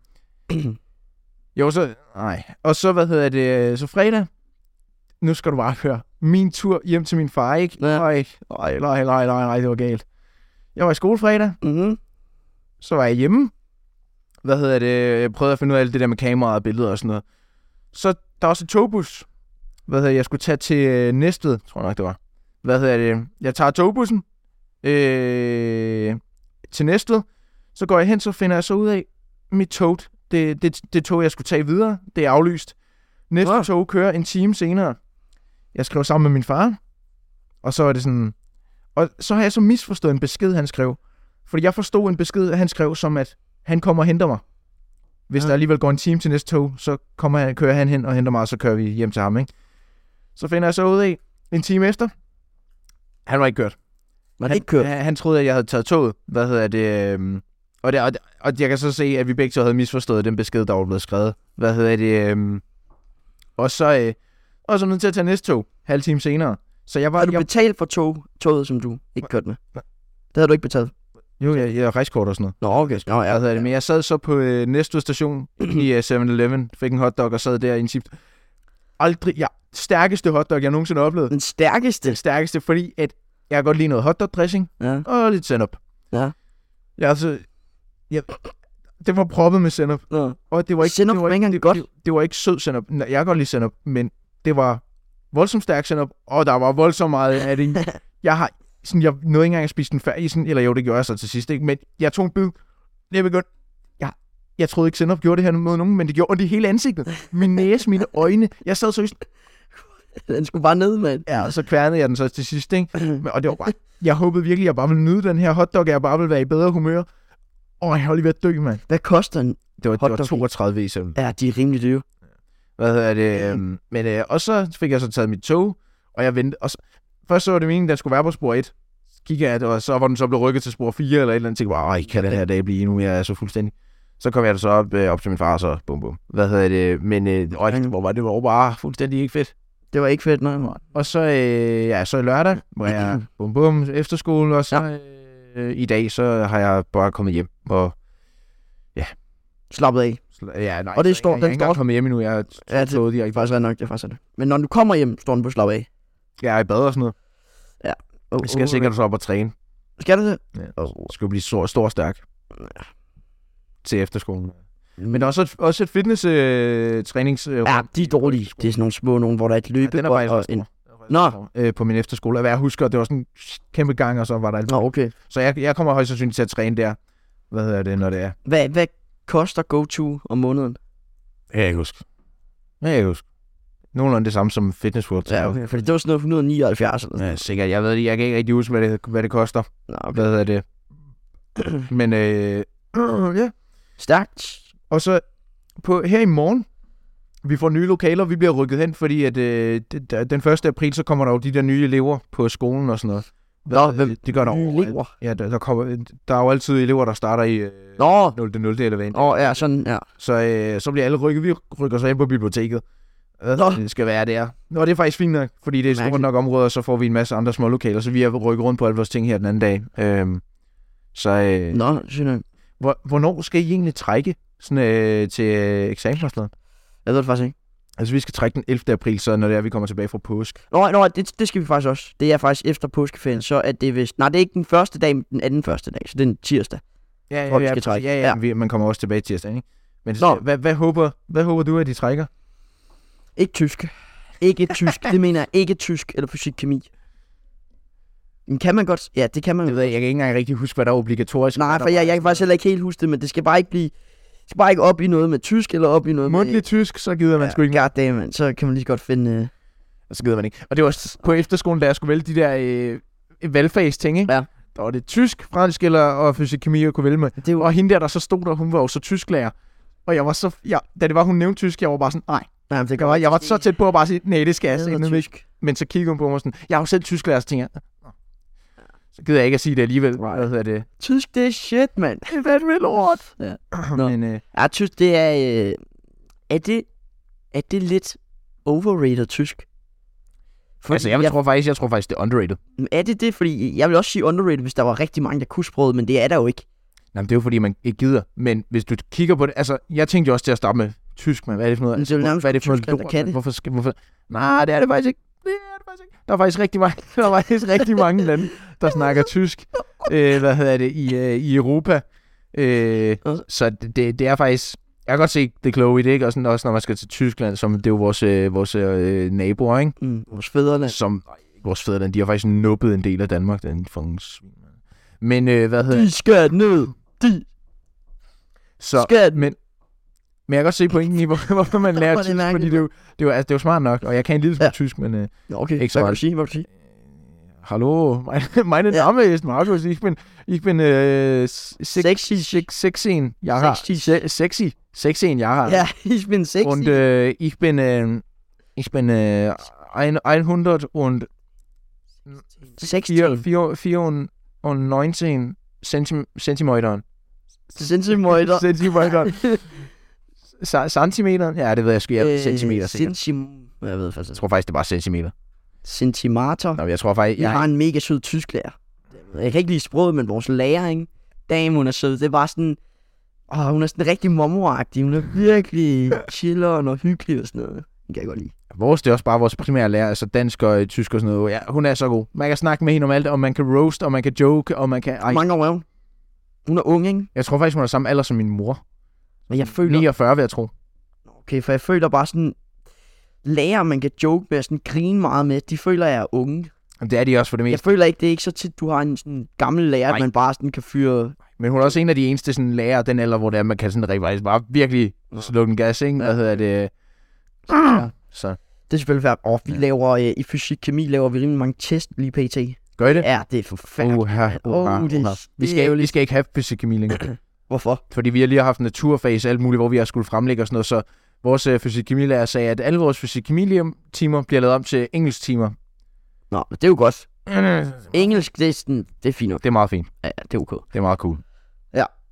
B: jo, så... Nej. Og så, hvad hedder det? øh, Så fredag. Nu skal du bare høre. Min tur hjem til min far, ikke?
A: Ja.
B: Nej, nej, nej, nej, nej, nej, det var galt. Jeg var i skole fredag,
A: Mhm.
B: så var jeg hjemme. Hvad hedder det? Jeg prøvede at finde ud af alt det der med kameraer og billeder og sådan noget. Så der er også et togbus. Hvad hedder det? Jeg skulle tage til øh, Næstved, tror jeg nok, det var. Hvad hedder det? Jeg tager togbussen øh, til Næstved. Så går jeg hen, så finder jeg så ud af, mit tog, det, det, det tog, jeg skulle tage videre, det er aflyst. Næste
A: Nå.
B: tog kører en time senere. Jeg skrev sammen med min far, og så er det sådan... Og så har jeg så misforstået en besked, han skrev. Fordi jeg forstod en besked, han skrev, som at han kommer og henter mig. Hvis
A: Ja.
B: ja. der alligevel går en time til næste tog, så kommer han, kører han hen og henter mig, og så kører vi hjem til ham, ikke? Så finder jeg så ud af, en time efter, han var ikke kørt.
A: Var det
B: Han,
A: ikke kørt?
B: Han, han troede, at jeg havde taget toget. Hvad hedder det? Øhm, og, det og, og jeg kan så se, at vi begge to havde misforstået den besked, der var blevet skrevet. Hvad hedder det? Øhm, og så øh, og så nødt til at tage næste tog, halv time senere. Så jeg var...
A: Har du
B: Jeg,
A: betalt for tog, toget, som du ikke kørte med? Det havde du ikke betalt.
B: jo, jeg, jeg har rejsekort og sådan noget.
A: Nå, okay. Nå, ja.
B: Hvad hedder Altså, det? Men jeg sad så på øh, Næstved station i øh, 7-Eleven, fik en hotdog og sad der i en chip. Aldrig... Ja, stærkeste hotdog, jeg nogensinde har oplevet.
A: Den stærkeste.
B: Den stærkeste, fordi at jeg kan godt lide noget hotdog dressing.
A: Ja.
B: og lidt sennep.
A: Ja.
B: Ja, altså... Ja, det var proppet med sennep,
A: Nå.
B: og det var ikke...
A: Sennep
B: det var
A: var ikke engang
B: det,
A: godt.
B: Det, det, var ikke sød sennep. Nej, jeg kan godt lide sennep, men det var voldsomt stærk sennep, og der var voldsomt meget af det. i. Jeg har... Sådan, jeg nåede ikke engang at spise den færdig, sådan, eller jo, det gjorde jeg så til sidst, ikke? Men jeg tog en bid. Jeg begyndte... Jeg, jeg troede ikke, sennep gjorde det her mod nogen, men det gjorde ondt i hele ansigtet. Min næse, mine øjne. Jeg sad så
A: Den skulle bare ned, mand.
B: Ja, og så kværnede jeg den så til sidst, ikke? Men- Og det var bare, jeg håbede virkelig, at jeg bare ville nyde den her hotdog, og jeg bare ville være i bedre humør. Og jeg var lige ved at dø, mand.
A: Hvad koster den?
B: Det var, det var
A: Hotdog.
B: 32 i søvn.
A: Ja, de er rimelig dyre.
B: Hvad hedder det? Øhm, men, øh, og så fik jeg så taget mit tog, og jeg ventede. Og så, først så var det meningen, den skulle være på spor 1. Så kiggede jeg, og så var den så blevet rykket til spor 4 eller et eller andet. Jeg tænkte bare, "Ej, kan den her dag blive endnu mere så fuldstændig. Så kom jeg så op, øh, op til min far, og så bum bum. Hvad hedder det? Men øh, øj, hvor var det var bare fuldstændig ikke fedt.
A: Det var ikke fedt, nej.
B: Og så, øh, ja, så i lørdag, hvor jeg bum bum efterskole, og så øh, i dag, så har jeg bare kommet hjem. Og,
A: Slappet af.
B: ja, nej,
A: Og det
B: så
A: står-
B: jeg, jeg er
A: den
B: ikke engang
A: står-
B: kommet hjem endnu, jeg er
A: Ja, det,
B: slået direkte.
A: det er faktisk ret nok, det er faktisk ret nok. Men når du kommer hjem, står den på slap af.
B: Jeg er i bad og sådan noget.
A: Oh,
B: Jeg skal sikkert så op og træne.
A: Skal du det?
B: Ja.
A: Oh.
B: Skal blive stor, stor og stærk. øh, Til efterskolen.
A: Men
B: Men også et, også et fitness øh, trænings... Øh,
A: Ja, de er dårlige. Det er sådan nogle små nogen, hvor der er et løbe.
B: den er faktisk
A: og,
B: ret
A: en...
B: Nå. Øh, på min efterskole. Og hvad jeg husker, det var sådan en kæmpe gang, og så var der alt.
A: Nå, okay.
B: Så jeg, jeg kommer højst sandsynligt til at træne der. Hvad hedder det, når det er?
A: Hvad, hvad koster go-to om måneden?
B: Jeg kan ikke huske. Jeg kan ikke huske. Nogenlunde det samme som Fitness World.
A: Ja, okay. Fordi det var sådan noget 179 eller sådan
B: Ja, sikkert. Jeg ved det. Jeg kan ikke rigtig huske, hvad det, hvad det koster.
A: noget. Nå, okay.
B: Hvad hedder det? Men øh, ja,
A: Stærkt.
B: Og så på, her i morgen, vi får nye lokaler, vi bliver rykket hen, fordi at, øh, det- der- den 1. april, så kommer der jo de der nye elever på skolen og sådan noget.
A: Nå, hvem?
B: Det gør der
A: Nye
B: overalt.
A: elever.
B: Ja, der, der, kommer, der er jo altid elever, der starter i øh,
A: Nå,
B: 0. 0. eller hvad end.
A: Åh, ja, sådan, ja.
B: Så, øh, så bliver alle rykket, vi rykker så ind på biblioteket. Øh,
A: Nå.
B: Det skal være der. Nå, det er faktisk fint nok, fordi det er et stort
A: Mærkeligt.
B: nok område, og så får vi en masse andre små lokaler, så vi har rykket rundt på alle vores ting her den anden dag. Øhm, så øh,
A: Nå, synes jeg.
B: hvor, hvornår skal I egentlig trække sådan, øh, til øh, eksamen og sådan noget?
A: Jeg ved det faktisk ikke.
B: Altså, vi skal trække den 11. april, så når det er, vi kommer tilbage fra påske.
A: Nå, nå det, det skal vi faktisk også. Det er faktisk efter påskeferien, så at det er vist... Nej, det er ikke den første dag, men den anden første dag, så det er en tirsdag.
B: Ja,
A: Hvor vi skal trække.
B: Ja, ja,
A: Ja.
B: ja. Vi, man kommer også tilbage tirsdag, ikke? Men
A: Nå.
B: Nå. Hvad, hvad, håber, hvad håber du, at de trækker?
A: Ikke tysk. Ikke tysk. det mener jeg. Ikke tysk eller fysik-kemi. Men kan man godt... Ja, det kan man
B: Jeg, ved, jeg kan ikke engang rigtig huske, hvad der er obligatorisk.
A: Nej, for jeg, jeg kan faktisk heller ikke helt huske det, men det skal bare ikke blive... Det skal bare ikke op i noget med tysk, eller op i noget med...
B: Mundtlig tysk, så gider man øh, ja. sgu ikke.
A: God damn, man. Så kan man lige så godt finde... Øh...
B: Så gider man ikke. Og det var også på efterskolen, da jeg skulle vælge de der øh, valgfagsting, ikke?
A: Ja.
B: Der var det tysk, fransk eller og fysik, kemi, jeg kunne vælge med.
A: Det er jo...
B: Og hende der, der så stod der, hun var jo så tysklærer. Og jeg var så... Ja, da det var, hun nævnte tysk, jeg var bare sådan, nej.
A: Nej, men det
B: Jeg var, jeg var så tæt på at bare sige, nej, det skal jeg
A: Jeg
B: sige.
A: hader tysk.
B: Men så kiggede hun på mig sådan, jeg er jo selv tysklærer, så tænker jeg, "Nå." så gider jeg ikke at sige det alligevel.
A: Nej.
B: Hvad hedder det?
A: Tysk, det er shit, mand.
B: Det er fandme lort.
A: Ja. Nå.
B: Nå. Men, øh,
A: Ja, tysk, det er... Øh... Er det... Er det lidt overrated tysk? Fordi
B: altså, jeg, jeg, tror faktisk, jeg tror faktisk, det er underrated.
A: Er det det? Fordi jeg vil også sige underrated, hvis der var rigtig mange, der kunne sproget, men det er der jo ikke.
B: Nå, men det er jo fordi, man ikke gider. Men hvis du kigger på det, altså, jeg tænkte jo også til at starte med tysk, men hvad er det for noget?
A: Men det er jo
B: Altså,
A: nærmest
B: hvad er det for
A: Tyskland, der kan
B: mand?
A: det.
B: Hvorfor skal, hvorfor? Nej, det er det faktisk ikke. Det er det faktisk ikke. Der er faktisk rigtig mange, der er faktisk rigtig mange lande, der snakker tysk. Øh, hvad hedder det? I, øh, i Europa. Øh, så det, det, det er faktisk... Jeg kan godt se det kloge i det, ikke? Og sådan, også når man skal til Tyskland, som det er jo vores, øh, vores øh, naboer, ikke?
A: Mm, vores fædrene.
B: Som ej, ikke vores fædrene, de har faktisk nuppet en del af Danmark. Den fucking svin, mand. Men øh, hvad hedder
A: De skal ned. De
B: så,
A: skal ned.
B: men, men jeg kan godt se pointen i, hvor, hvorfor man lærer
A: Hvor er det
B: tysk, fordi
A: mærkeligt.
B: det er, jo, det, er jo, altså, det er jo smart nok, og jeg kan en lille smule
A: Ja.
B: ja. tysk, men øh,
A: Nå, Okay,
B: Ikke så
A: hvad kan
B: meget.
A: du sige? Hvad kan du sige?
B: hallo, mein- meine
A: Ja.
B: Name ist Markus, ich bin, ich bin øh, sexy,
A: Sexy chick.
B: sexy, jeg har,
A: Sexy
B: se, sexy, sexy, jeg har,
A: Ja, ich bin sexy.
B: und øh, ich bin, øh, ich bin øh, ein- 100 und 4,
A: 16
B: 4, 419 centim, centimeteren.
A: centimeter.
B: Centimeteren. Sa- Centimeteren? Ja, det ved jeg sgu.
A: Øh,
B: Jeg, centimeter, sikkert.
A: Centim... Jeg ved faktisk
B: Jeg
A: ikke.
B: tror faktisk, det er bare centimeter.
A: Centimeter.
B: Nå, men jeg tror faktisk...
A: Vi
B: Jeg,
A: har en mega sød tysklærer. Jeg kan ikke lide sproget, men vores lærer, ikke? Dame, hun er sød. Det er bare sådan... Åh, hun er sådan rigtig momoragtig. Hun er virkelig chilleren og hyggelig og sådan noget. Det kan jeg godt lide.
B: Vores, det er også bare vores primære lærer, altså dansk og øh, tysk og sådan noget. Ja, hun er så god. Man kan snakke med hende om alt, og man kan roast, og man kan joke, og man kan... Ej,
A: Hvor mange år er hun? Hun er ung, ikke?
B: jeg tror faktisk, hun er samme alder som min mor.
A: Men jeg føler...
B: 49, vil jeg tro.
A: Okay, for jeg føler bare sådan... Lærer, man kan joke med og sådan grine meget med, de føler, jeg er unge.
B: Jamen, det er de også for det
A: Jeg
B: mest.
A: føler ikke, det er ikke så tit, du har en sådan gammel lærer, at
B: Nej.
A: man bare sådan kan fyre
B: Men hun er også en af de eneste sådan, lærere af den alder, hvor det er, man kan sådan rigtig faktisk bare virkelig slukke en gas, ikke? Hvad hedder det?
A: Ja.
B: Så.
A: Det er selvfølgelig fair. Og vi
B: Ja.
A: ja. laver, øh, i fysik kemi laver vi rimelig mange test lige pt.
B: Gør I det?
A: Ja, det er forfærdeligt.
B: Uh, her,
A: Åh, uh, det,
B: Vi skal jo lige skal ikke have fysikemi længere.
A: Hvorfor?
B: fordi vi har lige haft naturfase og alt muligt, hvor vi har skulle fremlægge og sådan noget. Så vores øh, fysikkemilærer sagde, at alle vores fysikkemi-timer bliver lavet om til engelsktimer.
A: Nå, men det er jo godt. Engelsk, det er, sådan, det er fint nok.
B: Det er meget fint.
A: Ja, ja, det er okay.
B: Det er meget cool.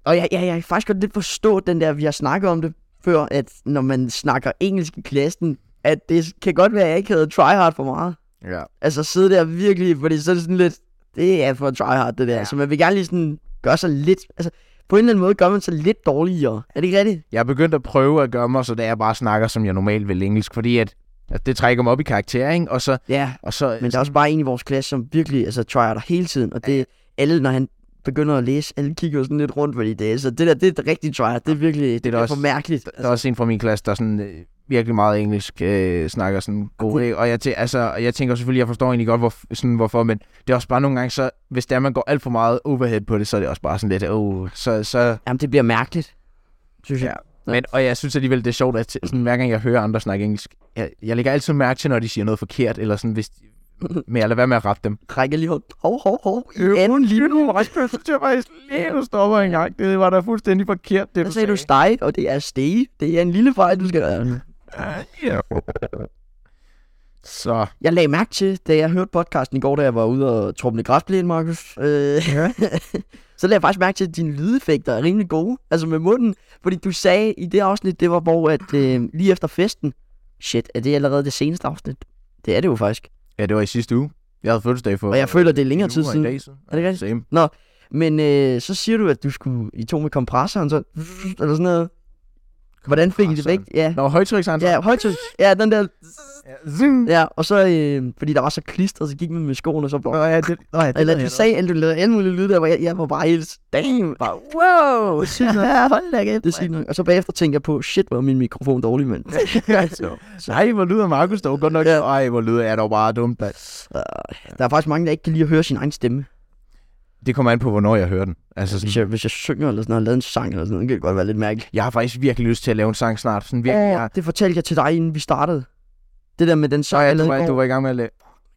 A: Og jeg, jeg, jeg kan faktisk godt lidt forstå den der, vi har snakket om det før, at når man snakker engelsk i klassen, at det kan godt være, at jeg ikke havde tryhard for meget.
B: Ja.
A: Altså sidde der virkelig, fordi så er det sådan lidt, det er for tryhard det der.
B: Ja.
A: Ja. Så man vil gerne lige sådan gøre sig lidt, altså på en eller anden måde gør man sig lidt dårligere. Er det ikke rigtigt?
B: Jeg er begyndt at prøve at gøre mig, så det er jeg bare snakker, som jeg normalt vil engelsk. Fordi at, at det trækker mig op i karakter, ikke? Og så...
A: Ja.
B: Og så
A: Men der er også bare en i vores klasse, som virkelig altså, tryharder hele tiden, og det er alle, når han begynder at læse, alle kigger jo sådan lidt rundt, fordi det er, så det der, det er et rigtigt tryhard, det er virkelig, det,
B: da
A: det er
B: også-
A: for mærkeligt.
B: Der er også en fra min klasse, der sådan, øh, virkelig meget engelsk øh, snakker sådan god det... og jeg, tæ- altså, og jeg tænker selvfølgelig, jeg forstår egentlig godt, hvor, sådan, hvorfor, men det er også bare nogle gange, så hvis der man går alt for meget overhead på det, så er det også bare sådan lidt, oh, så, så
A: Jamen, det bliver mærkeligt, synes jeg.
B: ja. Men, og jeg synes alligevel, det er sjovt, at sådan, hver gang jeg hører andre snakke engelsk, jeg, jeg lægger altid mærke til, når de siger noget forkert, eller sådan, hvis, men jeg lader være med at rette dem.
A: rækker lige hånden. Hov, hov, hov. I anden lige nu.
B: Det var faktisk lige, du stopper en gang. Det var da fuldstændig forkert, det
A: Så sagde du steg, og det er stege. Det er en lille fejl, du skal gøre.
B: Så,
A: Jeg lagde mærke til, da jeg hørte podcasten i går, da jeg var ude og trumle græsplæne, Markus. Øh, ja. så lagde jeg faktisk mærke til, at dine lydeffekter er rimelig gode. Altså med munden. Fordi du sagde i det afsnit, det var hvor, at øh, lige efter festen. Shit, er det allerede det seneste afsnit? Det er det jo faktisk.
B: ja, det var i sidste uge. Jeg havde fødselsdag for...
A: Og jeg føler, det er længere tid
B: uger i
A: siden.
B: dag, så.
A: Er det rigtigt?
B: Same.
A: Men øh, så siger du, at du skulle i to med kompressoren, så... Eller sådan noget. Hvordan fik I det væk? Ja,
B: Nå, højtrykshandler.
A: ja højtøj. Ja, den der
B: Zoom.
A: Ja, og så, øh, fordi der var så klistret, så gik man med skoene, og så
B: Nå,
A: blå.
B: ja, det, nå, ja, det
A: Eller
B: ved
A: du
B: jeg
A: sagde, at du lavede alle mulige lyde der, hvor jeg, jeg var bare helt, damn, bare, wow, ja, hold da kæft. Det er sygt nok. Og så bagefter tænker jeg på, shit, hvor min mikrofon dårlig, mand.
B: da. Nej, hvor lyder Markus dog godt nok.
A: Ja.
B: Ej, hvor lyder jeg dog bare dumt. mand.
A: der er faktisk mange, der ikke kan lide at høre sin egen stemme.
B: Det kommer an på, hvornår jeg hører den. Altså,
A: Hvis
B: sådan,
A: jeg, hvis jeg synger eller sådan noget, lavet en sang eller sådan noget, det kan det godt være lidt mærkeligt.
B: jeg har faktisk virkelig lyst til at lave en sang snart. Sådan virkelig, jeg,
A: Det fortalte jeg til dig, inden vi startede. Det der med den
B: så
A: sang,
B: jeg
A: lavede
B: tror,
A: i
B: at du
A: går.
B: var i gang med at lave.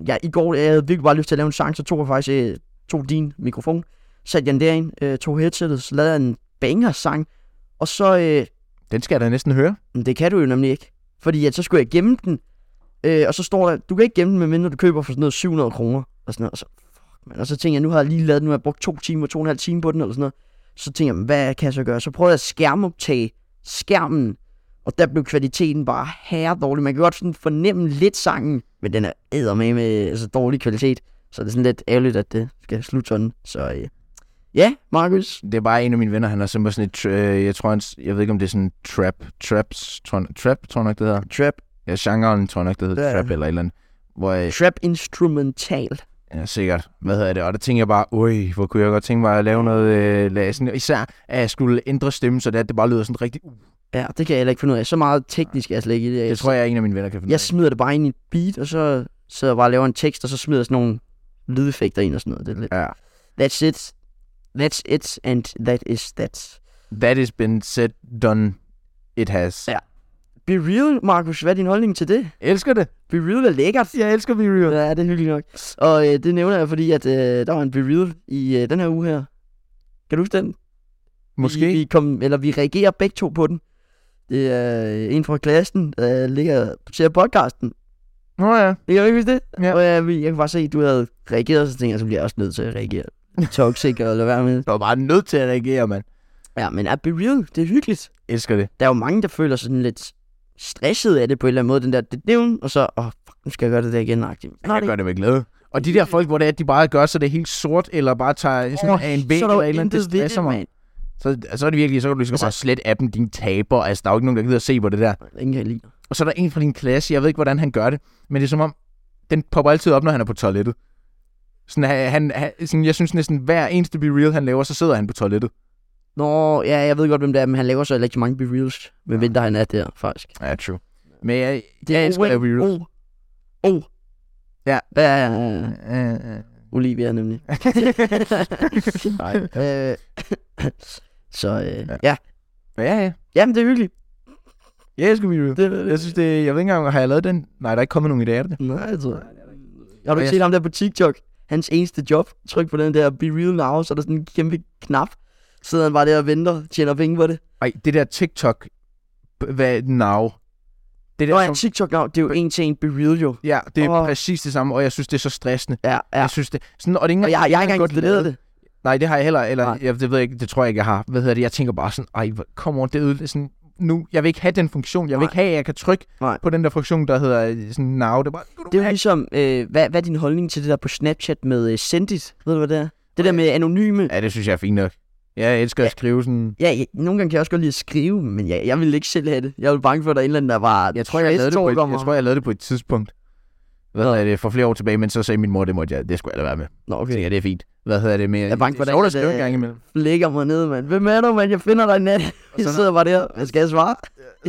A: Ja, i går, jeg havde virkelig bare lyst til at lave en sang, så tog jeg faktisk øh, tog din mikrofon, satte jeg den derind, øh, tog headsetet, så lavede jeg en banger-sang, og så, øh,
B: Den skal jeg da næsten høre.
A: men det kan du jo nemlig ikke, fordi at så skulle jeg gemme den, øh, og så står der, du kan ikke gemme den, medmindre du køber for sådan noget 700 kroner, og sådan noget, og så, fuck, man, og så tænkte jeg, nu har jeg lige lavet den, nu har jeg brugt to timer, to og en halv time på den, eller sådan noget, så tænkte jeg, "Men hvad kan jeg så gøre, så prøvede jeg at skærmoptage skærmen, og der blev kvaliteten bare herre dårlig. Man kan godt sådan fornemme lidt sangen, men den er eddermame med altså, dårlig kvalitet. Så det er sådan lidt ærgerligt, at det skal slutte sådan. Så øh, ja, Markus.
B: Det er bare en af mine venner, han har simpelthen sådan et, tr- øh, jeg tror, han, s- jeg ved ikke, om det er sådan trap, traps, tror, han- trap, tror jeg nok, det hedder.
A: Trap,
B: Ja, genren tror jeg nok, det hedder
A: Ja, ja.
B: trap eller et eller andet. Hvor øh, jeg,
A: trap instrumental.
B: Ja, sikkert. Hvad hedder det? Og der tænkte jeg bare, øj, hvor kunne jeg godt tænke mig at lave noget øh, la- sådan, Især, at jeg skulle ændre stemmen, så det, at det bare lyder sådan rigtig... Uh,
A: Ja, det kan jeg heller ikke finde ud af. Så meget teknisk er jeg slet ikke i det.
B: det tror jeg, en af mine venner kan finde
A: jeg
B: ud
A: smider det bare ind i et beat, og så sidder jeg bare og laver en tekst, og så smider jeg sådan nogle lydeffekter ind og sådan noget. Det er lidt.
B: af. Ja.
A: That's it. That's it, and that is that.
B: That has been said, done, it has.
A: Ja. Be real, Markus. Hvad er din holdning til det?
B: Jeg elsker det.
A: Be real er lækkert.
B: Jeg elsker Be Real.
A: Ja, det er hyggeligt nok. Og øh, det nævner jeg, fordi at, øh, der var en Be Real i øh, den her uge her. Kan du huske den?
B: Måske.
A: Vi, vi kom, eller vi reagerer begge to på den. Det er øh, en fra klassen, der ligger til podcasten.
B: Nå oh, ja.
A: Kan du ikke huske det?
B: Ja.
A: Og jeg, jeg kunne bare se, at du havde reageret, så tænkte jeg, så bliver jeg også nødt til at reagere. Toxic og lade være med.
B: Du var bare nødt til at reagere, mand.
A: Ja, men at Be Real, det er hyggeligt.
B: Elsker det.
A: Der er jo mange, der føler sig sådan lidt stresset af det på en eller anden måde. Den der, det nævn, og så, åh, oh, fuck, nu skal jeg gøre det der igen. Nå, det,
B: Jeg gør det med glæde. Og de der folk, hvor det er, at de bare gør, så det er helt sort, eller bare tager sådan af en væg
A: så er
B: eller
A: der jo
B: et eller andet, det
A: intet ved
B: stresser mig.
A: mand.
B: Så, så er det virkelig, så kan du lige så godt
A: Altså-
B: bare slet appen, din taber. Altså, der er jo ikke nogen, der gider at se på det der.
A: Ingen kan lide.
B: Og så er der en fra din klasse, jeg ved ikke, hvordan han gør det, men det er som om, den popper altid op, når han er på toilettet. Sådan, han- han, han, sådan, jeg synes næsten, hver eneste Be Real, han laver, så sidder han på toilettet.
A: Nå, ja, jeg ved godt, hvem det er, men han laver så heller ikke så mange be-reels, med vinter han er der, faktisk.
B: Ja, true. Men jeg,
A: Det er
B: jeg elsker at lave Be Real.
A: Oh. Oh.
B: Ja.
A: Ja, ja, ja.
B: Øh, øh.
A: Olivia nemlig.
B: Nej.
A: øh, så, øh, ja. ja.
B: Ja. Ja, ja.
A: Jamen, det er hyggeligt.
B: Ja, jeg skal video.
A: Det, det,
B: Jeg synes, det, jeg ved ikke engang, har jeg lavet den? Nej, der er ikke kommet nogen i dag, er der det?
A: Nej, jeg tror Har
B: Og
A: du
B: jeg-
A: ikke set ham der på TikTok? Hans eneste job. Tryk på den der Be Real Now, så er der sådan en kæmpe knap. Sidder han bare der og venter, tjener penge på det.
B: Ej, det der TikTok, b- hvad er det now? Det
A: Nå
B: der,
A: ja,
B: som,
A: TikTok now, det er jo en til en Be Real jo.
B: ja, det er
A: Åh.
B: præcis det samme, og jeg synes, det er så stressende.
A: Ja, ja.
B: Jeg synes det, sådan, og det er ikke
A: Og
B: engang-
A: jeg, jeg har ikke
B: kan
A: engang
B: godt lide
A: installeret det.
B: Nej, det har jeg heller, eller
A: Nej.
B: jeg, det ved jeg ikke, det tror jeg ikke, jeg har. Hvad hedder det? Jeg tænker bare sådan, ej, hvor- come on, det er ødelæggende. sådan, nu, jeg vil ikke have den funktion, jeg vil
A: Nej.
B: ikke have, at jeg kan trykke
A: Nej.
B: på den der funktion, der hedder øh, sådan now. Det er bare,
A: Det er jo ligesom, øh, hvad, hvad er din holdning til det der på Snapchat med uh, Sendit? Ved du, hvad det er? Det der med anonyme.
B: Ja, det synes jeg er fint nok. Jeg elsker at skrive sådan...
A: Ja, jeg, nogle gange kan jeg også godt lide at skrive, men jeg, jeg ville ikke selv have det. Jeg var bange for, at der er en eller anden, der var...
B: Jeg tror, jeg lavede, det på et, jeg tror, jeg lavede det på et tidspunkt. Hvad hedder det? For flere år tilbage, men så sagde min mor, det måtte jeg, det skulle jeg da være med.
A: Nå,
B: Okay.
A: okay.
B: Ja, det er fint. Hvad hedder det med?
A: er bange for,
B: det
A: der
B: er sjovt
A: ikke
B: at
A: er-
B: skrive en gang imellem.
A: Ligger mig ned, mand. Hvem er du, mand? Jeg finder dig i nat. Jeg
B: sådan-
A: sidder bare der. Hvad skal jeg svare?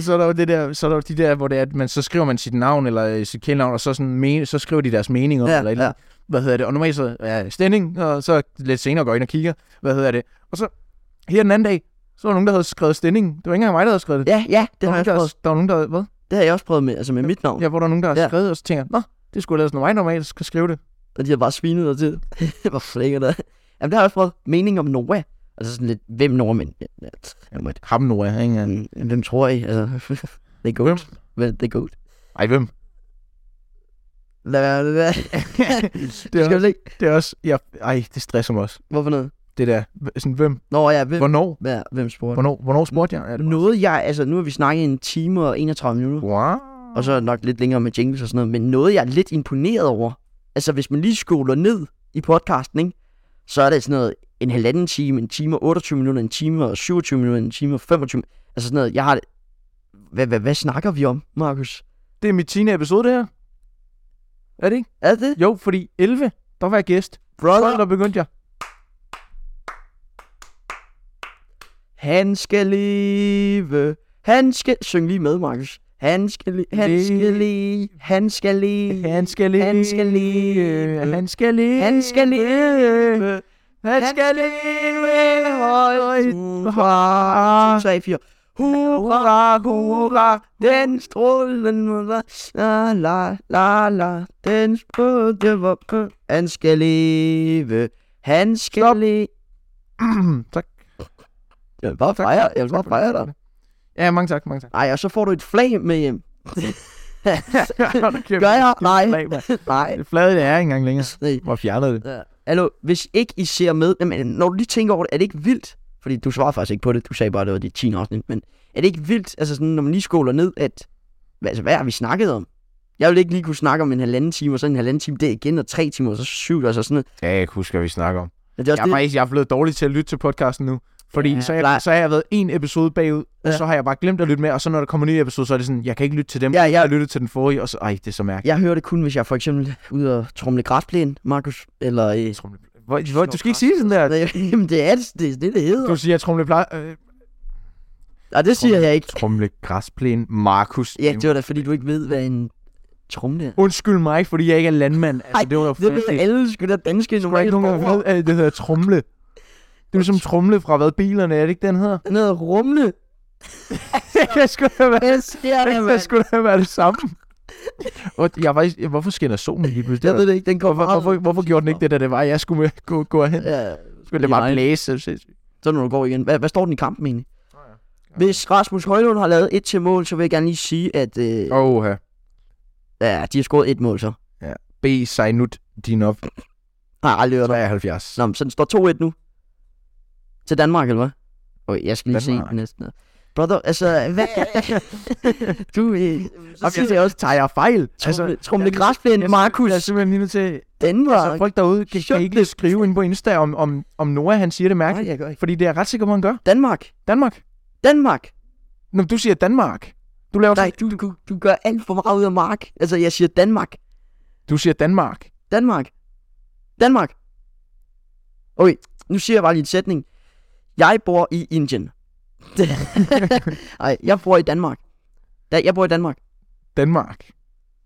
B: Så er der jo det der, så er der jo de der, hvor det er, at man, så skriver man sit navn eller øh, sit kælenavn, og så, sådan men, så skriver de deres mening om, ja,
A: Ja,
B: eller, et eller
A: ja.
B: andet. hvad hedder det, og normalt så er ja, stemning, og så lidt senere går jeg ind og kigger, hvad hedder det, og så her den anden dag, så var der nogen, der havde skrevet stemning. Det var ikke engang mig, der havde skrevet det.
A: Ja, ja, det
B: der,
A: har
B: var
A: jeg
B: nogen,
A: også
B: der,
A: prøvet.
B: der var nogen, der, hvad?
A: Det har jeg også prøvet med, altså med mit navn.
B: Ja, hvor der var nogen, der havde
A: Ja.
B: skrevet, og så tænker jeg, nå, det skulle ellers, når mig normalt skal skrive det.
A: Og de har bare svinet dig til. Hvor flækker der. Jamen, der har jeg også prøvet mening om Noah. Altså sådan lidt, hvem Noah, men... Mm, Ja, ja,
B: Jamen, ham nu er, ikke? Ja.
A: men Hvem tror I? Altså, det er
B: Hvem?
A: godt. Hvem? Det er godt.
B: Ej, hvem?
A: Lad være, lad være.
B: det, er,
A: Skal vi ikke?
B: det er også, ja, ej, det stresser mig også.
A: Hvorfor noget?
B: Det der, hv- sådan, hvem?
A: Nå ja, hvem,
B: Hvornår?
A: ja, hvem spurgte?
B: Hvornår, hvornår spurgte jeg? Ja, det var-
A: Noget jeg, altså nu har vi snakket i en time og 31 minutter.
B: Wow.
A: Og så nok lidt længere med jingles og sådan noget. Men noget, jeg er lidt imponeret over. Altså, hvis man lige skoler ned i podcasten, ikke? så er det sådan noget en halvanden time, en time og 28 minutter, en time og 27 minutter, en time og 25 Altså sådan noget, jeg har det. Hvad, hvad, hvad snakker vi om, Markus?
B: Det er mit tiende episode, det her. Er det ikke?
A: Er det det?
B: Jo, fordi 11, der var jeg gæst.
A: Brother,
B: 12, der begyndte jeg.
A: han skal leve. Han skal... Syng lige med, Markus. Han skal leve. Han skal leve. Han skal leve.
B: Han skal leve. Øh,
A: Han skal leve.
B: Han skal leve.
A: Han skal leve.
B: Han
A: Hurra,
B: skal leve. Højt.
A: 2, 3, 4. Hurra, hurra, den strålen var la la la la, den stråle var på. Han skal leve, han skal
B: Stop.
A: leve.
B: tak.
A: Jeg vil bare fejre, jeg vil bare fejre dig.
B: Ja, mange tak, mange tak.
A: Ej, og så får du et flag med hjem.
B: Hold da kæft.
A: Gør jeg? Nej.
B: Flag, mand.
A: Nej.
B: Det flade, det er ikke engang længere.
A: Nej.
B: Hvor fjernede det?
A: Ja. Øh, Hallo, hvis ikke I ser med, jamen, når du lige tænker over det, er det ikke vildt? Fordi du svarede faktisk ikke på det, du sagde bare, at det var dit 10. afsnit, men er det ikke vildt, altså sådan, når man lige skåler ned, at hvad, altså, hvad har vi snakket om? Jeg ville ikke lige kunne snakke om en halvanden time, og så en halvanden time det igen, og tre timer, og så syv, og så sådan noget.
B: Ja, jeg husker, vi snakker om.
A: Men det er
B: Jeg er
A: også det,
B: faktisk, jeg er blevet dårlig til at lytte til podcasten nu. Fordi
A: Ja,
B: ja, så, har
A: nej.
B: jeg, så har jeg været en episode bagud, og
A: Ja.
B: så har jeg bare glemt at lytte med, og så når der kommer en ny episode, så er det sådan, jeg kan ikke lytte til dem.
A: Ja,
B: Jeg
A: jeg,
B: har lyttet til den forrige, og så, ej, det er så mærkeligt.
A: jeg hører det kun, hvis jeg for eksempel er ude og trumle græsplænen, Markus, eller... Øh,
B: Hvor, hvor, du skal ikke sige det sådan der.
A: jamen, det er det, det, er det, det hedder.
B: Du siger trumle pleje. Øh,
A: Nej, det siger jeg ikke.
B: trumle græsplæne, Markus.
A: Ja, det var da, fordi du ikke ved, hvad en trumle er.
B: Undskyld mig, fordi jeg ikke er landmand. Altså,
A: Ej,
B: det var jo
A: Det ved alle sgu da danske
B: Der er ikke nogen, der ved, at det hedder trumle. Det er ligesom trumle fra, hvad bilerne er, det ikke den hedder?
A: Noget rumle.
B: Det kan sgu da være,
A: Hvad sker der,
B: det kan
A: mand?
B: sgu da være det samme. Og jeg er faktisk, hvorfor skinner solen lige pludselig?
A: Jeg ved det ikke, den kommer
B: Hvorfor, hvorfor, hvorfor gjorde den ikke det, da det var, jeg skulle med, gå, gå hen?
A: Ja,
B: Skulle det bare blæse? så-
A: så når du går igen. Hvad, hvad står den i kampen egentlig?
B: Nå ja.
A: Hvis Rasmus Højlund har lavet et til mål, så vil jeg gerne lige sige, at øh,
B: Åh, oh,
A: ja, de har scoret et mål så.
B: B. Sejnut, din op.
A: Har jeg aldrig hørt om.
B: 73.
A: Nå, men så den står 2-1 nu. Til Danmark, eller hvad? Okay, jeg skal lige
B: Danmark.
A: se den næsten. Brother, altså, hvad? du, øh, så siger jeg også,
B: tager jeg fejl.
A: altså, trumle græsplæne, Markus,
B: Jeg er simpelthen lige nødt til... Altså,
A: Danmark.
B: folk derude kan, kan
A: Shut
B: ikke skrive ind på Insta, om, om, om Noah han siger det
A: Nej,
B: mærkeligt.
A: jeg gør ikke.
B: Fordi det er jeg ret sikker på, han gør.
A: Danmark.
B: Danmark.
A: Danmark.
B: Nå, men du siger Danmark. Du, laver
A: Nej, du, du, du gør alt for meget ud af Mark. Altså, jeg siger Danmark.
B: du siger Danmark.
A: Danmark. Danmark. Okay, nu siger jeg bare lige en sætning. Jeg bor i Indien. Nej, jeg bor i Danmark. Da, jeg bor i Danmark.
B: Danmark.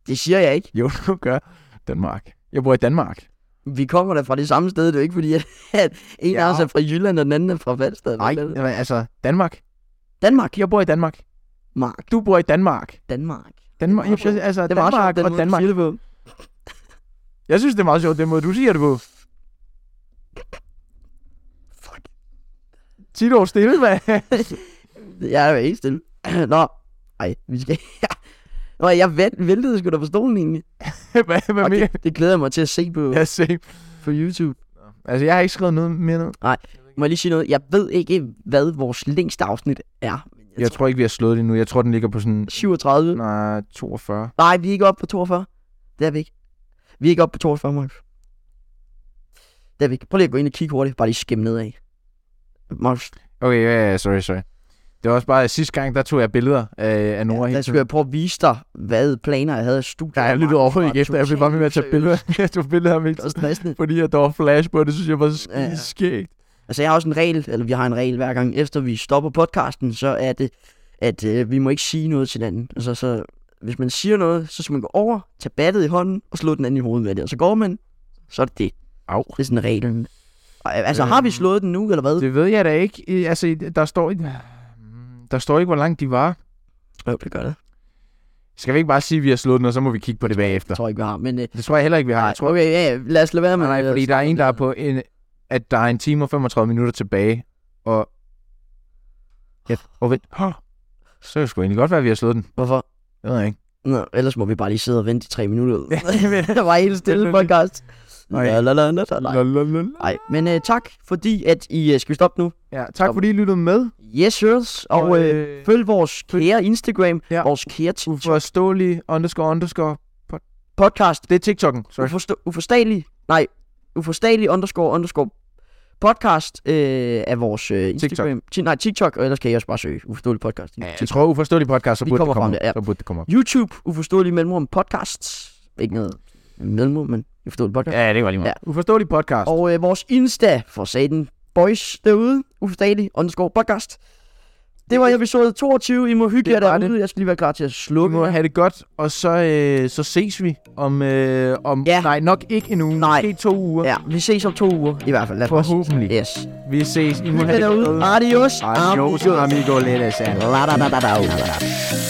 A: Det siger jeg ikke.
B: Jo, du gør Danmark. Jeg bor i Danmark.
A: Vi kommer da fra det samme sted. Det er jo ikke fordi, at, at en ja.
B: Ja.
A: af os er fra Jylland, og den anden er fra Valstad.
B: Nej,
A: Vel?
B: altså Danmark.
A: Danmark.
B: Jeg bor i Danmark.
A: Mark.
B: Du bor i Danmark.
A: Danmark.
B: Danmark, jeg, jeg, altså,
A: Det
B: det
A: var også
B: Danmark
A: den måde,
B: og
A: du
B: Danmark.
A: siger det på.
B: Jeg synes, det er meget sjovt, den måde, du siger det på.
A: Fuck.
B: 10 år stille, hvad?
A: Jeg er jo ikke stille. Nå, ej, vi skal... Nå, jeg vælt- væltede sgu da på stolen egentlig.
B: hvad, hvad
A: Okay,
B: okay.
A: det glæder jeg mig til at se på,
B: Jeg ser.
A: på YouTube.
B: Altså, jeg har ikke skrevet noget mere ned.
A: Må jeg lige sige noget? Jeg ved ikke, hvad vores længste afsnit er. men Jeg
B: Jeg tror ikke, vi har slået det nu. Jeg tror, den ligger på sådan...
A: tror 37.
B: Nej, 42.
A: Nej, vi er ikke oppe på 42. Det er vi ikke. Vi er ikke oppe på 42, Mark. Det er vi ikke. Prøv lige at gå ind og kigge hurtigt. Bare lige skæmme nedad. Mark,
B: Okay, ja, ja, sorry, sorry. Det var også bare, at sidste gang, der tog jeg billeder af, af Nora.
A: der
B: hele
A: skulle
B: tiden.
A: jeg prøve at vise dig, hvad planer jeg havde af studiet.
B: Nej, jeg lyttede overhovedet ikke efter. Jeg blev bare ved med at tage billeder. Jeg tog billeder af mig.
A: Det er også næsten.
B: Fordi at der var flash på, det synes jeg var
A: Ja, ja.
B: sk- skægt.
A: Altså, jeg har også en regel, eller vi har en regel hver gang, efter vi stopper podcasten, så er det, at øh, vi må ikke sige noget til hinanden. Altså, så hvis man siger noget, så skal man gå over, tage battet i hånden og slå den anden i hovedet med det. Og så går man, så er det det.
B: Au.
A: Det er sådan reglen. Og, øh, altså, har vi
B: Øhm,
A: slået den nu, eller hvad?
B: Det ved jeg da ikke. I- Altså, i- der står ikke... Der står ikke, hvor langt de var.
A: Jo, det gør det.
B: Skal vi ikke bare sige, at vi har slået den, og så må vi kigge på det bagefter?
A: Jeg tror ikke, vi har, men... Øh,
B: Det tror jeg heller ikke, vi har.
A: nej,
B: Jeg tror,
A: okay, ja, ja, lad os lade være med...
B: nej, nej, fordi der er en, der er på en... At der er en time og 35 minutter tilbage, og... Ja, og vent. Hå. Så kan det sgu egentlig godt være, at vi har slået den.
A: Hvorfor?
B: Jeg ved jeg ikke.
A: Nå, ellers må vi bare lige sidde og vente i tre minutter.
B: men-
A: der var helt stille
B: men-
A: podcast.
B: Nej.
A: La, la, la, la, la, la.
B: Lalalala.
A: Nej, men øh, tak, fordi at I... Øh, skal vi stoppe nu?
B: Ja, tak fordi I lyttede med.
A: Yes, sirs. Og øh, følg vores kære Instagram, ja.
B: Ja.
A: vores kære TikTok
B: uforståelig underscore underscore.
A: podcast.
B: Det er TikTok'en. Sorry.
A: Uforstå- uforståelig, nej, uforståelig underscore underscore podcast øh, af vores øh, Instagram. TikTok. Nej, TikTok, og ellers kan I også bare søge uforståelig podcast.
B: Ja, jeg
A: TikTok.
B: tror uforståelig podcast, så
A: Vi
B: burde
A: kommer
B: det komme
A: frem
B: op.
A: der, ja.
B: Så burde det komme op.
A: YouTube, uforståelig mellemrum podcast. Ikke noget mellemrum, men uforståelig podcast.
B: Ja, det var lige meget. Ja. Uforståelig podcast. Og
A: Og øh, vores Insta for satan boys derude, uforståelig underscore podcast. Det var episode 22. I må hygge
B: Det
A: jer
B: var det.
A: derude. Jeg skal lige være klar til at
B: du
A: slukke.
B: må have det godt, og så, øh, så ses vi om, øh, om
A: Ja.
B: nej, nok ikke en uge,
A: Nej.
B: måske to uger.
A: Ja, vi ses om to uger. I hvert fald. Lad os bare-
B: Forhåbentlig.
A: Yes.
B: Vi ses. I må
A: Vi
B: have det
A: derude.
B: godt.
A: Adios.
B: Adios, amigo, let us
A: La da da da da.